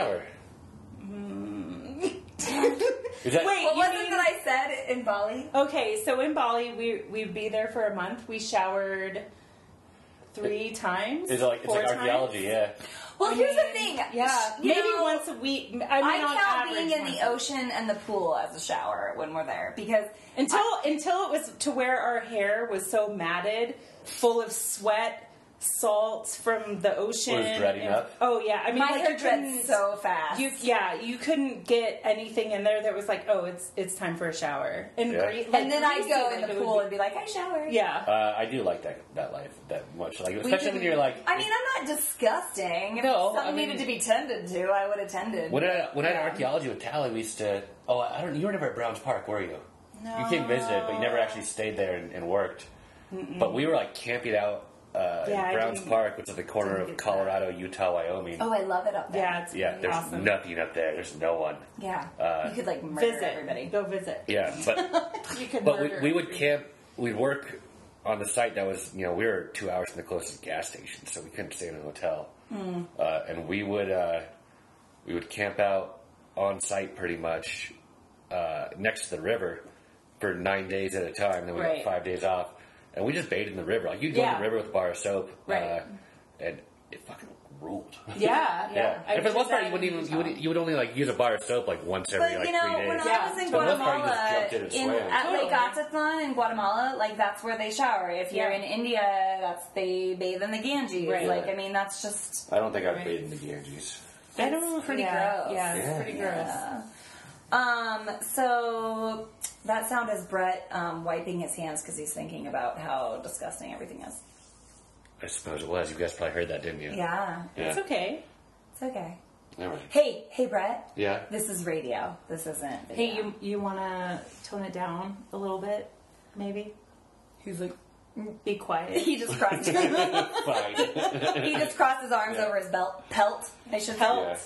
Speaker 1: shower? Is that,
Speaker 2: Wait.
Speaker 3: What
Speaker 2: You
Speaker 3: was it
Speaker 2: mean-
Speaker 3: that I said in Bali?
Speaker 2: funky. okay so in bali we we'd be there for a month we showered three times.
Speaker 1: It's like it's
Speaker 2: four
Speaker 1: like
Speaker 2: times.
Speaker 1: archaeology, yeah.
Speaker 3: Well,
Speaker 2: I
Speaker 3: here's the
Speaker 2: mean,
Speaker 3: thing.
Speaker 2: Yeah,
Speaker 3: You
Speaker 2: maybe
Speaker 3: know,
Speaker 2: once a week. I mean, on
Speaker 3: I count
Speaker 2: average,
Speaker 3: being in
Speaker 2: once
Speaker 3: the
Speaker 2: a week.
Speaker 3: ocean and the pool as a shower when we're there because
Speaker 2: until until it was to where our hair was so matted, full of sweat, salt from the ocean.
Speaker 1: dreading
Speaker 2: and-
Speaker 1: up?
Speaker 2: Oh yeah, I mean,
Speaker 3: my
Speaker 2: like
Speaker 3: hair
Speaker 2: you
Speaker 3: dreads
Speaker 2: couldn't-
Speaker 3: so fast.
Speaker 2: You yeah, you couldn't get anything in there that was like, oh, it's it's time for a shower. And
Speaker 1: Yeah.
Speaker 2: gre- like,
Speaker 3: and then I
Speaker 2: greasy,
Speaker 3: go
Speaker 2: like
Speaker 3: in the
Speaker 2: it would
Speaker 3: pool
Speaker 2: be-
Speaker 3: and be like, I showered.
Speaker 2: yeah,
Speaker 1: Uh, I do like that that life that much. Like especially when
Speaker 3: didn't-
Speaker 1: you're like
Speaker 3: I mean, I'm not disgusting. If
Speaker 1: No,
Speaker 3: something
Speaker 1: I mean-
Speaker 3: needed to be tended to, I would have tended.
Speaker 1: when I when I had archaeology with Tally, we used to. Oh, I don't. You were never at Browns Park, were you? You came visit, but you never actually stayed there and, and worked. But we were like camping out uh,
Speaker 2: Yeah, I
Speaker 1: in Browns
Speaker 2: didn't-
Speaker 1: Park, which is the corner
Speaker 2: didn't
Speaker 1: of
Speaker 2: get that.
Speaker 1: Colorado, Utah, Wyoming.
Speaker 3: oh, I love it up there.
Speaker 2: yeah, it's
Speaker 1: yeah, there's
Speaker 2: awesome.
Speaker 1: nothing up there. There's no one.
Speaker 3: yeah.
Speaker 1: Uh,
Speaker 3: you could like murder
Speaker 2: visit
Speaker 3: everybody.
Speaker 2: Go visit.
Speaker 1: Yeah, but
Speaker 2: You could
Speaker 1: But we,
Speaker 2: murder.
Speaker 1: we would camp. We'd work on the site that was, you know, we were two hours from the closest gas station, so we couldn't stay in a hotel.
Speaker 2: Hmm.
Speaker 1: Uh, and we would uh, we would camp out on site pretty much uh, next to the river for nine days at a time. Then we
Speaker 2: Right.
Speaker 1: got five days off, and we just bathed in the river. Like you'd go in
Speaker 2: Yeah.
Speaker 1: the river with a bar of soap,
Speaker 2: Right.
Speaker 1: Uh, and it fucking ruled.
Speaker 2: Yeah,
Speaker 1: Yeah,
Speaker 2: I
Speaker 1: and for the most
Speaker 2: did
Speaker 1: part,
Speaker 2: that
Speaker 1: you wouldn't
Speaker 2: in
Speaker 1: even you
Speaker 2: Utah.
Speaker 1: would you would only like use a bar of soap like once every
Speaker 3: But
Speaker 1: like
Speaker 3: you know,
Speaker 1: three
Speaker 3: when
Speaker 1: days.
Speaker 2: Yeah.
Speaker 3: I was in
Speaker 2: For
Speaker 1: the most part, you just
Speaker 3: Guatemala,
Speaker 1: jumped in and
Speaker 3: in,
Speaker 1: swam.
Speaker 3: at Lake
Speaker 2: Totally.
Speaker 3: Atitlan in Guatemala, like that's where they shower. If you're
Speaker 2: Yeah.
Speaker 3: in India, that's they bathe in the Ganges.
Speaker 2: Right.
Speaker 3: Like I mean, that's just
Speaker 1: I don't think I've
Speaker 2: Right.
Speaker 1: bathed in the Ganges.
Speaker 2: I don't know.
Speaker 3: pretty
Speaker 2: yeah,
Speaker 3: gross.
Speaker 2: Yeah, it's
Speaker 1: Yeah.
Speaker 2: pretty gross.
Speaker 3: yeah. Um. So that sound is Brett um, wiping his hands because he's thinking about how disgusting everything is.
Speaker 1: I suppose it was. You guys probably heard that, didn't you?
Speaker 3: Yeah,
Speaker 1: Yeah.
Speaker 2: It's okay.
Speaker 3: it's okay.
Speaker 1: Never mind.
Speaker 3: Hey, hey, Brett.
Speaker 1: Yeah.
Speaker 3: This is radio. This isn't. Video.
Speaker 2: Hey, you you want to tone it down a little bit, maybe? He's like, "Mm, be quiet.
Speaker 3: He just crossed. he
Speaker 1: Fine.
Speaker 3: just crossed his arms
Speaker 1: Yeah.
Speaker 3: over his belt. Pelt. I should
Speaker 2: Pelt.
Speaker 1: Yeah.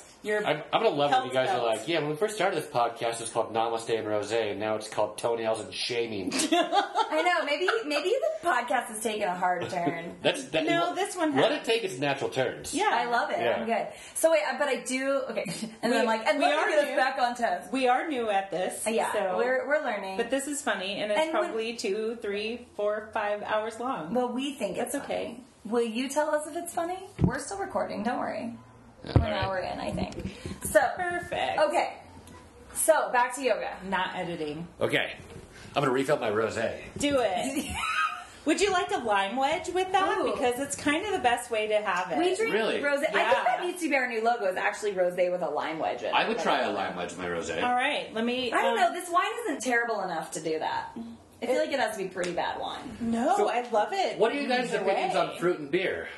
Speaker 2: Your
Speaker 1: I'm, I'm gonna love when you guys are
Speaker 2: Health
Speaker 1: like, yeah. When we first started this podcast, it's called Namaste and Rose, and now it's called Toenails and Shaming.
Speaker 3: I know. Maybe maybe the podcast is taking a hard turn.
Speaker 1: That's that.
Speaker 2: No,
Speaker 1: let-
Speaker 2: this one
Speaker 1: Let
Speaker 2: happened.
Speaker 1: it take its natural turns.
Speaker 2: yeah,
Speaker 3: I love it.
Speaker 1: Yeah.
Speaker 3: I'm good. So wait, uh, but I do. Okay, and then I'm like, and
Speaker 2: we
Speaker 3: let me
Speaker 2: are
Speaker 3: get us
Speaker 2: new.
Speaker 3: back on test.
Speaker 2: We are new at this.
Speaker 3: Yeah,
Speaker 2: so-
Speaker 3: we're we're learning.
Speaker 2: But this is funny, and it's
Speaker 3: And when-
Speaker 2: probably two, three, four, five hours long.
Speaker 3: Well, we think it's
Speaker 2: That's okay.
Speaker 3: funny. Will you tell us if it's funny? We're still recording. Don't worry.
Speaker 1: All
Speaker 3: We're an
Speaker 1: right.
Speaker 3: hour in, I think. So
Speaker 2: Perfect.
Speaker 3: okay. So back to yoga.
Speaker 2: Not editing.
Speaker 1: Okay. I'm gonna refill my rose.
Speaker 2: Do it. Would you like a lime wedge with that?
Speaker 3: Ooh.
Speaker 2: Because it's kind of the best way to have it.
Speaker 3: We drink
Speaker 1: Really?
Speaker 3: rose. I think
Speaker 2: Yeah.
Speaker 3: that needs to be our new logo. Is actually rose with a lime wedge. In. it.
Speaker 1: I would try a lime wedge with my rose.
Speaker 2: All right, let me.
Speaker 3: I don't
Speaker 2: um,
Speaker 3: know. This wine isn't terrible enough to do that. I feel like it has to be pretty bad wine.
Speaker 2: No,
Speaker 1: So-
Speaker 2: I love it.
Speaker 1: What are you guys'
Speaker 2: Either
Speaker 1: opinions
Speaker 2: way.
Speaker 1: on fruit and beer?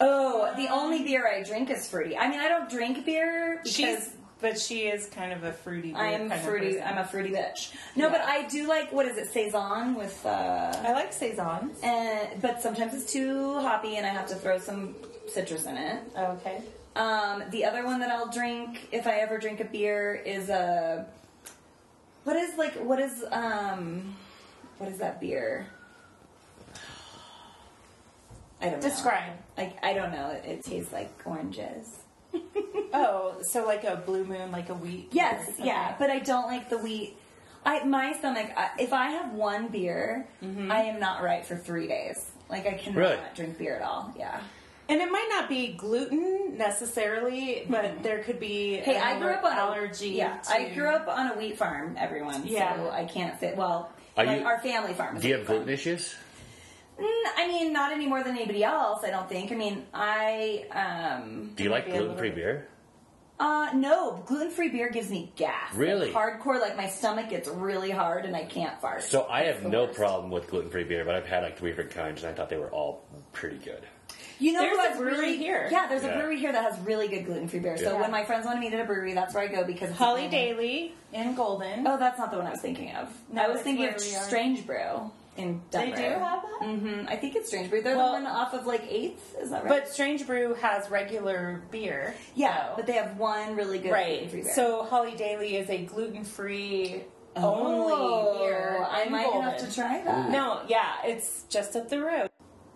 Speaker 3: Oh, the only beer I drink is fruity. I mean, I don't drink beer. Because
Speaker 2: She's, but she is kind of a fruity. beer
Speaker 3: I'm
Speaker 2: kind of
Speaker 3: fruity.
Speaker 2: person.
Speaker 3: I'm a fruity bitch. No,
Speaker 2: Yeah.
Speaker 3: but I do like what is it saison with. uh
Speaker 2: I like saisons.
Speaker 3: and but sometimes it's too hoppy and I have to throw some citrus in it.
Speaker 2: Okay.
Speaker 3: Um, the other one that I'll drink if I ever drink a beer is a what is like what is um what is that beer? I don't know.
Speaker 2: Describe.
Speaker 3: Like I don't know. It, it tastes like oranges.
Speaker 2: Oh, so like a blue moon, like a wheat.
Speaker 3: Yes,
Speaker 2: Okay.
Speaker 3: yeah, but I don't like the wheat. I my stomach. I, if I have one beer,
Speaker 2: Mm-hmm.
Speaker 3: I am not right for three days. Like I cannot
Speaker 1: Really?
Speaker 3: drink beer at all. Yeah.
Speaker 2: And it might not be gluten necessarily, but there could be.
Speaker 3: Mm-hmm. Hey,
Speaker 2: an
Speaker 3: I grew up on a-
Speaker 2: allergy.
Speaker 3: Yeah,
Speaker 2: to-
Speaker 3: I grew up on a wheat farm. Everyone,
Speaker 2: Yeah.
Speaker 3: so I can't say. Well,
Speaker 1: Are
Speaker 3: like
Speaker 1: you-
Speaker 3: our family farm. is
Speaker 1: Do you
Speaker 3: a
Speaker 1: have
Speaker 3: wheat
Speaker 1: gluten issues?
Speaker 3: farm. Mm, I mean, not any more than anybody else. I don't think. I mean, I um
Speaker 1: Do you like
Speaker 2: Maybe a little
Speaker 1: gluten-free
Speaker 2: bit.
Speaker 1: beer?
Speaker 3: uh no gluten free beer gives me gas. Like,
Speaker 1: Really?
Speaker 3: hardcore. Like my stomach gets really hard and I can't fart.
Speaker 1: So I have
Speaker 3: the
Speaker 1: no
Speaker 3: worst.
Speaker 1: problem with gluten-free beer, but I've had like three different kinds, and I thought they were all pretty good.
Speaker 3: you know,
Speaker 2: There's
Speaker 3: who
Speaker 2: a
Speaker 3: has
Speaker 2: brewery
Speaker 3: really,
Speaker 2: here.
Speaker 3: Yeah, there's
Speaker 1: Yeah.
Speaker 3: a brewery here that has really good gluten free beer. So
Speaker 1: Yeah.
Speaker 3: when my friends want to meet at a brewery, that's where I go because it's
Speaker 2: Holly
Speaker 3: amazing.
Speaker 2: Daly in Golden.
Speaker 3: Oh, that's not the one I was thinking of.
Speaker 2: No,
Speaker 3: I was
Speaker 2: it's
Speaker 3: thinking
Speaker 2: where
Speaker 3: of
Speaker 2: we are.
Speaker 3: Strange Brew in
Speaker 2: they
Speaker 3: Denver.
Speaker 2: do have that.
Speaker 3: hmm I think it's Strange Brew. They're
Speaker 2: Well-
Speaker 3: the one off of like Eighth, is that right?
Speaker 2: But Strange Brew has regular beer.
Speaker 3: yeah,
Speaker 2: so-
Speaker 3: but they have one really good
Speaker 2: right.
Speaker 3: gluten-free beer.
Speaker 2: So Holly Daily is a gluten-free only beer.
Speaker 3: oh, I
Speaker 2: in
Speaker 3: might
Speaker 2: Golden.
Speaker 3: have to try that.
Speaker 2: No, yeah, it's just up the road.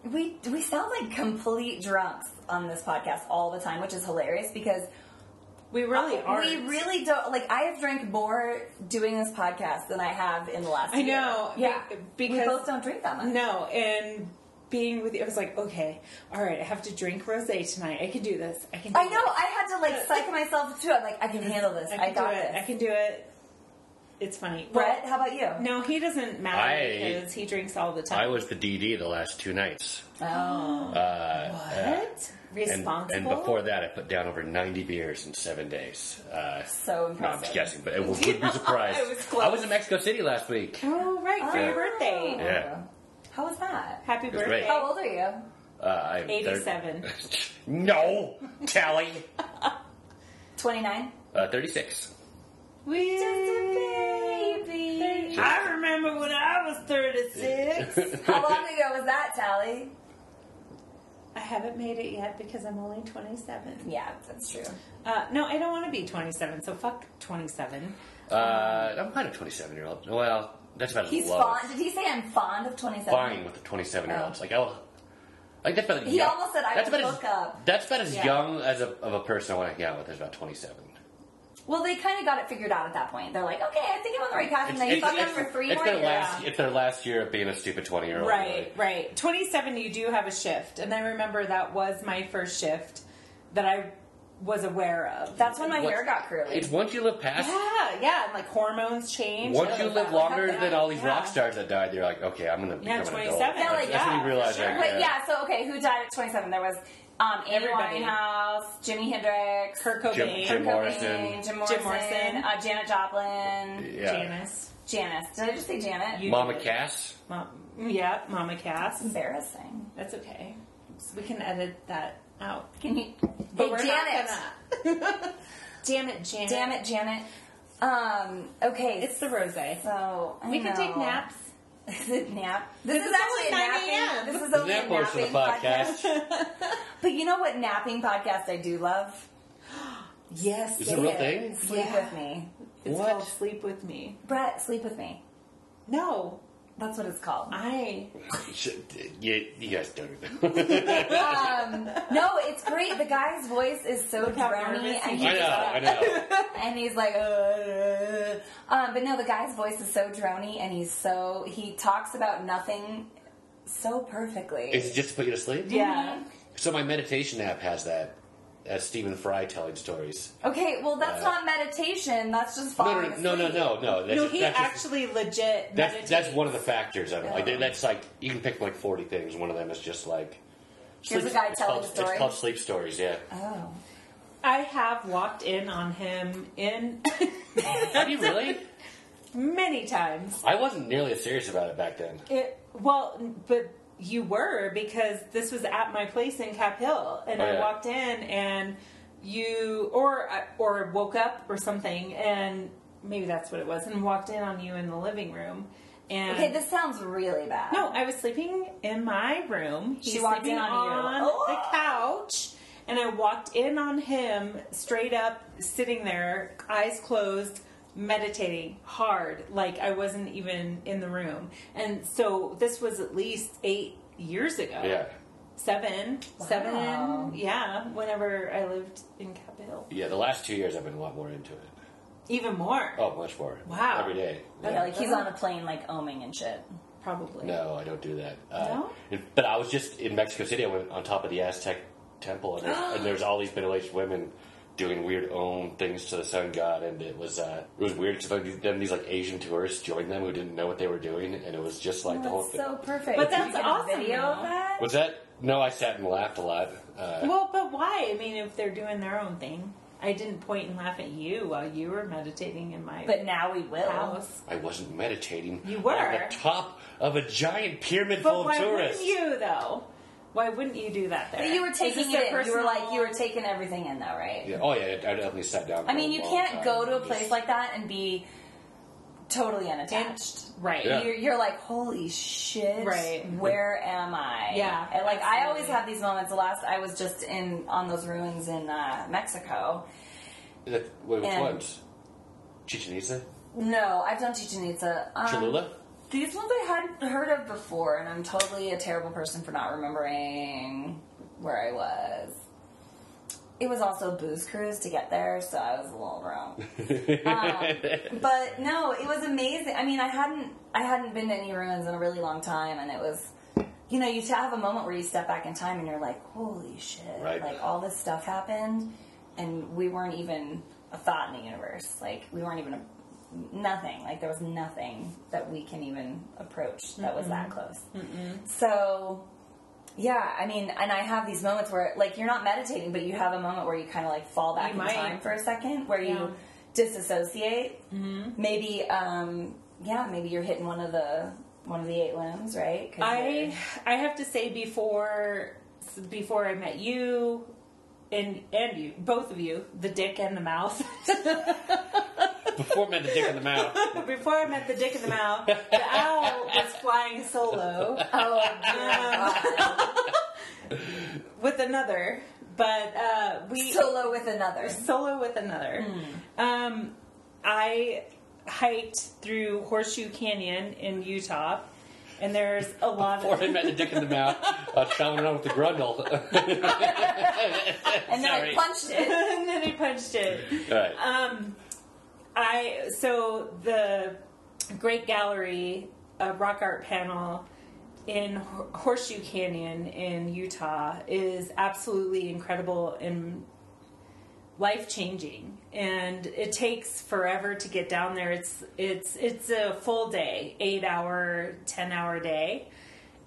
Speaker 3: we we sound like complete drunks on this podcast all the time, which is hilarious because
Speaker 2: We really are.
Speaker 3: Oh, we really don't like. I have drank more doing this podcast than I have in the last.
Speaker 2: I know,
Speaker 3: year. yeah,
Speaker 2: be- because-
Speaker 3: we both don't drink that much.
Speaker 2: No, and being with you. I was like, okay, all right, I have to drink rosé tonight. I can do this. I can. Do
Speaker 3: I know.
Speaker 2: This.
Speaker 3: I had to like psych myself too. I'm like, I can handle this. I,
Speaker 2: I can
Speaker 3: got
Speaker 2: do it.
Speaker 3: this.
Speaker 2: I can do it. It's funny.
Speaker 3: Brett, how about you?
Speaker 2: No, he doesn't matter
Speaker 1: I-
Speaker 2: because he drinks all the time.
Speaker 1: I was the DD the last two nights.
Speaker 3: Oh,
Speaker 2: what?
Speaker 1: uh, And,
Speaker 2: Responsible.
Speaker 1: and before that, I put down over 90 beers in seven days. Uh,
Speaker 3: so
Speaker 1: no,
Speaker 3: impressive.
Speaker 1: I'm just guessing, but I would would be surprised.
Speaker 2: I was close.
Speaker 1: I was in Mexico City last week.
Speaker 2: Oh, right, for your birthday.
Speaker 3: Oh.
Speaker 1: Yeah.
Speaker 3: How was that?
Speaker 2: Happy
Speaker 1: was
Speaker 2: birthday.
Speaker 1: great.
Speaker 3: How old are you?
Speaker 1: Uh, I, they're-
Speaker 2: 87.
Speaker 1: no, tally.
Speaker 3: 29.
Speaker 1: Uh, 36.
Speaker 2: We
Speaker 3: Baby.
Speaker 2: I remember when I was 36.
Speaker 3: How long ago was that, Tally?
Speaker 2: I haven't made it yet because I'm only 27.
Speaker 3: Yeah, that's true.
Speaker 2: Uh, no, I don't want to be 27, so fuck 27.
Speaker 1: Uh, I'm kind of 27 year old. Well, that's about
Speaker 3: He's
Speaker 1: as low.
Speaker 3: fond. Did he say I'm fond of 27?
Speaker 1: fine with the 27 year olds. Like, I'll. Like that's about as
Speaker 3: Oh. He
Speaker 1: young-
Speaker 3: almost said, "I
Speaker 1: that's
Speaker 3: will
Speaker 1: about
Speaker 3: look
Speaker 1: as,
Speaker 3: up."
Speaker 1: That's about as
Speaker 2: Yeah.
Speaker 1: young as a, of a person I want to hang out with. Is about twenty-seven.
Speaker 3: Well, they kind of got it figured out at that point. They're like, okay, I think I'm on the right path. And they
Speaker 1: it's,
Speaker 3: fuck them
Speaker 1: it's-
Speaker 3: for three
Speaker 1: it's
Speaker 3: more
Speaker 1: their
Speaker 3: years.
Speaker 1: last. It's their last year of being a stupid twenty-year-old.
Speaker 2: Right, right. 27, you do have a shift. And I remember that was my first shift that I was aware of.
Speaker 3: That's when my
Speaker 1: What-
Speaker 3: hair got curly.
Speaker 1: It's once you live past.
Speaker 2: yeah, yeah. And like hormones change. Oh,
Speaker 1: Once
Speaker 2: and
Speaker 1: you
Speaker 2: all
Speaker 1: live
Speaker 2: that.
Speaker 1: longer
Speaker 3: Yeah.
Speaker 1: than all these rock
Speaker 2: Yeah.
Speaker 1: stars that died, you're like, okay, I'm gonna become
Speaker 2: Yeah,
Speaker 1: an
Speaker 2: 27.
Speaker 1: adult.
Speaker 3: Yeah, like,
Speaker 1: that's when
Speaker 2: yeah,
Speaker 1: you realize
Speaker 2: for sure.
Speaker 1: right
Speaker 3: Wait,
Speaker 1: there.
Speaker 3: yeah. So okay, who died at 27? There was um, Amy
Speaker 2: Everybody.
Speaker 3: Winehouse, Jimi Hendrix,
Speaker 2: Kurt Cobain,
Speaker 1: Jim- Jim
Speaker 3: Kurt Cobain,
Speaker 1: Morrison.
Speaker 3: Jim Morrison,
Speaker 2: Morrison.
Speaker 3: uh, Janet Joplin,
Speaker 1: Yeah.
Speaker 2: Janice.
Speaker 3: Janice. Did I just say Janet?
Speaker 2: You-
Speaker 1: Mama Cass.
Speaker 2: Mom, yeah, Mama Cass.
Speaker 3: Embarrassing.
Speaker 2: That's okay. So we can edit that out.
Speaker 3: Can you?
Speaker 2: But
Speaker 3: hey,
Speaker 2: we're
Speaker 3: Janet.
Speaker 2: not gonna. Damn it, Janet.
Speaker 3: Damn it, Janet. Um. Okay.
Speaker 2: It's the rose.
Speaker 3: so I
Speaker 2: We can
Speaker 3: know.
Speaker 2: take naps.
Speaker 3: Is it nap? This,
Speaker 2: is
Speaker 3: is actually
Speaker 2: only
Speaker 3: a
Speaker 2: 9 a.m.
Speaker 3: napping. This is only
Speaker 1: That
Speaker 3: a
Speaker 1: portion
Speaker 3: napping
Speaker 1: of the podcast.
Speaker 3: But you know what napping podcast I do love?
Speaker 2: Yes.
Speaker 1: Is it a real thing?
Speaker 3: Sleep
Speaker 2: Yeah.
Speaker 3: with me,
Speaker 2: It's
Speaker 1: What?
Speaker 2: called Sleep With Me.
Speaker 3: Brett. Sleep with me.
Speaker 2: No,
Speaker 3: That's what it's called.
Speaker 2: I.
Speaker 1: You, you guys don't. know.
Speaker 3: Um, no, it's great. The guy's voice is so
Speaker 2: how
Speaker 3: drowny,
Speaker 2: nervous
Speaker 3: and
Speaker 2: he
Speaker 1: I
Speaker 3: he's,
Speaker 1: know. I know.
Speaker 3: and he's like, uh, um, but no, the guy's voice is so drowny, and he's so he talks about nothing so perfectly.
Speaker 1: Is it just to put you to sleep?
Speaker 2: Yeah.
Speaker 1: So my meditation app has that. As Stephen Fry telling stories.
Speaker 3: okay, well, that's
Speaker 1: Uh,
Speaker 3: not meditation. That's just
Speaker 1: No,
Speaker 3: falling
Speaker 1: no, no, no,
Speaker 3: asleep.
Speaker 1: no, no. That's,
Speaker 2: No, he
Speaker 1: that's just-
Speaker 2: actually legit.
Speaker 1: That's, that's
Speaker 2: meditates.
Speaker 1: one of the factors of it. Like
Speaker 3: Yeah.
Speaker 1: that's like you can pick like forty things. One of them is just like
Speaker 3: Here's
Speaker 1: sleep-
Speaker 3: a guy
Speaker 1: it's
Speaker 3: telling
Speaker 1: called,
Speaker 3: a story.
Speaker 1: It's called sleep stories. Yeah.
Speaker 3: Oh,
Speaker 2: I have walked in on him in
Speaker 1: Have you really?
Speaker 2: many times.
Speaker 1: I wasn't nearly as serious about it back then.
Speaker 2: It well, but you were because this was at my place in Cap Hill, and
Speaker 1: Oh,
Speaker 2: I
Speaker 1: yeah.
Speaker 2: walked in and you or uh, or woke up or something, and maybe that's what it was, and walked in on you in the living room, and.
Speaker 3: Oh. okay, this sounds really bad.
Speaker 2: no, I was sleeping in my room. He's
Speaker 3: She walked in
Speaker 2: sleeping
Speaker 3: on you. Oh.
Speaker 2: the couch, and I walked in on him straight up, sitting there, eyes closed, meditating hard, like I wasn't even in the room. And so this was at least eight years ago.
Speaker 1: Yeah.
Speaker 2: Seven,
Speaker 3: Wow.
Speaker 2: seven, yeah. Whenever I lived in Cap Hill,
Speaker 1: Yeah. The last two years, I've been a lot more into it.
Speaker 2: even more,
Speaker 1: Oh, much more.
Speaker 2: Wow.
Speaker 1: Every day.
Speaker 3: Okay,
Speaker 1: Yeah.
Speaker 3: like he's on a plane, like oming and shit.
Speaker 2: probably.
Speaker 1: No, I don't do that.
Speaker 2: No?
Speaker 1: it- but I was just in Mexico City. I went on top of the Aztec temple, and, there, and there's all these middle-aged women doing weird own things to the sun god, and it was uh, it was weird because then these like Asian tourists joined them who didn't know what they were doing, and it was just like the whole
Speaker 3: That's
Speaker 1: thing.
Speaker 3: so perfect.
Speaker 2: But
Speaker 3: Did you
Speaker 2: that's
Speaker 3: get a
Speaker 2: awesome,
Speaker 3: Video of
Speaker 2: though.
Speaker 3: that.
Speaker 1: Was that? No, I sat and laughed a lot. Uh,
Speaker 2: Well, but why? I mean, if they're doing their own thing, I didn't point and laugh at you while you were meditating in my
Speaker 3: But now we will.
Speaker 2: house.
Speaker 1: I wasn't meditating.
Speaker 2: You were.
Speaker 1: on the top of a giant pyramid
Speaker 2: But
Speaker 1: full
Speaker 2: why
Speaker 1: of tourists.
Speaker 2: wouldn't you though? Why wouldn't you do that there?
Speaker 3: But you were
Speaker 2: Is this
Speaker 3: taking
Speaker 2: their
Speaker 3: it. in. You were like
Speaker 2: personal-
Speaker 3: you were taking everything in though, right?
Speaker 1: Yeah, Oh yeah, I definitely sat down. for
Speaker 3: I mean,
Speaker 1: a
Speaker 3: you
Speaker 1: long
Speaker 3: can't
Speaker 1: time
Speaker 3: go to a
Speaker 1: and
Speaker 3: place
Speaker 1: just-
Speaker 3: like that and be totally unattached.
Speaker 2: right.
Speaker 1: Yeah.
Speaker 3: You're, you're like, holy shit!
Speaker 2: Right.
Speaker 3: Where am I?
Speaker 2: Yeah,
Speaker 3: And like I always
Speaker 2: absolutely.
Speaker 3: have these moments. The last I was just in on those ruins in uh, Mexico.
Speaker 1: That- Wait, which
Speaker 3: And-
Speaker 1: ones? Chichen Itza,
Speaker 3: No, I've done Chichen Itza. Um,
Speaker 1: Cholula.
Speaker 3: These ones I hadn't heard of before, and I'm totally a terrible person for not remembering where I was. It was also a booze cruise to get there, so I was a little drunk. Um, but no, it was amazing. I mean, I hadn't I hadn't been to any ruins in a really long time, and it was you know, you have a moment where you step back in time and you're like, holy shit.
Speaker 1: Right.
Speaker 3: Like, all this stuff happened, and we weren't even a thought in the universe. Like, we weren't even a, nothing. Like, there was nothing that we can even approach that was that close. So, yeah, I mean, and I have these moments where, like, you're not meditating, but you have a moment where you kind of like fall back
Speaker 2: You
Speaker 3: in
Speaker 2: might.
Speaker 3: time for a second, where
Speaker 2: Yeah.
Speaker 3: you disassociate. Maybe, um, yeah, maybe you're hitting one of the one of the eight limbs, right? 'Cause
Speaker 2: I I have to say before before I met you and and you both of you the dick and the mouth
Speaker 4: Before it meant the dick in the mouth.
Speaker 2: before I met the dick and the mouth the owl was flying solo
Speaker 3: you're- oh, dear God.
Speaker 4: Oh,
Speaker 2: with another but uh, we
Speaker 3: solo with another.
Speaker 2: solo with another.
Speaker 4: Hmm.
Speaker 2: Um, I hiked through Horseshoe Canyon in Utah, and there's a lot
Speaker 4: Before it
Speaker 2: of
Speaker 4: meant the dick in the mouth.
Speaker 1: uh,
Speaker 4: I was traveling around with the grundle.
Speaker 3: And then
Speaker 4: Sorry.
Speaker 3: I punched it.
Speaker 2: and then I punched it.
Speaker 1: All right.
Speaker 2: Um, I so the Great Gallery uh, rock art panel in Hor- Horseshoe Canyon in Utah is absolutely incredible and life changing. And it takes forever to get down there. It's it's it's a full day, eight hour, ten hour day,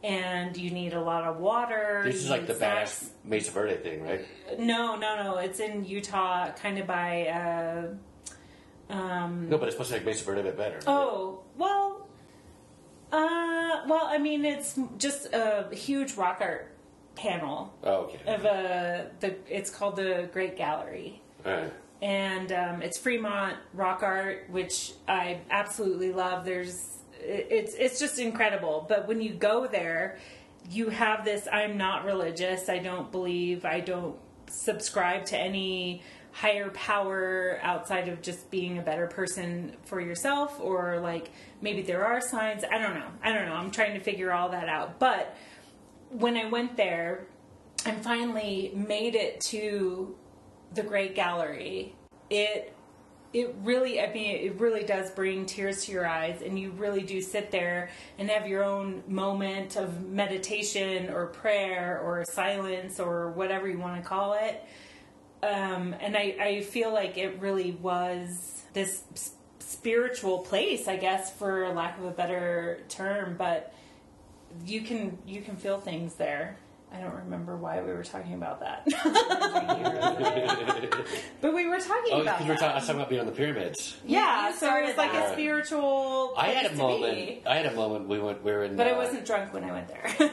Speaker 2: and you need a lot of water.
Speaker 1: this
Speaker 2: you
Speaker 1: is like
Speaker 2: need
Speaker 1: the
Speaker 2: snacks.
Speaker 1: badass Mesa Verde thing, right?
Speaker 2: No, no, no. It's in Utah, kind of by. Uh,
Speaker 1: No, but it's supposed to make Mesa Verde a bit better.
Speaker 2: Mm. Oh, well, uh, well, I mean, it's just a huge rock art panel
Speaker 1: Oh, okay.
Speaker 2: of a, the, it's called the Great Gallery.
Speaker 1: All right.
Speaker 2: And um, it's Fremont rock art, which I absolutely love. There's, it- it's, it's just incredible. But when you go there, you have this I'm not religious, I don't believe, I don't subscribe to any higher power outside of just being a better person for yourself or like maybe there are signs I don't know I don't know I'm trying to figure all that out but when I went there and finally made it to the great gallery it it really i mean it really does bring tears to your eyes and you really do sit there and have your own moment of meditation or prayer or silence or whatever you want to call it um, and I, I feel like it really was this s- spiritual place i guess for lack of a better term but you can you can feel things there i don't remember why we were talking about that but we were talking
Speaker 1: Oh,
Speaker 2: about
Speaker 1: because we're
Speaker 2: that.
Speaker 1: talking, I was talking about being on the pyramids.
Speaker 2: Yeah,
Speaker 3: You
Speaker 2: so it was
Speaker 3: started
Speaker 2: like
Speaker 3: that.
Speaker 2: a spiritual.
Speaker 1: I had
Speaker 2: place
Speaker 1: a
Speaker 2: to
Speaker 1: moment.
Speaker 2: be.
Speaker 1: I had a moment. We went. We were in.
Speaker 2: but I
Speaker 1: uh,
Speaker 2: wasn't drunk when I went there. it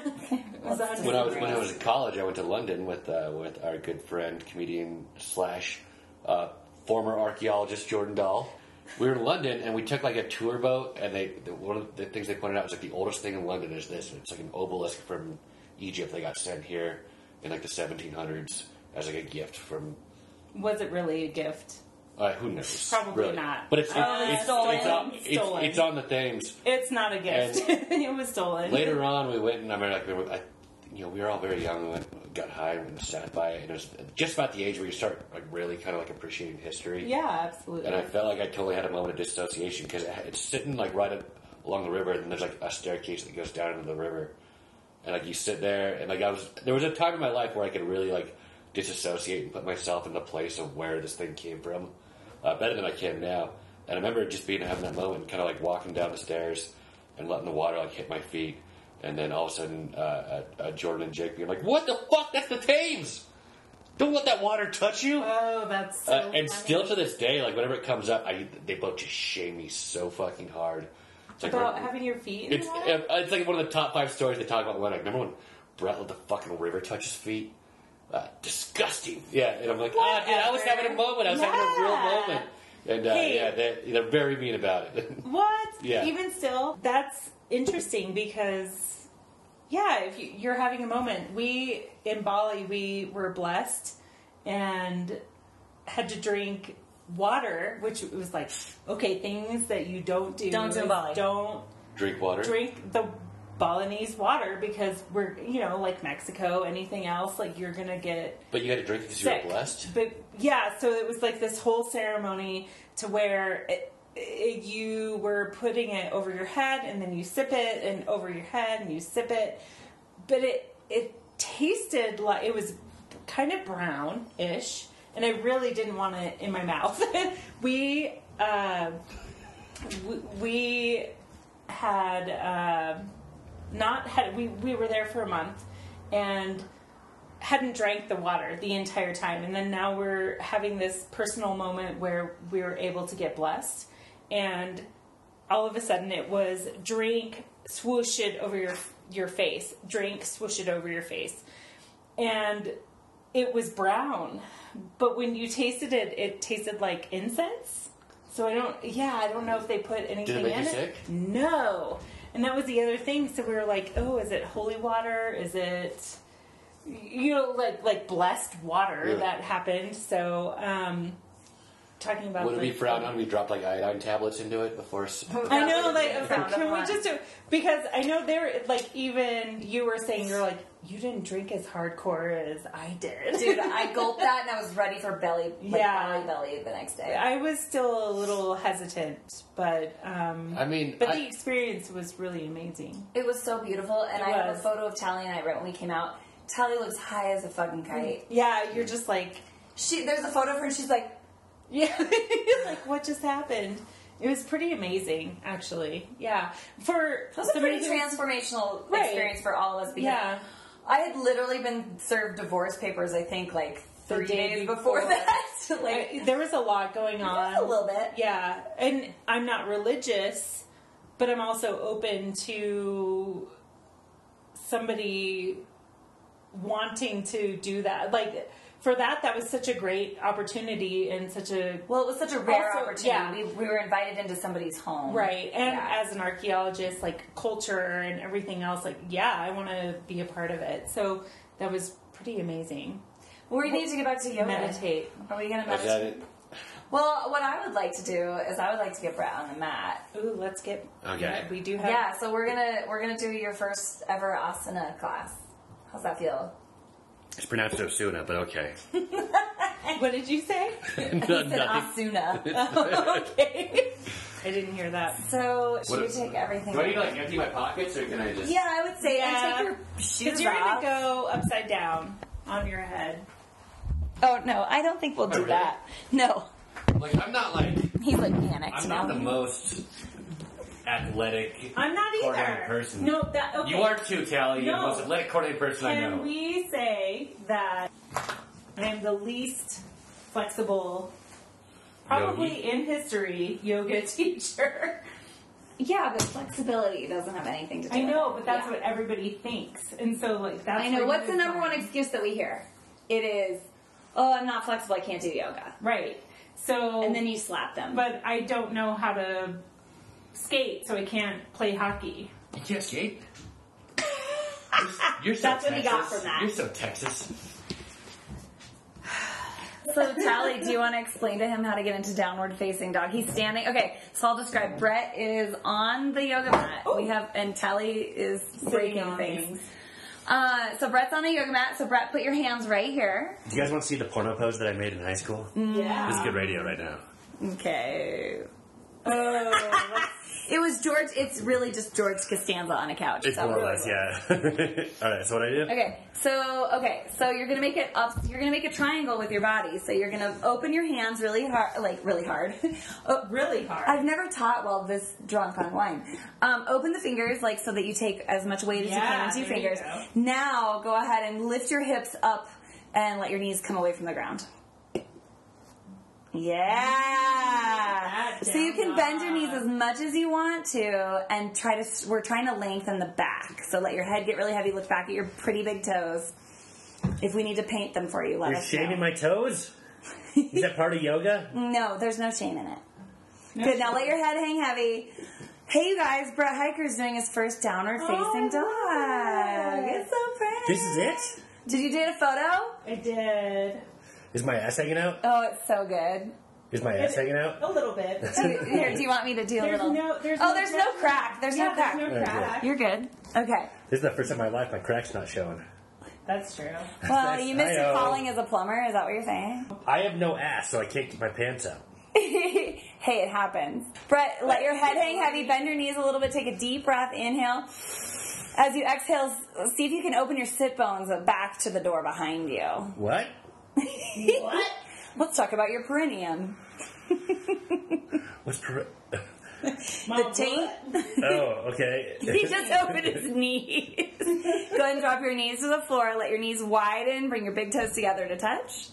Speaker 2: was
Speaker 3: Let's
Speaker 2: on
Speaker 1: When I was
Speaker 2: Instagram.
Speaker 1: when I was in college, I went to London with uh, with our good friend, comedian slash uh, former archaeologist Jordan Dahl. We were in London and we took like a tour boat, and they the, one of the things they pointed out was like the oldest thing in London is this. It's like an obelisk from Egypt. They got sent here in like the 1700s as like a gift from.
Speaker 2: Was it really a gift?
Speaker 1: Uh, who knows?
Speaker 2: Probably
Speaker 1: really.
Speaker 2: not.
Speaker 1: But it's
Speaker 2: Probably
Speaker 1: it's, it's,
Speaker 2: stolen.
Speaker 1: it's, on,
Speaker 2: Stolen.
Speaker 1: it's, it's on the Thames.
Speaker 2: It's not a gift. it was stolen.
Speaker 1: Later on, we went and I remember, like, we were, I, you know, we were all very young. We went, got high and sat by it. And it was just about the age where you start like really kind of like appreciating history.
Speaker 2: Yeah, absolutely.
Speaker 1: And I felt like I totally had a moment of dissociation because it's sitting like right up along the river, and then there's like a staircase that goes down into the river, and like you sit there, and like I was there was a time in my life where I could really like disassociate and put myself in the place of where this thing came from, uh, better than I can now. And I remember just being having that moment, kind of like walking down the stairs and letting the water like hit my feet, and then all of a sudden, uh, uh, uh, Jordan and Jake being like, "What the fuck? That's the Thames! Don't let that water touch you!"
Speaker 2: oh, that's so.
Speaker 1: Uh, and
Speaker 2: funny.
Speaker 1: still to this day, like whenever it comes up, I they both just shame me so fucking hard. It's like
Speaker 2: about
Speaker 1: we're-
Speaker 2: having your feet. In
Speaker 1: it's, uh,
Speaker 2: the water?
Speaker 1: it's like one of the top five stories they talk about. When like, remember when Brett let the fucking river touch his feet? Uh, disgusting. Yeah, and I'm like, ah, dude, I was
Speaker 2: Whatever.
Speaker 1: having a moment. I was having a real
Speaker 2: Yeah.
Speaker 1: moment. And uh,
Speaker 2: Hey.
Speaker 1: yeah, they're, they're very mean about it.
Speaker 2: What?
Speaker 1: Yeah.
Speaker 2: Even still, that's interesting because, yeah, if you, you're having a moment, we in Bali we were blessed and had to drink water, which was like, okay, things that you don't do.
Speaker 3: Don't do in
Speaker 2: is
Speaker 3: Bali.
Speaker 2: Don't
Speaker 1: Drink water.
Speaker 2: drink the Balinese water because we're you know like Mexico, anything else like you're gonna get
Speaker 1: But you had to drink because you were
Speaker 2: sick.
Speaker 1: blessed.
Speaker 2: But yeah, so it was like this whole ceremony to where it, it, you were putting it over your head and then you sip it and over your head and you sip it but it it tasted like it was kind of brown ish, and I really didn't want it in my mouth. we uh, w- we had uh, not had we we were there for a month and hadn't drank the water the entire time and then now we're having this personal moment where we were able to get blessed and all of a sudden it was drink swoosh it over your your face drink swoosh it over your face and it was brown but when you tasted it it tasted like incense so i don't yeah i don't know if they put anything
Speaker 4: make
Speaker 2: in
Speaker 4: you
Speaker 2: it
Speaker 4: sick?
Speaker 2: no and that was the other thing so we were like oh is it holy water is it you know like like blessed water
Speaker 4: Yeah.
Speaker 2: that happened so um talking about
Speaker 4: Would it be
Speaker 2: the-
Speaker 4: frowned on if we dropped like iodine tablets into it before? s-
Speaker 2: I know, like, I was
Speaker 3: Frowned
Speaker 2: like, can we
Speaker 3: upon.
Speaker 2: just do? Because I know there, like, even you were saying you're like, you didn't drink as hardcore as I did.
Speaker 3: Dude, I gulped that and I was ready for belly, like
Speaker 2: Yeah.
Speaker 3: belly belly the next day.
Speaker 2: I was still a little hesitant, but um,
Speaker 4: I mean,
Speaker 2: but
Speaker 4: I-
Speaker 2: the experience was really amazing.
Speaker 3: It was so beautiful, and
Speaker 2: It
Speaker 3: I have a
Speaker 2: was.
Speaker 3: photo of Tally and I right when we came out. Tally looks high as a fucking kite.
Speaker 2: Yeah, you're just like,
Speaker 3: She there's a photo of her, and she's like,
Speaker 2: yeah, like what just happened? It was pretty amazing, actually. Yeah, for
Speaker 3: "That was a pretty
Speaker 2: who-
Speaker 3: transformational
Speaker 2: Right.
Speaker 3: experience for all of us." Because
Speaker 2: Yeah.
Speaker 3: I had literally been served divorce papers, I think, like
Speaker 2: The
Speaker 3: three
Speaker 2: day
Speaker 3: days before,
Speaker 2: before.
Speaker 3: that. like
Speaker 2: I, there was a lot going on.
Speaker 3: just a little bit.
Speaker 2: Yeah, and I'm not religious, but I'm also open to somebody wanting to do that. Like for that, that was such a great opportunity and such a
Speaker 3: Well, it was such a rare
Speaker 2: Also,
Speaker 3: opportunity.
Speaker 2: yeah.
Speaker 3: We, we were invited into somebody's home,
Speaker 2: right. And
Speaker 3: Yeah.
Speaker 2: as an archaeologist, like culture and everything else, like yeah, I want to be a part of it. So that was pretty amazing.
Speaker 3: we need to get back to yoga.
Speaker 2: Meditate.
Speaker 3: Are we gonna
Speaker 4: Is that
Speaker 3: meditate?
Speaker 4: it?
Speaker 3: Well, what I would like to do is I would like to get Brett on the mat.
Speaker 2: Ooh, let's get.
Speaker 1: Okay.
Speaker 2: We do have.
Speaker 3: Yeah, so we're gonna we're gonna do your first ever asana class. How's that feel?
Speaker 1: It's pronounced Osuna, but okay.
Speaker 2: What did you say?
Speaker 3: It's an asuna.
Speaker 2: okay. I didn't hear that.
Speaker 3: So should
Speaker 1: What-
Speaker 3: we take everything?
Speaker 4: Do I need to like empty my pockets or can I just?
Speaker 3: yeah, I would say
Speaker 2: Yeah.
Speaker 3: and take your shoes
Speaker 2: Because you're
Speaker 3: off.
Speaker 2: gonna go upside down on your head.
Speaker 3: oh no, I don't think we'll do
Speaker 4: really?
Speaker 3: that. No,
Speaker 1: Like I'm not like
Speaker 3: he's like panicked
Speaker 1: I'm
Speaker 3: now.
Speaker 1: not the most athletic.
Speaker 2: I'm not either.
Speaker 1: coordinated person.
Speaker 2: No, that okay.
Speaker 1: You are too, Callie. You're the
Speaker 2: No.
Speaker 1: most athletic coordinated person I know.
Speaker 2: Can we say that I'm the least flexible, probably in history, yoga teacher?
Speaker 3: yeah, but flexibility doesn't have anything to do.
Speaker 2: I
Speaker 3: with
Speaker 2: know,
Speaker 3: it.
Speaker 2: but that's
Speaker 3: Yeah.
Speaker 2: what everybody thinks, and so like that's.
Speaker 3: I know.
Speaker 2: where
Speaker 3: What's the
Speaker 2: you
Speaker 3: number one
Speaker 2: find-
Speaker 3: excuse that we hear? It is, oh, I'm not flexible. I can't do yoga.
Speaker 2: right? So
Speaker 3: And then you slap them.
Speaker 2: but I don't know how to skate, so I can't play hockey.
Speaker 1: You can't skate. You're s- You're so
Speaker 3: That's what he
Speaker 1: Texas.
Speaker 3: got from that.
Speaker 1: You're so Texas.
Speaker 3: So, Tally, do you want to explain to him how to get into downward facing dog? He's standing. Okay, so I'll describe. Brett is on the yoga mat. We have, and Tally is breaking
Speaker 2: Oh. on
Speaker 3: things.
Speaker 2: things.
Speaker 3: Uh, so Brett's on a yoga mat. So Brett, put your hands right here.
Speaker 1: Do you guys want to see the porno pose that I made in high school?
Speaker 2: Yeah.
Speaker 1: This is good radio right now.
Speaker 3: Okay.
Speaker 2: Oh, that's
Speaker 3: It was George. It's really just George Costanza on a couch.
Speaker 1: It's
Speaker 3: That
Speaker 1: more or less,
Speaker 3: was-
Speaker 1: yeah. All right, so what I do?
Speaker 3: Okay, so okay, so you're gonna make it up. You're gonna make a triangle with your body. So you're gonna open your hands really hard, like really hard. Oh,
Speaker 2: really hard.
Speaker 3: I've never taught while this drunk on wine. Um, open the fingers like so that you take as much weight as you
Speaker 2: Yeah,
Speaker 3: can into your
Speaker 2: there you
Speaker 3: fingers.
Speaker 2: go.
Speaker 3: Now go ahead and lift your hips up and let your knees come away from the ground. Yeah.
Speaker 2: That
Speaker 3: So you can
Speaker 2: down
Speaker 3: bend your
Speaker 2: dog.
Speaker 3: knees as much as you want to, and try to. We're trying to lengthen the back. So let your head get really heavy. Look back at your pretty big toes. If we need to paint them for you, let
Speaker 1: You're
Speaker 3: us
Speaker 1: shaving
Speaker 3: know.
Speaker 1: my toes? Is that part of yoga?
Speaker 3: no, there's no shame in it. Good. Now let your head hang heavy. Hey, you guys, Brett Hiker's doing his first downward
Speaker 2: Oh,
Speaker 3: facing
Speaker 2: I love
Speaker 3: dog.
Speaker 2: it.
Speaker 3: It's so pretty.
Speaker 1: This is it?
Speaker 3: Did you do a photo?
Speaker 2: I did
Speaker 1: Is my ass hanging out?
Speaker 3: Oh, it's so good.
Speaker 1: Is my ass hanging out?
Speaker 2: a little bit.
Speaker 3: Here, do you want me to do a
Speaker 2: There's
Speaker 3: little?
Speaker 2: no- there's
Speaker 3: oh,
Speaker 2: no
Speaker 3: there's no
Speaker 2: crack.
Speaker 3: crack. There's no
Speaker 2: yeah,
Speaker 3: crack.
Speaker 2: there's no
Speaker 1: Very
Speaker 2: crack.
Speaker 3: You're good. Okay.
Speaker 1: This is the first time in my life my crack's not showing.
Speaker 2: That's true.
Speaker 3: Well, you missed your
Speaker 1: Hi-yo.
Speaker 3: calling as a plumber. Is that what you're saying?
Speaker 1: I have no ass, so I can't get my pants out.
Speaker 3: hey, it happens. Brett, let your head hang heavy. Bend your knees a little bit. Take a deep breath. Inhale. As you exhale, s- see if you can open your sit bones back to the door behind you.
Speaker 1: What?
Speaker 3: What? Let's talk about your perineum.
Speaker 1: What's per-
Speaker 3: The taint.
Speaker 1: Oh, okay.
Speaker 3: He just opened his knees. Go ahead and drop your knees to the floor. Let your knees widen. Bring your big toes together to touch.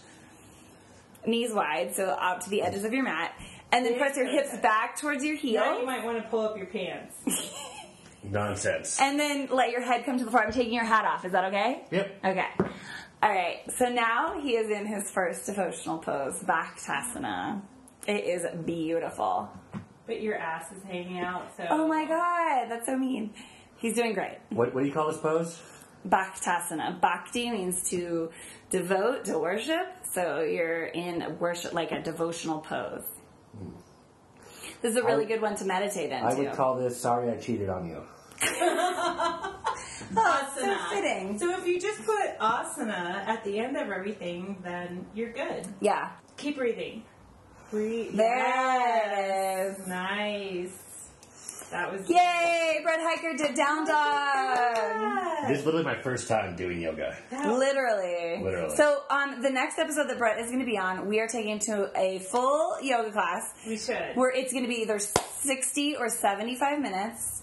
Speaker 3: Knees wide, so out to the edges of your mat. And then press your hips back towards your
Speaker 2: Now you
Speaker 3: heel.
Speaker 2: might want to pull up your pants.
Speaker 1: Nonsense.
Speaker 3: And then let your head come to the floor. I'm taking your hat off. Is that okay?
Speaker 1: Yep.
Speaker 3: Okay. All right. So now he is in his first devotional pose, Bhaktasana. It is beautiful.
Speaker 2: But your ass is hanging out, so.
Speaker 3: Oh my god, that's so mean. He's doing great.
Speaker 1: What, what do you call this pose?
Speaker 3: Bhaktasana. Bhakti means to devote, to worship. So you're in worship, like a devotional pose. This is a really
Speaker 5: I-
Speaker 3: good one to meditate into.
Speaker 5: I would call this sorry I cheated on you.
Speaker 3: oh, it's so
Speaker 2: Asana.
Speaker 3: fitting.
Speaker 2: So if you just put asana at the end of everything, then you're good.
Speaker 3: Yeah.
Speaker 2: Keep breathing. Breathe.
Speaker 3: There it
Speaker 2: Yes.
Speaker 3: is.
Speaker 2: Nice. That was
Speaker 3: Yay! Brett Hiker did Down Dog.
Speaker 1: This is literally my first time doing yoga.
Speaker 3: Literally.
Speaker 1: Literally.
Speaker 3: So on the next episode that Brett is going to be on, we are taking to a full yoga class.
Speaker 2: We should.
Speaker 3: where it's going to be either 60 or 75 minutes.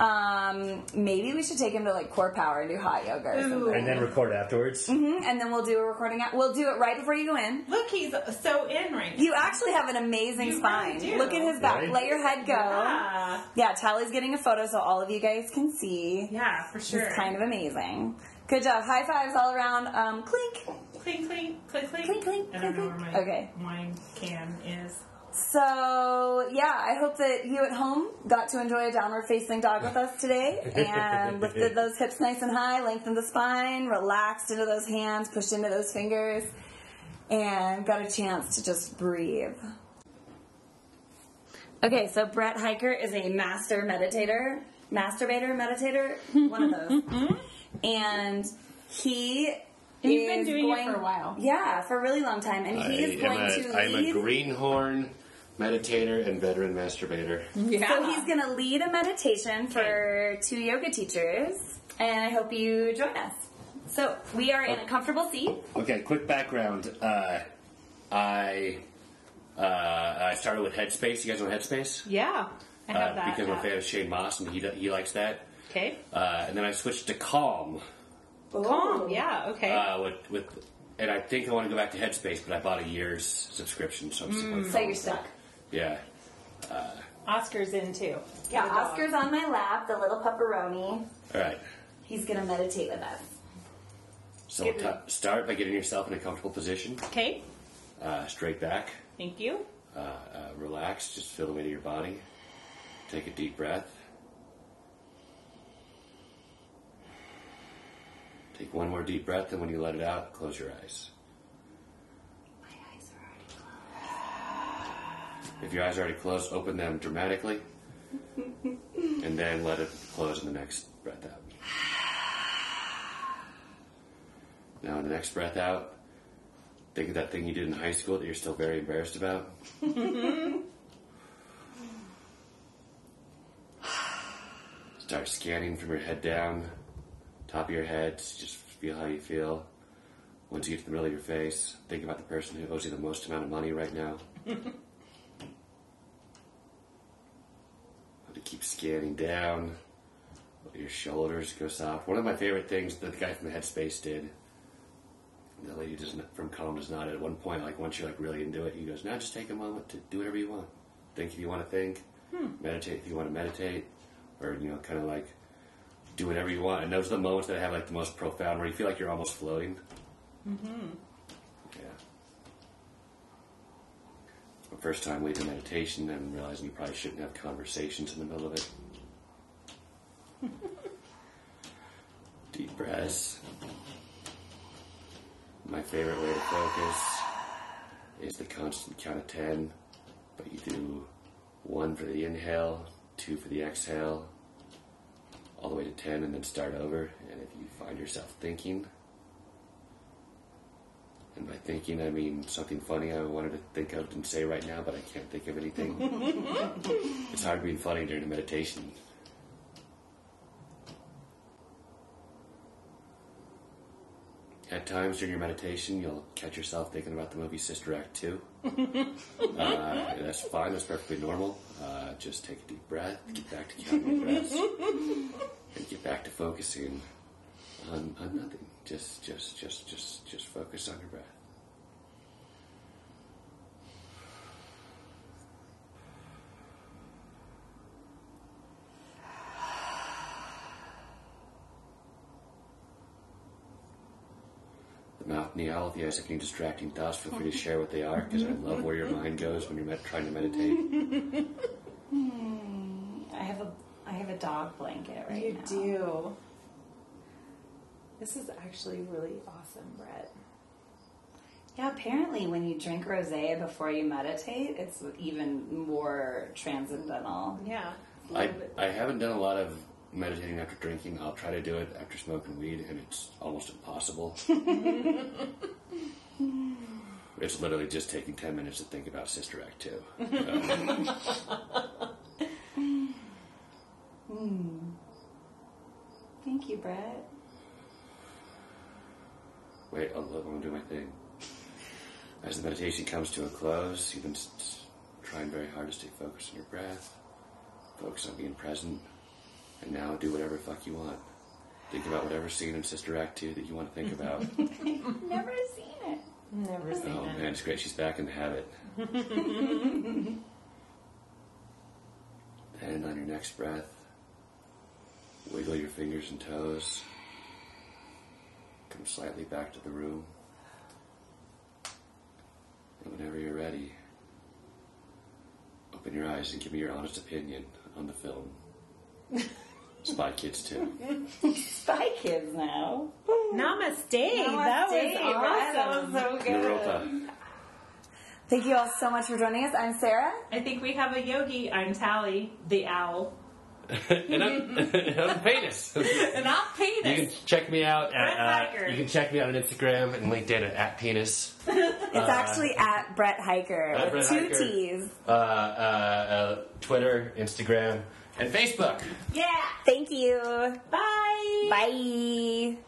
Speaker 3: Um, maybe we should take him to like core power and do hot yoga or something.
Speaker 1: And then record afterwards.
Speaker 3: Mhm, And then we'll do a recording. Out. We'll do it right before you go in.
Speaker 2: Look, he's so in right now.
Speaker 3: You actually have an amazing
Speaker 2: You
Speaker 3: spine.
Speaker 2: really do.
Speaker 3: Look at his back.
Speaker 1: Right?
Speaker 3: Let your head go. Yeah.
Speaker 2: Yeah.
Speaker 3: Tally's getting a photo so all of you guys can see.
Speaker 2: Yeah, for sure.
Speaker 3: It's kind of amazing. Good job. High fives all around. Um, clink.
Speaker 2: clink, clink, click, click.
Speaker 3: Clink, clink,
Speaker 2: I don't know where
Speaker 3: clink,
Speaker 2: my
Speaker 3: clink. Okay.
Speaker 2: wine can is.
Speaker 3: So, yeah, I hope that you at home got to enjoy a downward facing dog with us today and lifted those hips nice and high, lengthened the spine, relaxed into those hands, pushed into those fingers, and got a chance to just breathe. Okay, so Brett Hiker is a master meditator, masturbator, meditator, one of those. and he
Speaker 2: And you've been
Speaker 3: is
Speaker 2: doing it
Speaker 3: going-
Speaker 2: for a while.
Speaker 3: Yeah, for a really long time. And he is going to
Speaker 1: I'm a
Speaker 3: lead
Speaker 1: greenhorn meditator and veteran masturbator.
Speaker 2: Yeah.
Speaker 3: So he's going to lead a meditation for two yoga teachers, and I hope you join us. So we are in a comfortable seat.
Speaker 1: Okay, quick background. Uh, I uh, I started with Headspace. You guys know Headspace?
Speaker 2: yeah. I have
Speaker 1: uh,
Speaker 2: that.
Speaker 1: because I'm a
Speaker 2: app.
Speaker 1: fan of Shane Moss and he, he likes that.
Speaker 2: Okay.
Speaker 1: Uh, and then I switched to Calm,
Speaker 2: Calm. Yeah. Okay.
Speaker 1: uh, with, with, and I think I want to go back to Headspace, but I bought a year's subscription, so I'm
Speaker 2: Mm.
Speaker 1: still on
Speaker 3: So
Speaker 1: Calm.
Speaker 3: you're stuck.
Speaker 1: Yeah.
Speaker 2: Oscar's in too.
Speaker 3: Yeah,
Speaker 2: The dog.
Speaker 3: Oscar's on my lap, the little pepperoni.
Speaker 1: All right.
Speaker 3: He's going to meditate with us.
Speaker 1: So
Speaker 2: Get
Speaker 1: t- start by getting yourself in a comfortable position,
Speaker 2: Okay.
Speaker 1: uh, straight back,
Speaker 2: Thank you.
Speaker 1: uh, uh, relax, just feel the weight of your body. Take a deep breath. Take one more deep breath, and when you let it out, close your eyes.
Speaker 3: My eyes are already closed.
Speaker 1: If your eyes are already closed, open them dramatically, and then let it close in the next breath out. Now, in the next breath out, think of that thing you did in high school that you're still very embarrassed about. Start scanning from your head down, top of your head, just feel how you feel. Once you get to the middle of your face, think about the person who owes you the most amount of money right now. Have to keep scanning down. Let your shoulders go soft. One of my favorite things that the guy from Headspace did, the lady does not, from Calm does not. At one point, like once you're like really into it, he goes, "Now just take a moment to do whatever you want. Think if you want to think, meditate if you want to meditate, or you know, kind of like do whatever you want." And those are the moments that have like the most profound, where you feel like you're almost floating. Mm-hmm. Yeah. The first time we did meditation and realizing you probably shouldn't have conversations in the middle of it. Deep breaths. My favorite way to focus is the constant count of ten, but you do one for the inhale, two for the exhale, all the way to ten, and then start over. And if you find yourself thinking, and by thinking, I mean something funny I wanted to think of and say right now, but I can't think of anything. it's hard being funny during a meditation. At times during your meditation, you'll catch yourself thinking about the movie Sister Act 2. uh, and that's fine, that's perfectly normal. Uh, just take a deep breath, get back to counting your breaths, and get back to focusing on, on nothing. Just, just, just, just, just focus on your breath. The mouth and the owl, if you guys have any distracting thoughts, feel free to share what they are, because I love where your mind goes when you're med- trying to meditate.
Speaker 3: I have a I have a dog blanket right
Speaker 2: You
Speaker 3: now.
Speaker 2: do. This is actually really awesome, Brett.
Speaker 3: Yeah, apparently when you drink rosé before you meditate, it's even more transcendental.
Speaker 2: Yeah.
Speaker 1: I, I haven't done a lot of meditating after drinking. I'll try to do it after smoking weed, and it's almost impossible. it's literally just taking 10 minutes to think about Sister Act 2.
Speaker 3: Thank you, Brett.
Speaker 1: Wait, I'll, let- I'm going to do my thing. As the meditation comes to a close, you've been s- s- trying very hard to stay focused on your breath, focus on being present, and now do whatever the fuck you want. Think about whatever scene in Sister Act 2 that you want to think about.
Speaker 3: Never seen it.
Speaker 6: Never seen
Speaker 1: oh
Speaker 6: it.
Speaker 1: man, it's great. She's back in the habit. and on your next breath, wiggle your fingers and toes. Come slightly back to the room. And whenever you're ready, open your eyes and give me your honest opinion on the film. Spy Kids 2.
Speaker 3: Spy Kids now.
Speaker 2: Namaste. That was
Speaker 3: Namaste,
Speaker 2: awesome.
Speaker 3: Brett. That was so good.
Speaker 1: Naropa.
Speaker 3: Thank you all so much for joining us. I'm Sarah.
Speaker 2: I think we have a yogi. I'm Tally, the owl.
Speaker 1: and I'm, and I'm penis.
Speaker 2: And I'm
Speaker 1: You
Speaker 2: Penis.
Speaker 1: can check me out
Speaker 2: Brett
Speaker 1: at
Speaker 2: Hacker.
Speaker 1: uh, you can check me out on Instagram and LinkedIn at, at penis.
Speaker 3: It's actually at Brett Hiker
Speaker 1: Uh, At Brett
Speaker 3: with two
Speaker 1: Hiker.
Speaker 3: T's.
Speaker 1: Uh, uh, uh, Twitter, Instagram, and Facebook.
Speaker 3: Yeah. Thank you.
Speaker 2: Bye.
Speaker 3: Bye.